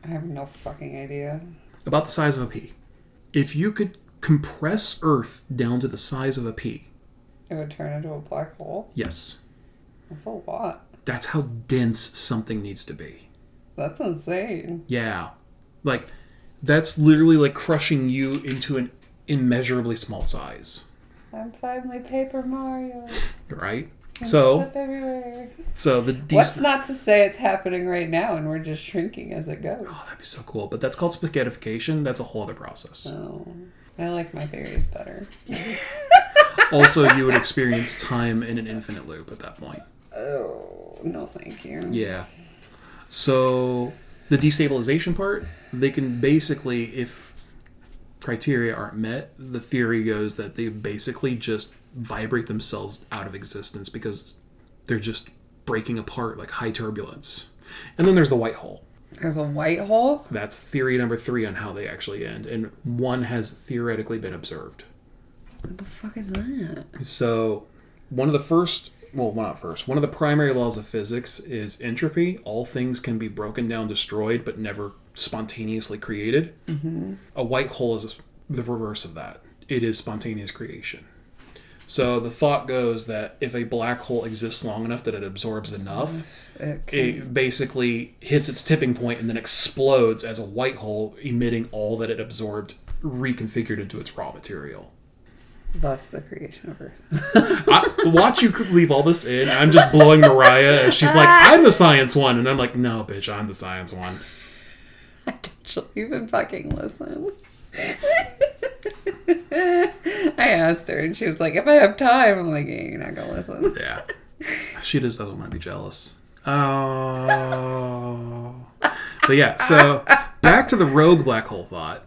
Speaker 1: I have no fucking idea.
Speaker 2: about the size of a pea. If you could compress Earth down to the size of a pea,
Speaker 1: It would turn into a black hole.
Speaker 2: yes,
Speaker 1: That's a lot.
Speaker 2: that's how dense something needs to be.
Speaker 1: That's insane.
Speaker 2: Yeah. Like, that's literally like crushing you into an immeasurably small size,
Speaker 1: I'm finally Paper Mario.
Speaker 2: right?
Speaker 1: Can
Speaker 2: So,
Speaker 1: slip everywhere.
Speaker 2: so the
Speaker 1: What's
Speaker 2: dec-
Speaker 1: not to say it's happening right now and we're just shrinking as it goes?
Speaker 2: Oh, that'd be so cool. But that's called spaghettification. That's a whole other process.
Speaker 1: So I like my theories better.
Speaker 2: also, you would experience time in an infinite loop at that point.
Speaker 1: Oh no, thank you.
Speaker 2: Yeah. So the destabilization part, they can basically, if criteria aren't met, the theory goes that they basically just vibrate themselves out of existence because they're just breaking apart like high turbulence. And then there's the white hole.
Speaker 1: There's a white hole.
Speaker 2: That's theory number three on how they actually end, and one has theoretically been observed.
Speaker 1: What the fuck is that?
Speaker 2: So, one of the first, well, not first, one of the primary laws of physics is entropy. All things can be broken down, destroyed, but never spontaneously created.
Speaker 1: Mm-hmm.
Speaker 2: A white hole is the reverse of that, it is spontaneous creation. So, the thought goes that if a black hole exists long enough that it absorbs enough,
Speaker 1: Okay.
Speaker 2: it basically hits its tipping point and then explodes as a white hole, emitting all that it absorbed, reconfigured into its raw material.
Speaker 1: Thus the creation of Earth.
Speaker 2: I, watch you leave all this in. I'm just blowing Mariah. And she's like, I'm the science one. And I'm like, no, bitch, I'm the science one.
Speaker 1: I don't even fucking listen. I asked her and she was like, if I have time, I'm like, yeah, you're not gonna listen.
Speaker 2: Yeah. She just doesn't want to be jealous. Oh. but yeah, so back to the rogue black hole thought.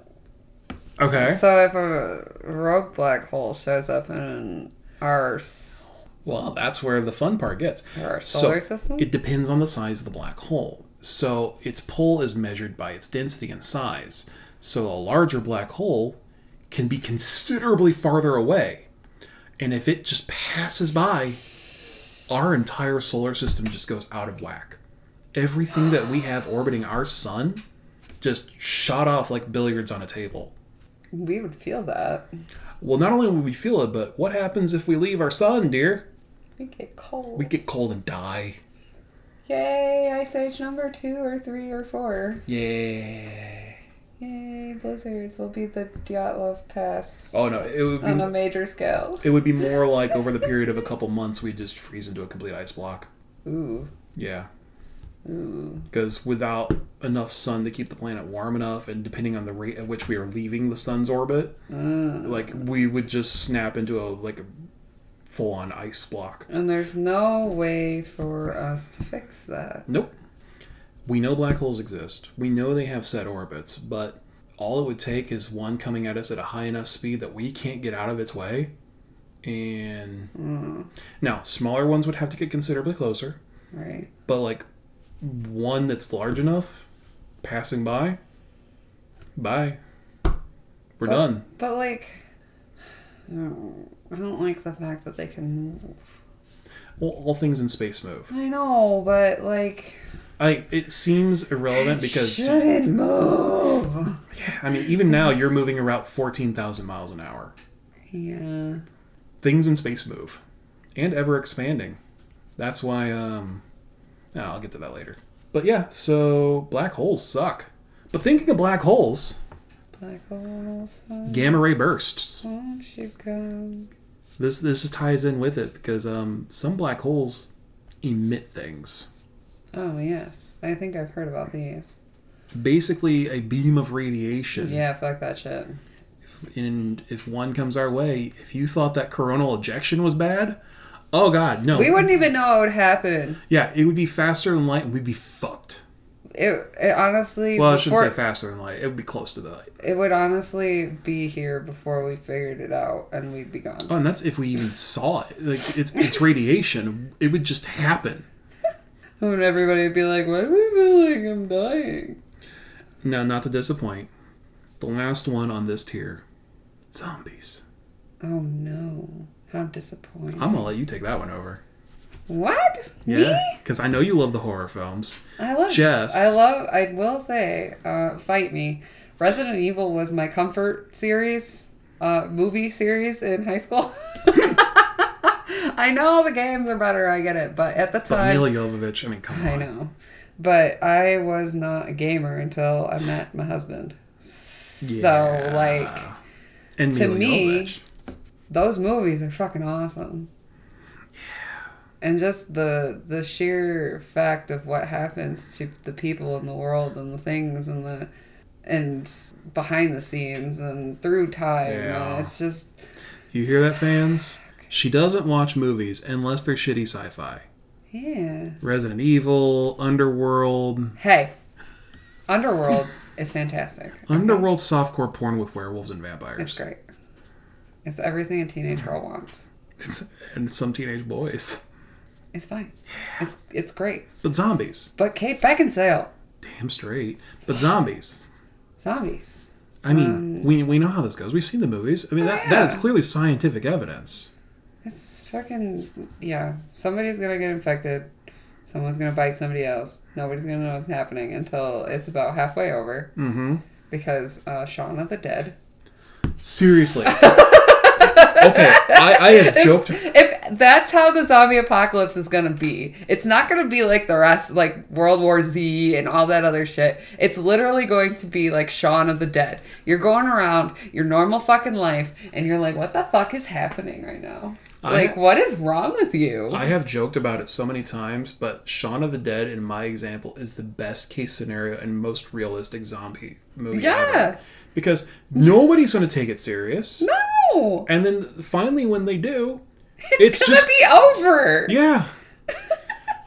Speaker 2: Okay.
Speaker 1: So if a rogue black hole shows up in our, s-
Speaker 2: Well, that's where the fun part gets.
Speaker 1: our
Speaker 2: So,
Speaker 1: solar system,
Speaker 2: It depends on the size of the black hole. So its pull is measured by its density and size. So a larger black hole can be considerably farther away. And if it just passes by, our entire solar system just goes out of whack. Everything that we have orbiting our sun just shot off like billiards on a table.
Speaker 1: we would feel that.
Speaker 2: Well, not only will we feel it, but what happens if we leave our sun, dear?
Speaker 1: We get cold.
Speaker 2: We get cold and die.
Speaker 1: Yay, Ice Age number two or three or four.
Speaker 2: Yeah.
Speaker 1: Yay, blizzards will be the Dyatlov Pass
Speaker 2: Oh no, it would be
Speaker 1: on a major scale.
Speaker 2: It would be more like over the period of a couple months, we'd just freeze into a complete ice block.
Speaker 1: Ooh,
Speaker 2: Yeah,
Speaker 1: ooh.
Speaker 2: because without enough sun to keep the planet warm enough, and depending on the rate at which we are leaving the sun's orbit,
Speaker 1: Mm.
Speaker 2: like we would just snap into a like a full-on ice block.
Speaker 1: And there's no way for us to fix that.
Speaker 2: Nope. We know black holes exist. We know they have set orbits, but all it would take is one coming at us at a high enough speed that we can't get out of its way. And
Speaker 1: Mm.
Speaker 2: now, smaller ones would have to get considerably closer.
Speaker 1: Right.
Speaker 2: but like one that's large enough passing by bye we're
Speaker 1: But-
Speaker 2: done
Speaker 1: But, like, I don't, I don't like the fact that they can move.
Speaker 2: Well, all things in space move.
Speaker 1: I know, but like
Speaker 2: I it seems irrelevant because
Speaker 1: shouldn't move.
Speaker 2: I mean even now you're moving around fourteen thousand miles an hour.
Speaker 1: Yeah.
Speaker 2: Things in space move, and ever expanding. That's why. Um, no, I'll get to that later. But yeah, so black holes suck. But thinking of black holes,
Speaker 1: Black holes. uh,
Speaker 2: gamma ray bursts.
Speaker 1: Won't you come?
Speaker 2: This this just ties in with it because um, some black holes emit things.
Speaker 1: Oh yes, I think I've heard about these.
Speaker 2: Basically, a beam of radiation.
Speaker 1: Yeah, fuck that shit.
Speaker 2: And if one comes our way, if you thought that coronal ejection was bad, oh god, no.
Speaker 1: We wouldn't even know it would happen.
Speaker 2: Yeah, it would be faster than light, and we'd be fucked.
Speaker 1: It, it honestly.
Speaker 2: Well, I shouldn't
Speaker 1: before-
Speaker 2: say faster than light. It would be close to the light.
Speaker 1: It would honestly be here before we figured it out, and we'd be gone.
Speaker 2: Oh, and that's if we even saw it. Like it's it's radiation. It would just happen.
Speaker 1: And everybody would be like, "Why do I feel like I'm dying?"
Speaker 2: No, not to disappoint. The last one on this tier, zombies.
Speaker 1: Oh no! How disappointing.
Speaker 2: I'm gonna let you take that one over.
Speaker 1: What?
Speaker 2: Yeah,
Speaker 1: Me?
Speaker 2: because I know you love the horror films.
Speaker 1: I love
Speaker 2: Jess.
Speaker 1: I love. I will say, uh, fight me. Resident Evil was my comfort series, uh, movie series in high school. I know the games are better. I get it, but at the
Speaker 2: But
Speaker 1: time,
Speaker 2: Mila Jovovich, I mean, come on.
Speaker 1: I know. But I was not a gamer until I met my husband. So
Speaker 2: Yeah.
Speaker 1: like
Speaker 2: and
Speaker 1: to
Speaker 2: Mila
Speaker 1: me-
Speaker 2: Jovovich.
Speaker 1: those movies are fucking awesome. Yeah. And just the the sheer fact of what happens to the people in the world and the things and the and behind the scenes and through time
Speaker 2: Yeah.
Speaker 1: and it's just
Speaker 2: you hear that, fans? She doesn't watch movies unless they're shitty sci-fi.
Speaker 1: yeah.
Speaker 2: Resident Evil, Underworld,
Speaker 1: Hey. Underworld is fantastic.
Speaker 2: Underworld softcore porn with werewolves and
Speaker 1: It's
Speaker 2: vampires,
Speaker 1: great. It's everything a teenage girl wants.
Speaker 2: and some teenage boys.
Speaker 1: It's fine. It's it's great.
Speaker 2: But zombies,
Speaker 1: But Kate Beckinsale,
Speaker 2: damn straight. But zombies.
Speaker 1: zombies.
Speaker 2: I mean,
Speaker 1: Um,
Speaker 2: we, we know how this goes. We've seen the movies. I mean,
Speaker 1: Oh,
Speaker 2: that,
Speaker 1: yeah.
Speaker 2: that is clearly scientific evidence.
Speaker 1: It's fucking yeah. Somebody's gonna get infected. Someone's gonna bite somebody else. Nobody's gonna know what's happening until it's about halfway over
Speaker 2: Mm-hmm.
Speaker 1: because uh, Shaun of the Dead.
Speaker 2: Seriously. okay, I, I have joked.
Speaker 1: If that's how the zombie apocalypse is gonna be, it's not gonna be like the rest, like World War Z and all that other shit. It's literally going to be like Shaun of the Dead. You're going around your normal fucking life, and you're like, what the fuck is happening right now?
Speaker 2: I-
Speaker 1: like, what is wrong with you?
Speaker 2: I have joked about it so many times, but Shaun of the Dead, in my example, is the best case scenario and most realistic zombie movie.
Speaker 1: yeah,
Speaker 2: ever. Because nobody's going to take it serious.
Speaker 1: no,
Speaker 2: And then finally, when they do,
Speaker 1: it's,
Speaker 2: it's
Speaker 1: gonna
Speaker 2: just.
Speaker 1: be over.
Speaker 2: Yeah.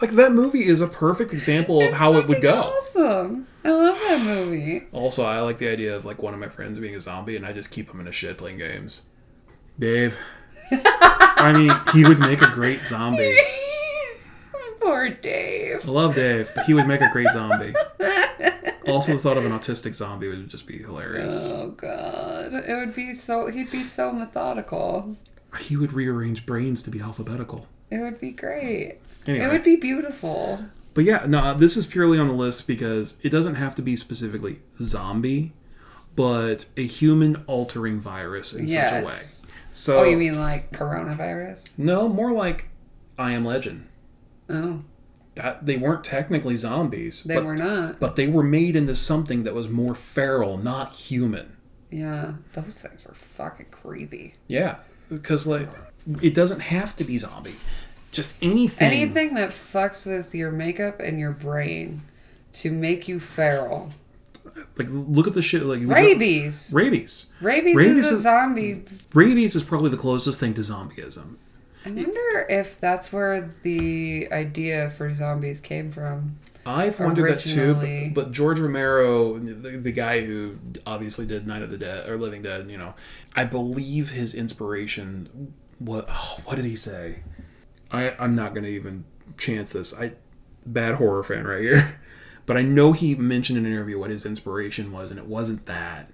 Speaker 2: like, that movie is a perfect example of
Speaker 1: It's
Speaker 2: how it would
Speaker 1: fucking
Speaker 2: go.
Speaker 1: Awesome. I love that movie.
Speaker 2: Also, I like the idea of like one of my friends being a zombie, and I just keep him in a shed playing games. Dave. I mean, he would make a great zombie.
Speaker 1: Poor Dave.
Speaker 2: I love Dave, but he would make a great zombie. Also, the thought of an autistic zombie would just be hilarious.
Speaker 1: Oh god, it would be so. He'd be so methodical.
Speaker 2: He would rearrange brains to be alphabetical.
Speaker 1: It would be great.
Speaker 2: Anyway,
Speaker 1: It would be beautiful.
Speaker 2: but yeah, no, uh, this is purely on the list because it doesn't have to be specifically zombie, but a human altering virus in such
Speaker 1: Yes.
Speaker 2: a way. So,
Speaker 1: Oh, you mean like coronavirus?
Speaker 2: no, more like I am legend.
Speaker 1: Oh,
Speaker 2: that they weren't technically zombies,
Speaker 1: they
Speaker 2: but,
Speaker 1: were not.
Speaker 2: but they were made into something that was more feral, not human.
Speaker 1: Yeah, those things are fucking creepy.
Speaker 2: Yeah, because like it doesn't have to be zombie, just anything.
Speaker 1: Anything that fucks with your makeup and your brain to make you feral.
Speaker 2: Like look at the shit like we don't-
Speaker 1: Rabies.
Speaker 2: Rabies.
Speaker 1: Rabies,
Speaker 2: Rabies
Speaker 1: is a
Speaker 2: is-
Speaker 1: zombie.
Speaker 2: Rabies is probably the closest thing to zombieism.
Speaker 1: I wonder if that's where the idea for zombies came from.
Speaker 2: I've wondered that too,
Speaker 1: Originally-
Speaker 2: but, but George Romero, the, the guy who obviously did Night of the Dead or Living Dead, you know, I believe his inspiration. What oh, what did he say? I I'm not gonna even chance this. I bad horror fan right here, but I know he mentioned in an interview what his inspiration was, and it wasn't that.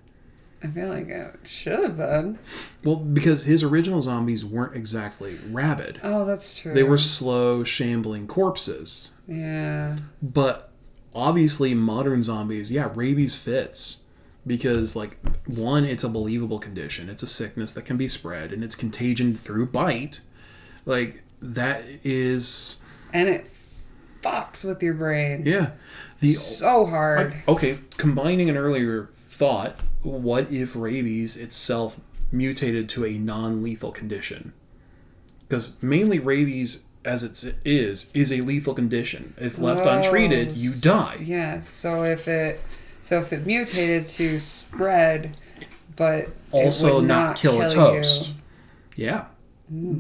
Speaker 1: I feel like it should have been.
Speaker 2: Well, because his original zombies weren't exactly rabid.
Speaker 1: Oh, that's true.
Speaker 2: They were slow, shambling corpses.
Speaker 1: Yeah.
Speaker 2: But obviously, modern zombies, yeah, rabies fits. Because, like, one, it's a believable condition, it's a sickness that can be spread, and it's contagion through bite. Like, that is.
Speaker 1: And it fucks with your brain
Speaker 2: Yeah. The
Speaker 1: so hard.
Speaker 2: Like, okay, combining an earlier thought, what if rabies itself mutated to a non-lethal condition? Because mainly rabies, as it is, is a lethal condition. If left
Speaker 1: Oh,
Speaker 2: untreated, you die.
Speaker 1: yeah. So if it so if it mutated to spread, but it
Speaker 2: Also,
Speaker 1: would
Speaker 2: not, kill, its
Speaker 1: you.
Speaker 2: host. Yeah.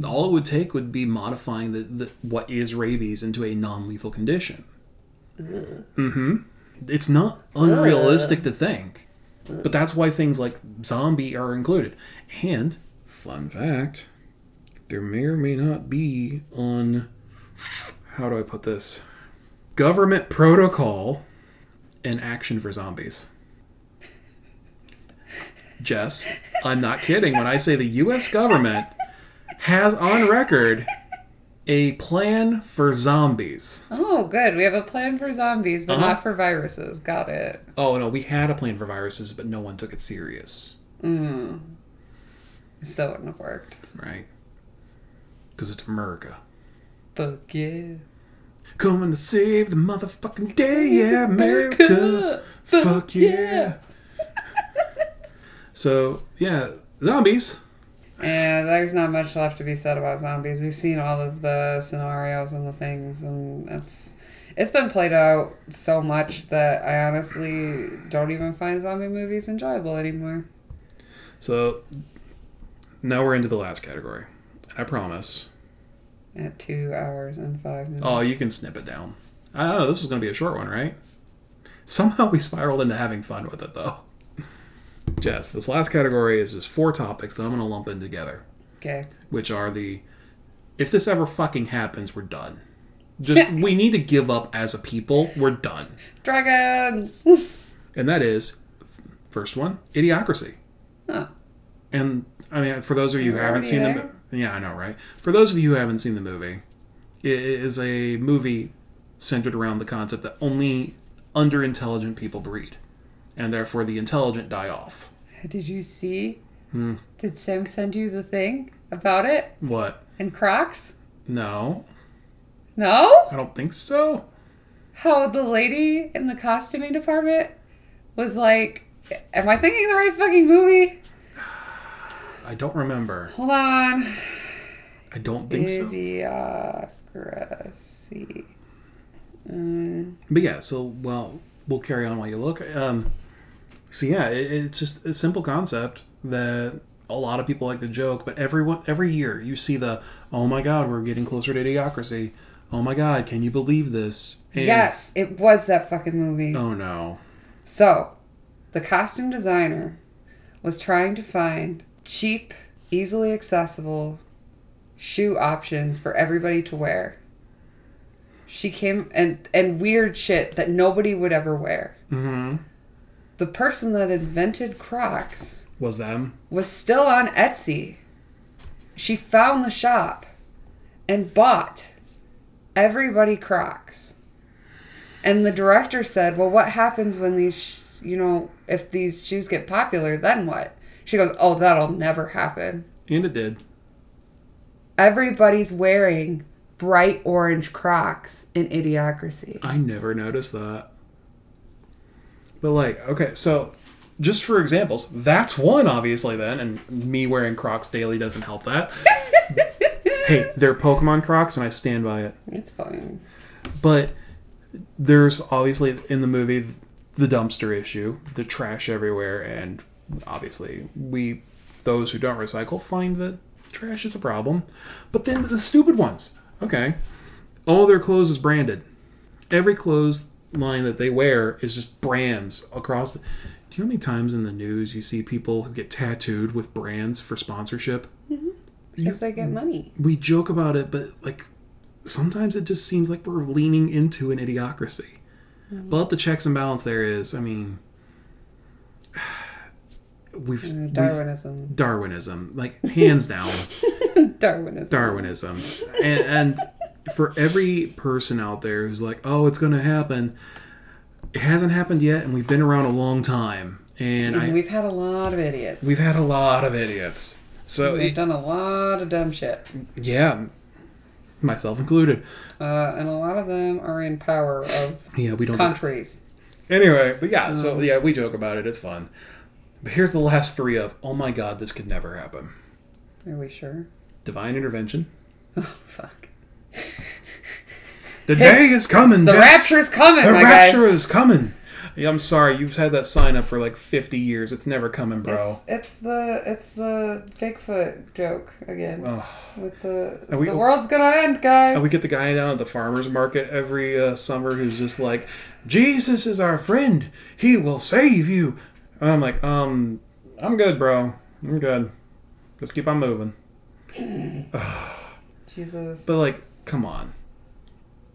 Speaker 2: All it would take would be modifying the, the what is rabies into a non-lethal condition. Mm-hmm. It's not unrealistic to think, but that's why things like zombie are included. And fun fact, there may or may not be on how do I put this government protocol an action for zombies. Jess, I'm not kidding when I say the U.S. government has on record a plan for zombies.
Speaker 1: Oh, good. We have a plan for zombies, but
Speaker 2: Uh-huh.
Speaker 1: not for viruses. Got it.
Speaker 2: Oh no, we had a plan for viruses, but no one took it serious,
Speaker 1: Mm. It still wouldn't have worked.
Speaker 2: right? Because it's America.
Speaker 1: Fuck yeah.
Speaker 2: Coming to save the motherfucking day, yeah, America.
Speaker 1: Fuck
Speaker 2: Fuck yeah. So, yeah, zombies.
Speaker 1: And there's not much left to be said about zombies. We've seen all of the scenarios and the things, and it's it's been played out so much that I honestly don't even find zombie movies enjoyable anymore.
Speaker 2: So, now we're into the last category. And I promise.
Speaker 1: At two hours and five minutes.
Speaker 2: Oh, you can snip it down. Oh, this was going to be a short one, right? Somehow we spiraled into having fun with it, though. Jess, this last category is just four topics that I'm going to lump in together.
Speaker 1: Okay.
Speaker 2: which are the if this ever fucking happens, we're done. Just we need to give up as a people. We're done.
Speaker 1: Dragons.
Speaker 2: And that is first one, idiocracy.
Speaker 1: Huh.
Speaker 2: And I mean, for those of you who
Speaker 1: We're
Speaker 2: haven't
Speaker 1: already
Speaker 2: seen the
Speaker 1: there?
Speaker 2: mo- yeah, I know, right? For those of you who haven't seen the movie, it is a movie centered around the concept that only underintelligent people breed, and therefore the intelligent die off.
Speaker 1: Did you see?
Speaker 2: Hmm.
Speaker 1: Did Sam send you the thing about it
Speaker 2: What?
Speaker 1: and Crocs?
Speaker 2: No,
Speaker 1: No?
Speaker 2: I don't think so.
Speaker 1: How the lady in the costuming department was like, Am I thinking the right fucking movie?
Speaker 2: I don't remember.
Speaker 1: Hold on.
Speaker 2: I don't think so.
Speaker 1: Idiocracy. Mm,
Speaker 2: But yeah, so well, we'll carry on while you look. Um, so yeah, it, it's just a simple concept that a lot of people like to joke, but everyone every year you see the oh my god, we're getting closer to idiocracy. Oh my god, can you believe this? And-
Speaker 1: yes, it was that fucking movie.
Speaker 2: Oh no.
Speaker 1: So, the costume designer was trying to find cheap, easily accessible shoe options for everybody to wear. She came and and weird shit that nobody would ever wear.
Speaker 2: Mm-hmm.
Speaker 1: The person that invented Crocs
Speaker 2: Was them?
Speaker 1: was still on Etsy. She found the shop and bought everybody Crocs. And the director said, "Well, what happens when these, sh- you know, if these shoes get popular, then what?" She goes, "Oh, that'll never happen.
Speaker 2: And it did.
Speaker 1: Everybody's wearing bright orange Crocs in Idiocracy."
Speaker 2: I never noticed that. But like, okay, so just for examples, that's one obviously then, and me wearing Crocs daily doesn't help that. hey, they're Pokemon Crocs, and I stand by it.
Speaker 1: It's fine.
Speaker 2: But there's obviously in the movie the dumpster issue, the trash everywhere, and obviously we, those who don't recycle, find that trash is a problem. But then the stupid ones. Okay, all their clothes is branded. Every clothes line that they wear is just brands across. Do you know how many times in the news you see people who get tattooed with brands for sponsorship? You-
Speaker 1: Because they get money.
Speaker 2: we joke about it, but like sometimes it just seems like we're leaning into an idiocracy. But the checks and balance there is, I mean, we've, we've-
Speaker 1: Darwinism.
Speaker 2: Darwinism, like hands down
Speaker 1: Darwinism.
Speaker 2: Darwinism, and, and for every person out there who's like, oh, it's gonna happen, it hasn't happened yet, and we've been around a long time, and,
Speaker 1: And
Speaker 2: I,
Speaker 1: we've had a lot of idiots.
Speaker 2: we've had a lot of idiots. So
Speaker 1: We've done a lot of dumb shit.
Speaker 2: yeah, myself included.
Speaker 1: Uh, and a lot of them are in power of
Speaker 2: Yeah, we don't.
Speaker 1: countries.
Speaker 2: Anyway, but yeah,
Speaker 1: Um,
Speaker 2: so yeah, we joke about it. It's fun. But here's the last three of oh my god, this could never happen.
Speaker 1: Are we sure?
Speaker 2: Divine intervention.
Speaker 1: Oh, fuck.
Speaker 2: The day is coming.
Speaker 1: The
Speaker 2: Jess.
Speaker 1: rapture's coming,
Speaker 2: The
Speaker 1: my
Speaker 2: rapture
Speaker 1: guys.
Speaker 2: is coming. Yeah, I'm sorry, you've had that sign up for like 50 years. It's never coming, bro.
Speaker 1: It's, it's the it's the Bigfoot joke again
Speaker 2: Ugh.
Speaker 1: with the
Speaker 2: Are we-
Speaker 1: the world's gonna end, guys.
Speaker 2: And we get the guy down at the farmer's market every uh, summer who's just like, Jesus is our friend. He will save you. And I'm like, um, I'm good, bro. I'm good. Let's keep on moving.
Speaker 1: Jesus.
Speaker 2: But like, come on.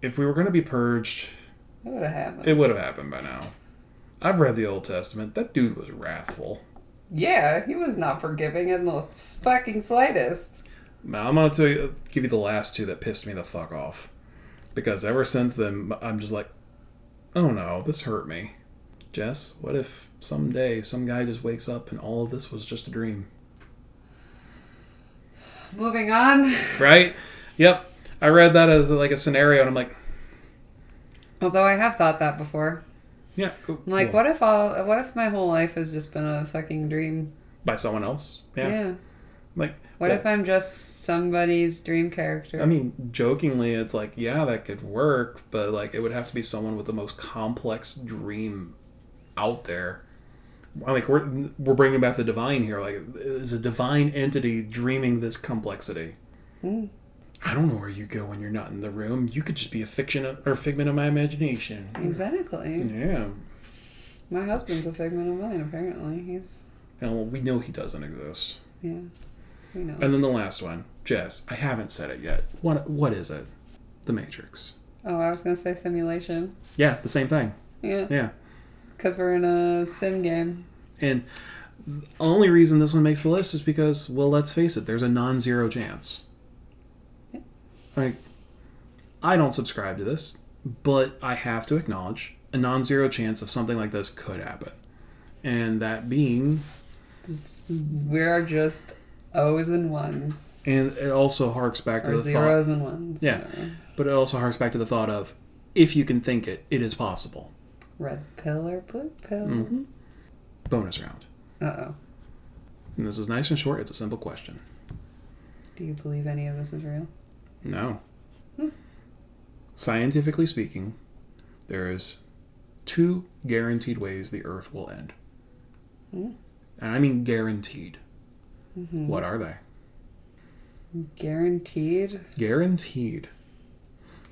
Speaker 2: If we were going to be purged,
Speaker 1: what would have happened?
Speaker 2: it would have happened by now. I've read the Old Testament. That dude was wrathful.
Speaker 1: yeah, he was not forgiving in the fucking slightest.
Speaker 2: Now, I'm gonna tell you, give you the last two that pissed me the fuck off, because ever since then I'm just like, oh no, this hurt me. Jess, what if someday some guy just wakes up and all of this was just a dream?
Speaker 1: Moving on.
Speaker 2: Right? Yep. I read that as like a scenario, and I'm like,
Speaker 1: Although I have thought that before.
Speaker 2: yeah. Cool.
Speaker 1: I'm like,
Speaker 2: cool.
Speaker 1: what if all? What if my whole life has just been a fucking dream?
Speaker 2: By someone else? Yeah. Like,
Speaker 1: What
Speaker 2: well,
Speaker 1: if I'm just somebody's dream character?
Speaker 2: I mean, jokingly, it's like, yeah, that could work, but like, it would have to be someone with the most complex dream out there. I mean, we're we're bringing back the divine here. Like, is a divine entity dreaming this complexity?
Speaker 1: Hmm.
Speaker 2: I don't know where you go when you're not in the room. You could just be a fiction of, or figment of my imagination.
Speaker 1: exactly.
Speaker 2: Yeah.
Speaker 1: My husband's a figment of mine. Apparently, he's
Speaker 2: And well, we know he doesn't exist.
Speaker 1: yeah. You know.
Speaker 2: And then the last one, Jess. I haven't said it yet. What what is it? The Matrix.
Speaker 1: Oh, I was gonna say simulation.
Speaker 2: Yeah, the same thing.
Speaker 1: Yeah.
Speaker 2: Yeah.
Speaker 1: Because we're in a sim game.
Speaker 2: And the only reason this one makes the list is because, well, let's face it, there's a non-zero chance.
Speaker 1: Yeah.
Speaker 2: Like, I don't subscribe to this, but I have to acknowledge a non-zero chance of something like this could happen, and that being,
Speaker 1: We're just O's and ones.
Speaker 2: and it also harks back to
Speaker 1: Or
Speaker 2: the
Speaker 1: zeros and ones.
Speaker 2: Yeah.
Speaker 1: whatever.
Speaker 2: thought, but it also harks back to the thought of, if you can think it, it is possible.
Speaker 1: Red pill or blue pill.
Speaker 2: Mhm. Bonus round.
Speaker 1: Uh oh.
Speaker 2: And this is nice and short. It's a simple question.
Speaker 1: Do you believe any of this is real?
Speaker 2: No.
Speaker 1: Hmm.
Speaker 2: Scientifically speaking, there is two guaranteed ways the Earth will end.
Speaker 1: Hmm.
Speaker 2: And I mean guaranteed.
Speaker 1: Mm-hmm.
Speaker 2: What are they?
Speaker 1: Guaranteed?
Speaker 2: Guaranteed.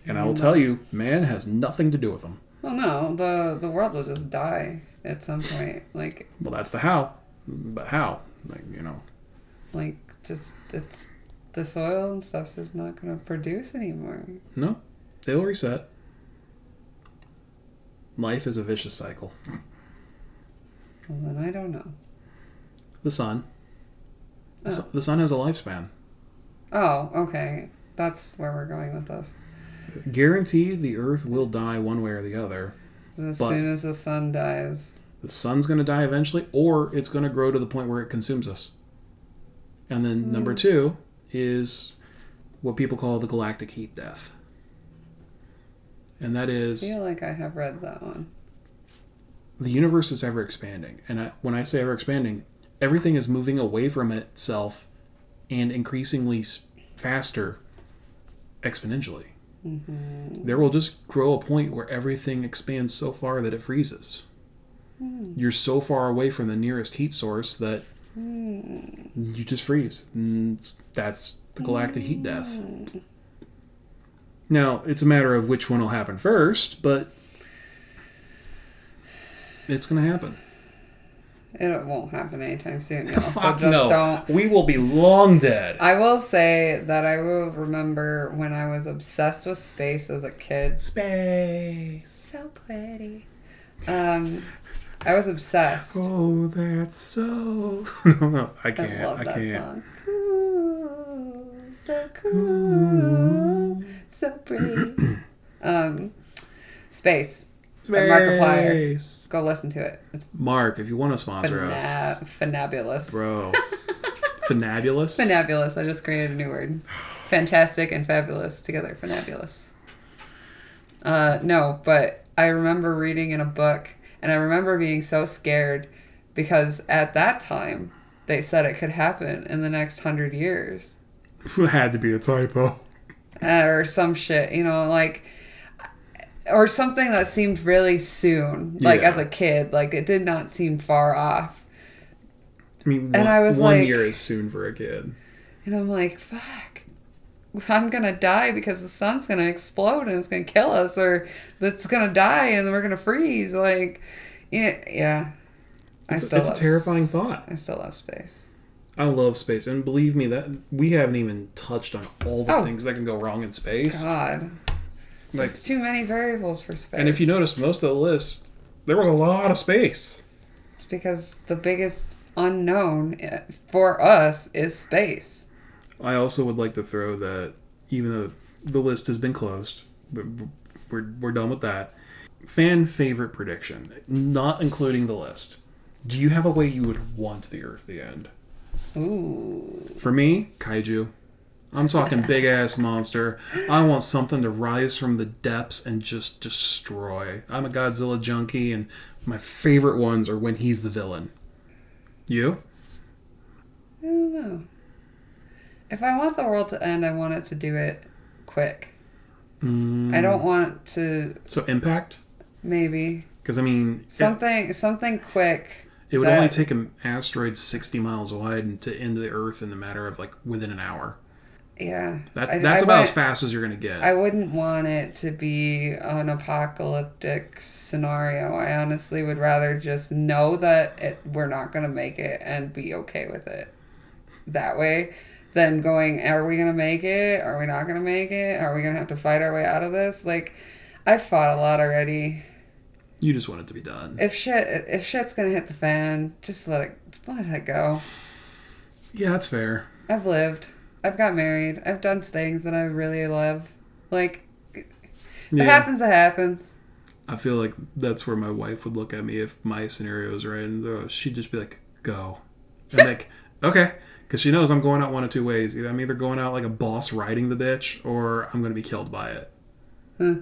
Speaker 2: And I will tell you, man has nothing to do with them.
Speaker 1: Well, no. The the world will just die at some point. Like
Speaker 2: Well, that's the how. But how? Like, you know.
Speaker 1: like just it's the soil and stuff's just not gonna produce anymore.
Speaker 2: No. They will reset. Life is a vicious cycle.
Speaker 1: Well, then I don't know.
Speaker 2: The sun. The, su-
Speaker 1: Oh.
Speaker 2: the sun has a lifespan.
Speaker 1: Oh, okay. That's where we're going with this.
Speaker 2: Guaranteed the Earth will die one way or the other.
Speaker 1: As
Speaker 2: But-
Speaker 1: soon as the sun dies.
Speaker 2: the sun's going to die eventually or it's going to grow to the point where it consumes us and then number two is what people call the galactic heat death and that
Speaker 1: I
Speaker 2: is
Speaker 1: feel like I have read that one.
Speaker 2: the universe is ever expanding and I, when i say ever expanding everything is moving away from itself and increasingly s- faster exponentially
Speaker 1: Mm-hmm.
Speaker 2: there will just grow a point where everything expands so far that it freezes you're so far away from the nearest heat source that you just freeze. And that's the galactic heat death.
Speaker 1: Mm.
Speaker 2: Now, it's a matter of which one will happen first, but it's going to happen.
Speaker 1: It won't happen anytime soon. Y'all, so
Speaker 2: Fuck
Speaker 1: just don't.
Speaker 2: We will be long dead.
Speaker 1: I will say that I will remember when I was obsessed with space as a kid.
Speaker 2: Space.
Speaker 1: So pretty. Um, I was obsessed.
Speaker 2: Oh, that's so. no, no, I
Speaker 1: I
Speaker 2: can't.
Speaker 1: love
Speaker 2: I,
Speaker 1: that
Speaker 2: can't.
Speaker 1: song. Cool, so cool, so pretty. um, space. Markiplier.
Speaker 2: Space.
Speaker 1: Go listen to it. It's
Speaker 2: Mark, if you want to sponsor us,
Speaker 1: fana- fanabulous.
Speaker 2: bro. Finabulous.
Speaker 1: Fanabulous. I just created a new word. Fantastic and fabulous together. Fanabulous. Uh, no, but I remember reading in a book, and I remember being so scared because at that time they said it could happen in the next hundred years
Speaker 2: had to be a typo.
Speaker 1: uh, or some shit, you know, like. Or something that seemed really soon, like
Speaker 2: Yeah.
Speaker 1: as a kid, like it did not seem far off.
Speaker 2: I mean, one,
Speaker 1: And I was
Speaker 2: one
Speaker 1: like-
Speaker 2: year is soon for a kid.
Speaker 1: And I'm like, fuck. I'm gonna die because the sun's gonna explode and it's gonna kill us, or it's gonna die and we're gonna freeze. Like, yeah, yeah. I
Speaker 2: It's, a-
Speaker 1: still
Speaker 2: it's a
Speaker 1: love,
Speaker 2: terrifying thought.
Speaker 1: I still love space.
Speaker 2: I love space, and believe me, that we haven't even touched on all the
Speaker 1: Oh.
Speaker 2: things that can go wrong in space.
Speaker 1: God,
Speaker 2: Like,
Speaker 1: there's too many variables for space.
Speaker 2: and if you notice, most of the list, there was a lot of space.
Speaker 1: it's because the biggest unknown eh, for us is space.
Speaker 2: I also would like to throw that even though the list has been closed, but we're, we're done with that. Fan favorite prediction, not including the list. Do you have a way you would want the Earth to end?
Speaker 1: Ooh,
Speaker 2: For me, kaiju. I'm talking big ass monster. I want something to rise from the depths and just destroy. I'm a Godzilla junkie, and my favorite ones are when he's the villain. You?
Speaker 1: I don't know. If I want the world to end, I want it to do it quick.
Speaker 2: Mm,
Speaker 1: I don't want to
Speaker 2: So impact?
Speaker 1: maybe
Speaker 2: Because I mean, it-
Speaker 1: Something something quick.
Speaker 2: It would
Speaker 1: that-
Speaker 2: only take an asteroid 60 miles wide and to end the Earth in the matter of like within an hour.
Speaker 1: Yeah.
Speaker 2: That,
Speaker 1: I-
Speaker 2: that's
Speaker 1: I
Speaker 2: about as
Speaker 1: wouldn't-
Speaker 2: fast as you're going to get.
Speaker 1: I wouldn't want it to be an apocalyptic scenario. I honestly would rather just know that it, we're not going to make it and be okay with it. That way, than going, are we going to make it? Are we not going to make it? Are we going to have to fight our way out of this? Like, I fought a lot already.
Speaker 2: you just want it to be done.
Speaker 1: If shit, if shit's gonna hit the fan, just let it, just let it go.
Speaker 2: yeah, that's fair.
Speaker 1: I've lived. I've got married. I've done things that I really love. Like
Speaker 2: Yeah.
Speaker 1: it happens, it happens.
Speaker 2: I feel like that's where my wife would look at me if my scenario is right. And uh, she'd just be like, go. And like, okay. Because she knows I'm going out one of two ways. Either I'm either going out like a boss riding the bitch or I'm going to be killed by it.
Speaker 1: Hmm.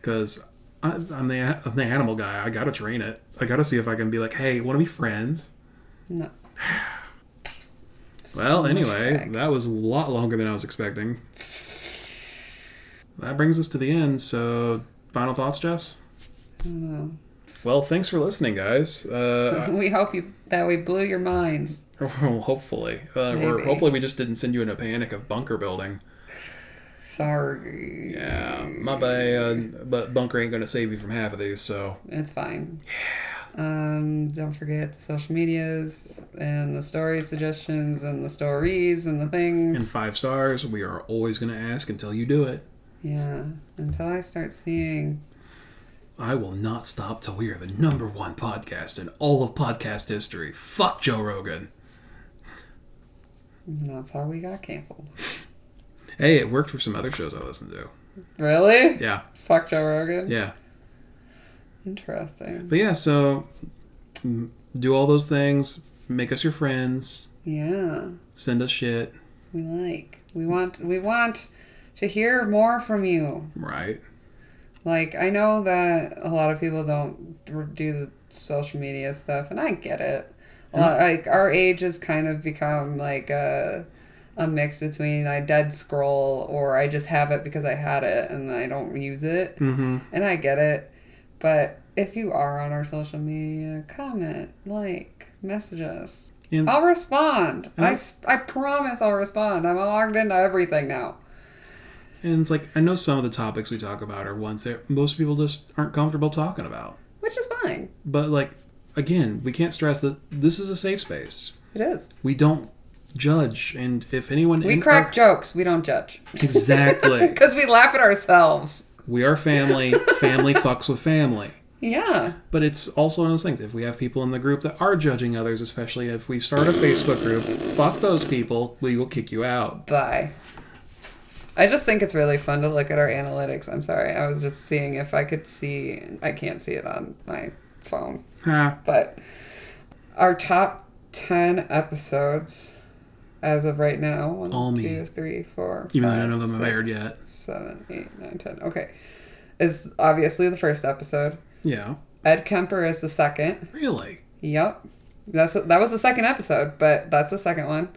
Speaker 2: Because I'm the, I'm the animal guy. I got to train it. I got to see if I can be like, hey, want to be friends?
Speaker 1: No.
Speaker 2: Well,
Speaker 1: So much
Speaker 2: anyway,
Speaker 1: back.
Speaker 2: that was a lot longer than I was expecting. That brings us to the end. So, final thoughts, Jess?
Speaker 1: I don't know.
Speaker 2: Well, thanks for listening, guys. Uh,
Speaker 1: we hope you that we blew your minds.
Speaker 2: well, hopefully, uh, or
Speaker 1: Maybe.
Speaker 2: hopefully, we just didn't send you in a panic of bunker building.
Speaker 1: Sorry.
Speaker 2: Yeah, my bad. But bunker ain't gonna save you from half of these. So,
Speaker 1: It's fine. Um, don't forget the social medias and the story suggestions and the stories and the things.
Speaker 2: in five stars, we are always gonna ask until you do it.
Speaker 1: yeah. Until I start seeing
Speaker 2: I will not stop till we are the number one podcast in all of podcast history. Fuck Joe Rogan.
Speaker 1: that's how we got canceled.
Speaker 2: Hey, it worked for some other shows I listened to.
Speaker 1: Really?
Speaker 2: Yeah,
Speaker 1: Fuck Joe Rogan.
Speaker 2: yeah.
Speaker 1: Interesting.
Speaker 2: But yeah, so mm, do all those things, make us your friends,
Speaker 1: Yeah.
Speaker 2: send us shit,
Speaker 1: we like. We want we want to hear more from you.
Speaker 2: right?
Speaker 1: Like I know that a lot of people don't r- do the social media stuff, and I get it. A lot, like our age has kind of become like a a mix between I dead scroll or I just have it because I had it and I don't use it,
Speaker 2: Mm-hmm.
Speaker 1: and I get it. But if you are on our social media, comment, like, message us.
Speaker 2: And
Speaker 1: I'll respond.
Speaker 2: And
Speaker 1: I, s- I promise I'll respond. I'm logged into everything now.
Speaker 2: and it's like I know some of the topics we talk about are ones that most people just aren't comfortable talking about.
Speaker 1: which is fine.
Speaker 2: But like again, we can't stress that this is a safe space.
Speaker 1: It is.
Speaker 2: We don't judge, and if anyone
Speaker 1: We
Speaker 2: in-
Speaker 1: crack jokes. We don't judge.
Speaker 2: Exactly.
Speaker 1: Because we laugh at ourselves.
Speaker 2: we are family. family fucks with family.
Speaker 1: Yeah.
Speaker 2: But it's also one of those things. If we have people in the group that are judging others, especially if we start a Facebook group, fuck those people. We will kick you out.
Speaker 1: Bye. I just think it's really fun to look at our analytics. I'm sorry. I was just seeing if I could see. I can't see it on my phone.
Speaker 2: Ha.
Speaker 1: But our top 10 episodes as of right now one,
Speaker 2: All me.
Speaker 1: two, three, four,
Speaker 2: Even though
Speaker 1: five,
Speaker 2: none of them have
Speaker 1: six,
Speaker 2: aired yet.
Speaker 1: seven, eight, nine, 10. Okay. Is obviously the first episode.
Speaker 2: Yeah.
Speaker 1: Ed Kemper is the second.
Speaker 2: Really?
Speaker 1: Yep. That's that was the second episode, but that's the second one.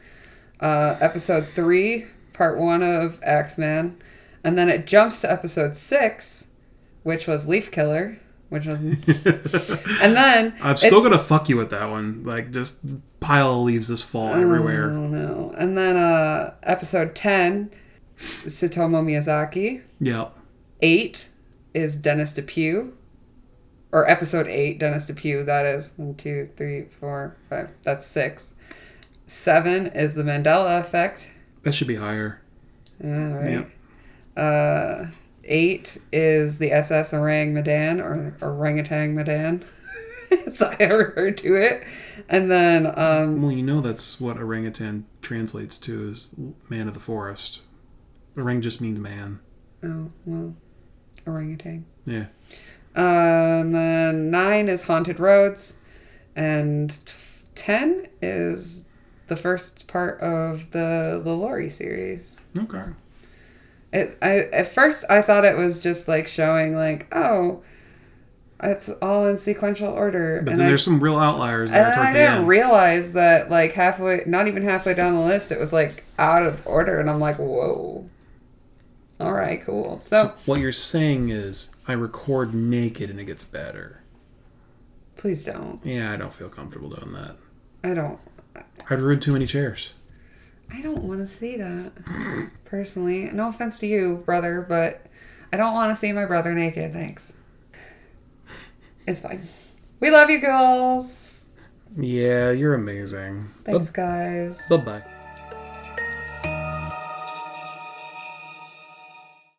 Speaker 1: Uh, episode three, part one of Axeman, and then it jumps to episode six, which was Leaf Killer, which was, and then
Speaker 2: I'm still
Speaker 1: it's-
Speaker 2: gonna fuck you with that one. Like just pile of leaves this fall everywhere.
Speaker 1: Oh no! And then uh, episode ten, Satomo Miyazaki.
Speaker 2: Yeah.
Speaker 1: Eight is Dennis Depew, or episode eight, Dennis Depew. That is one, two, three, four, five. That's six. Seven is the Mandela Effect.
Speaker 2: That should be higher.
Speaker 1: All right. Uh, eight is the SS Orang Medan or Orangutan Medan. As I refer to it, and then um,
Speaker 2: Well, you know that's what orangutan translates to is man of the forest. Orang just means man.
Speaker 1: oh well, orangutan.
Speaker 2: Yeah.
Speaker 1: Um, uh, nine is haunted roads, and t- ten is the first part of the the Lori series.
Speaker 2: Okay.
Speaker 1: It I at first I thought it was just like showing like oh, it's all in sequential order,
Speaker 2: But
Speaker 1: and
Speaker 2: then
Speaker 1: I
Speaker 2: there's some real outliers
Speaker 1: and
Speaker 2: there
Speaker 1: then
Speaker 2: towards
Speaker 1: I
Speaker 2: the
Speaker 1: didn't
Speaker 2: end.
Speaker 1: realize that like halfway, not even halfway down the list, it was like out of order, and I'm like whoa. All right, cool. So
Speaker 2: So what you're saying is I record naked and it gets better.
Speaker 1: please don't.
Speaker 2: Yeah, I don't feel comfortable doing that.
Speaker 1: I don't.
Speaker 2: I'd ruin too many chairs.
Speaker 1: I don't want to see that personally. No offense to you, brother, but I don't want to see my brother naked. Thanks. It's fine. We love you, girls.
Speaker 2: Yeah, you're amazing.
Speaker 1: Thanks, guys.
Speaker 2: Bye bye.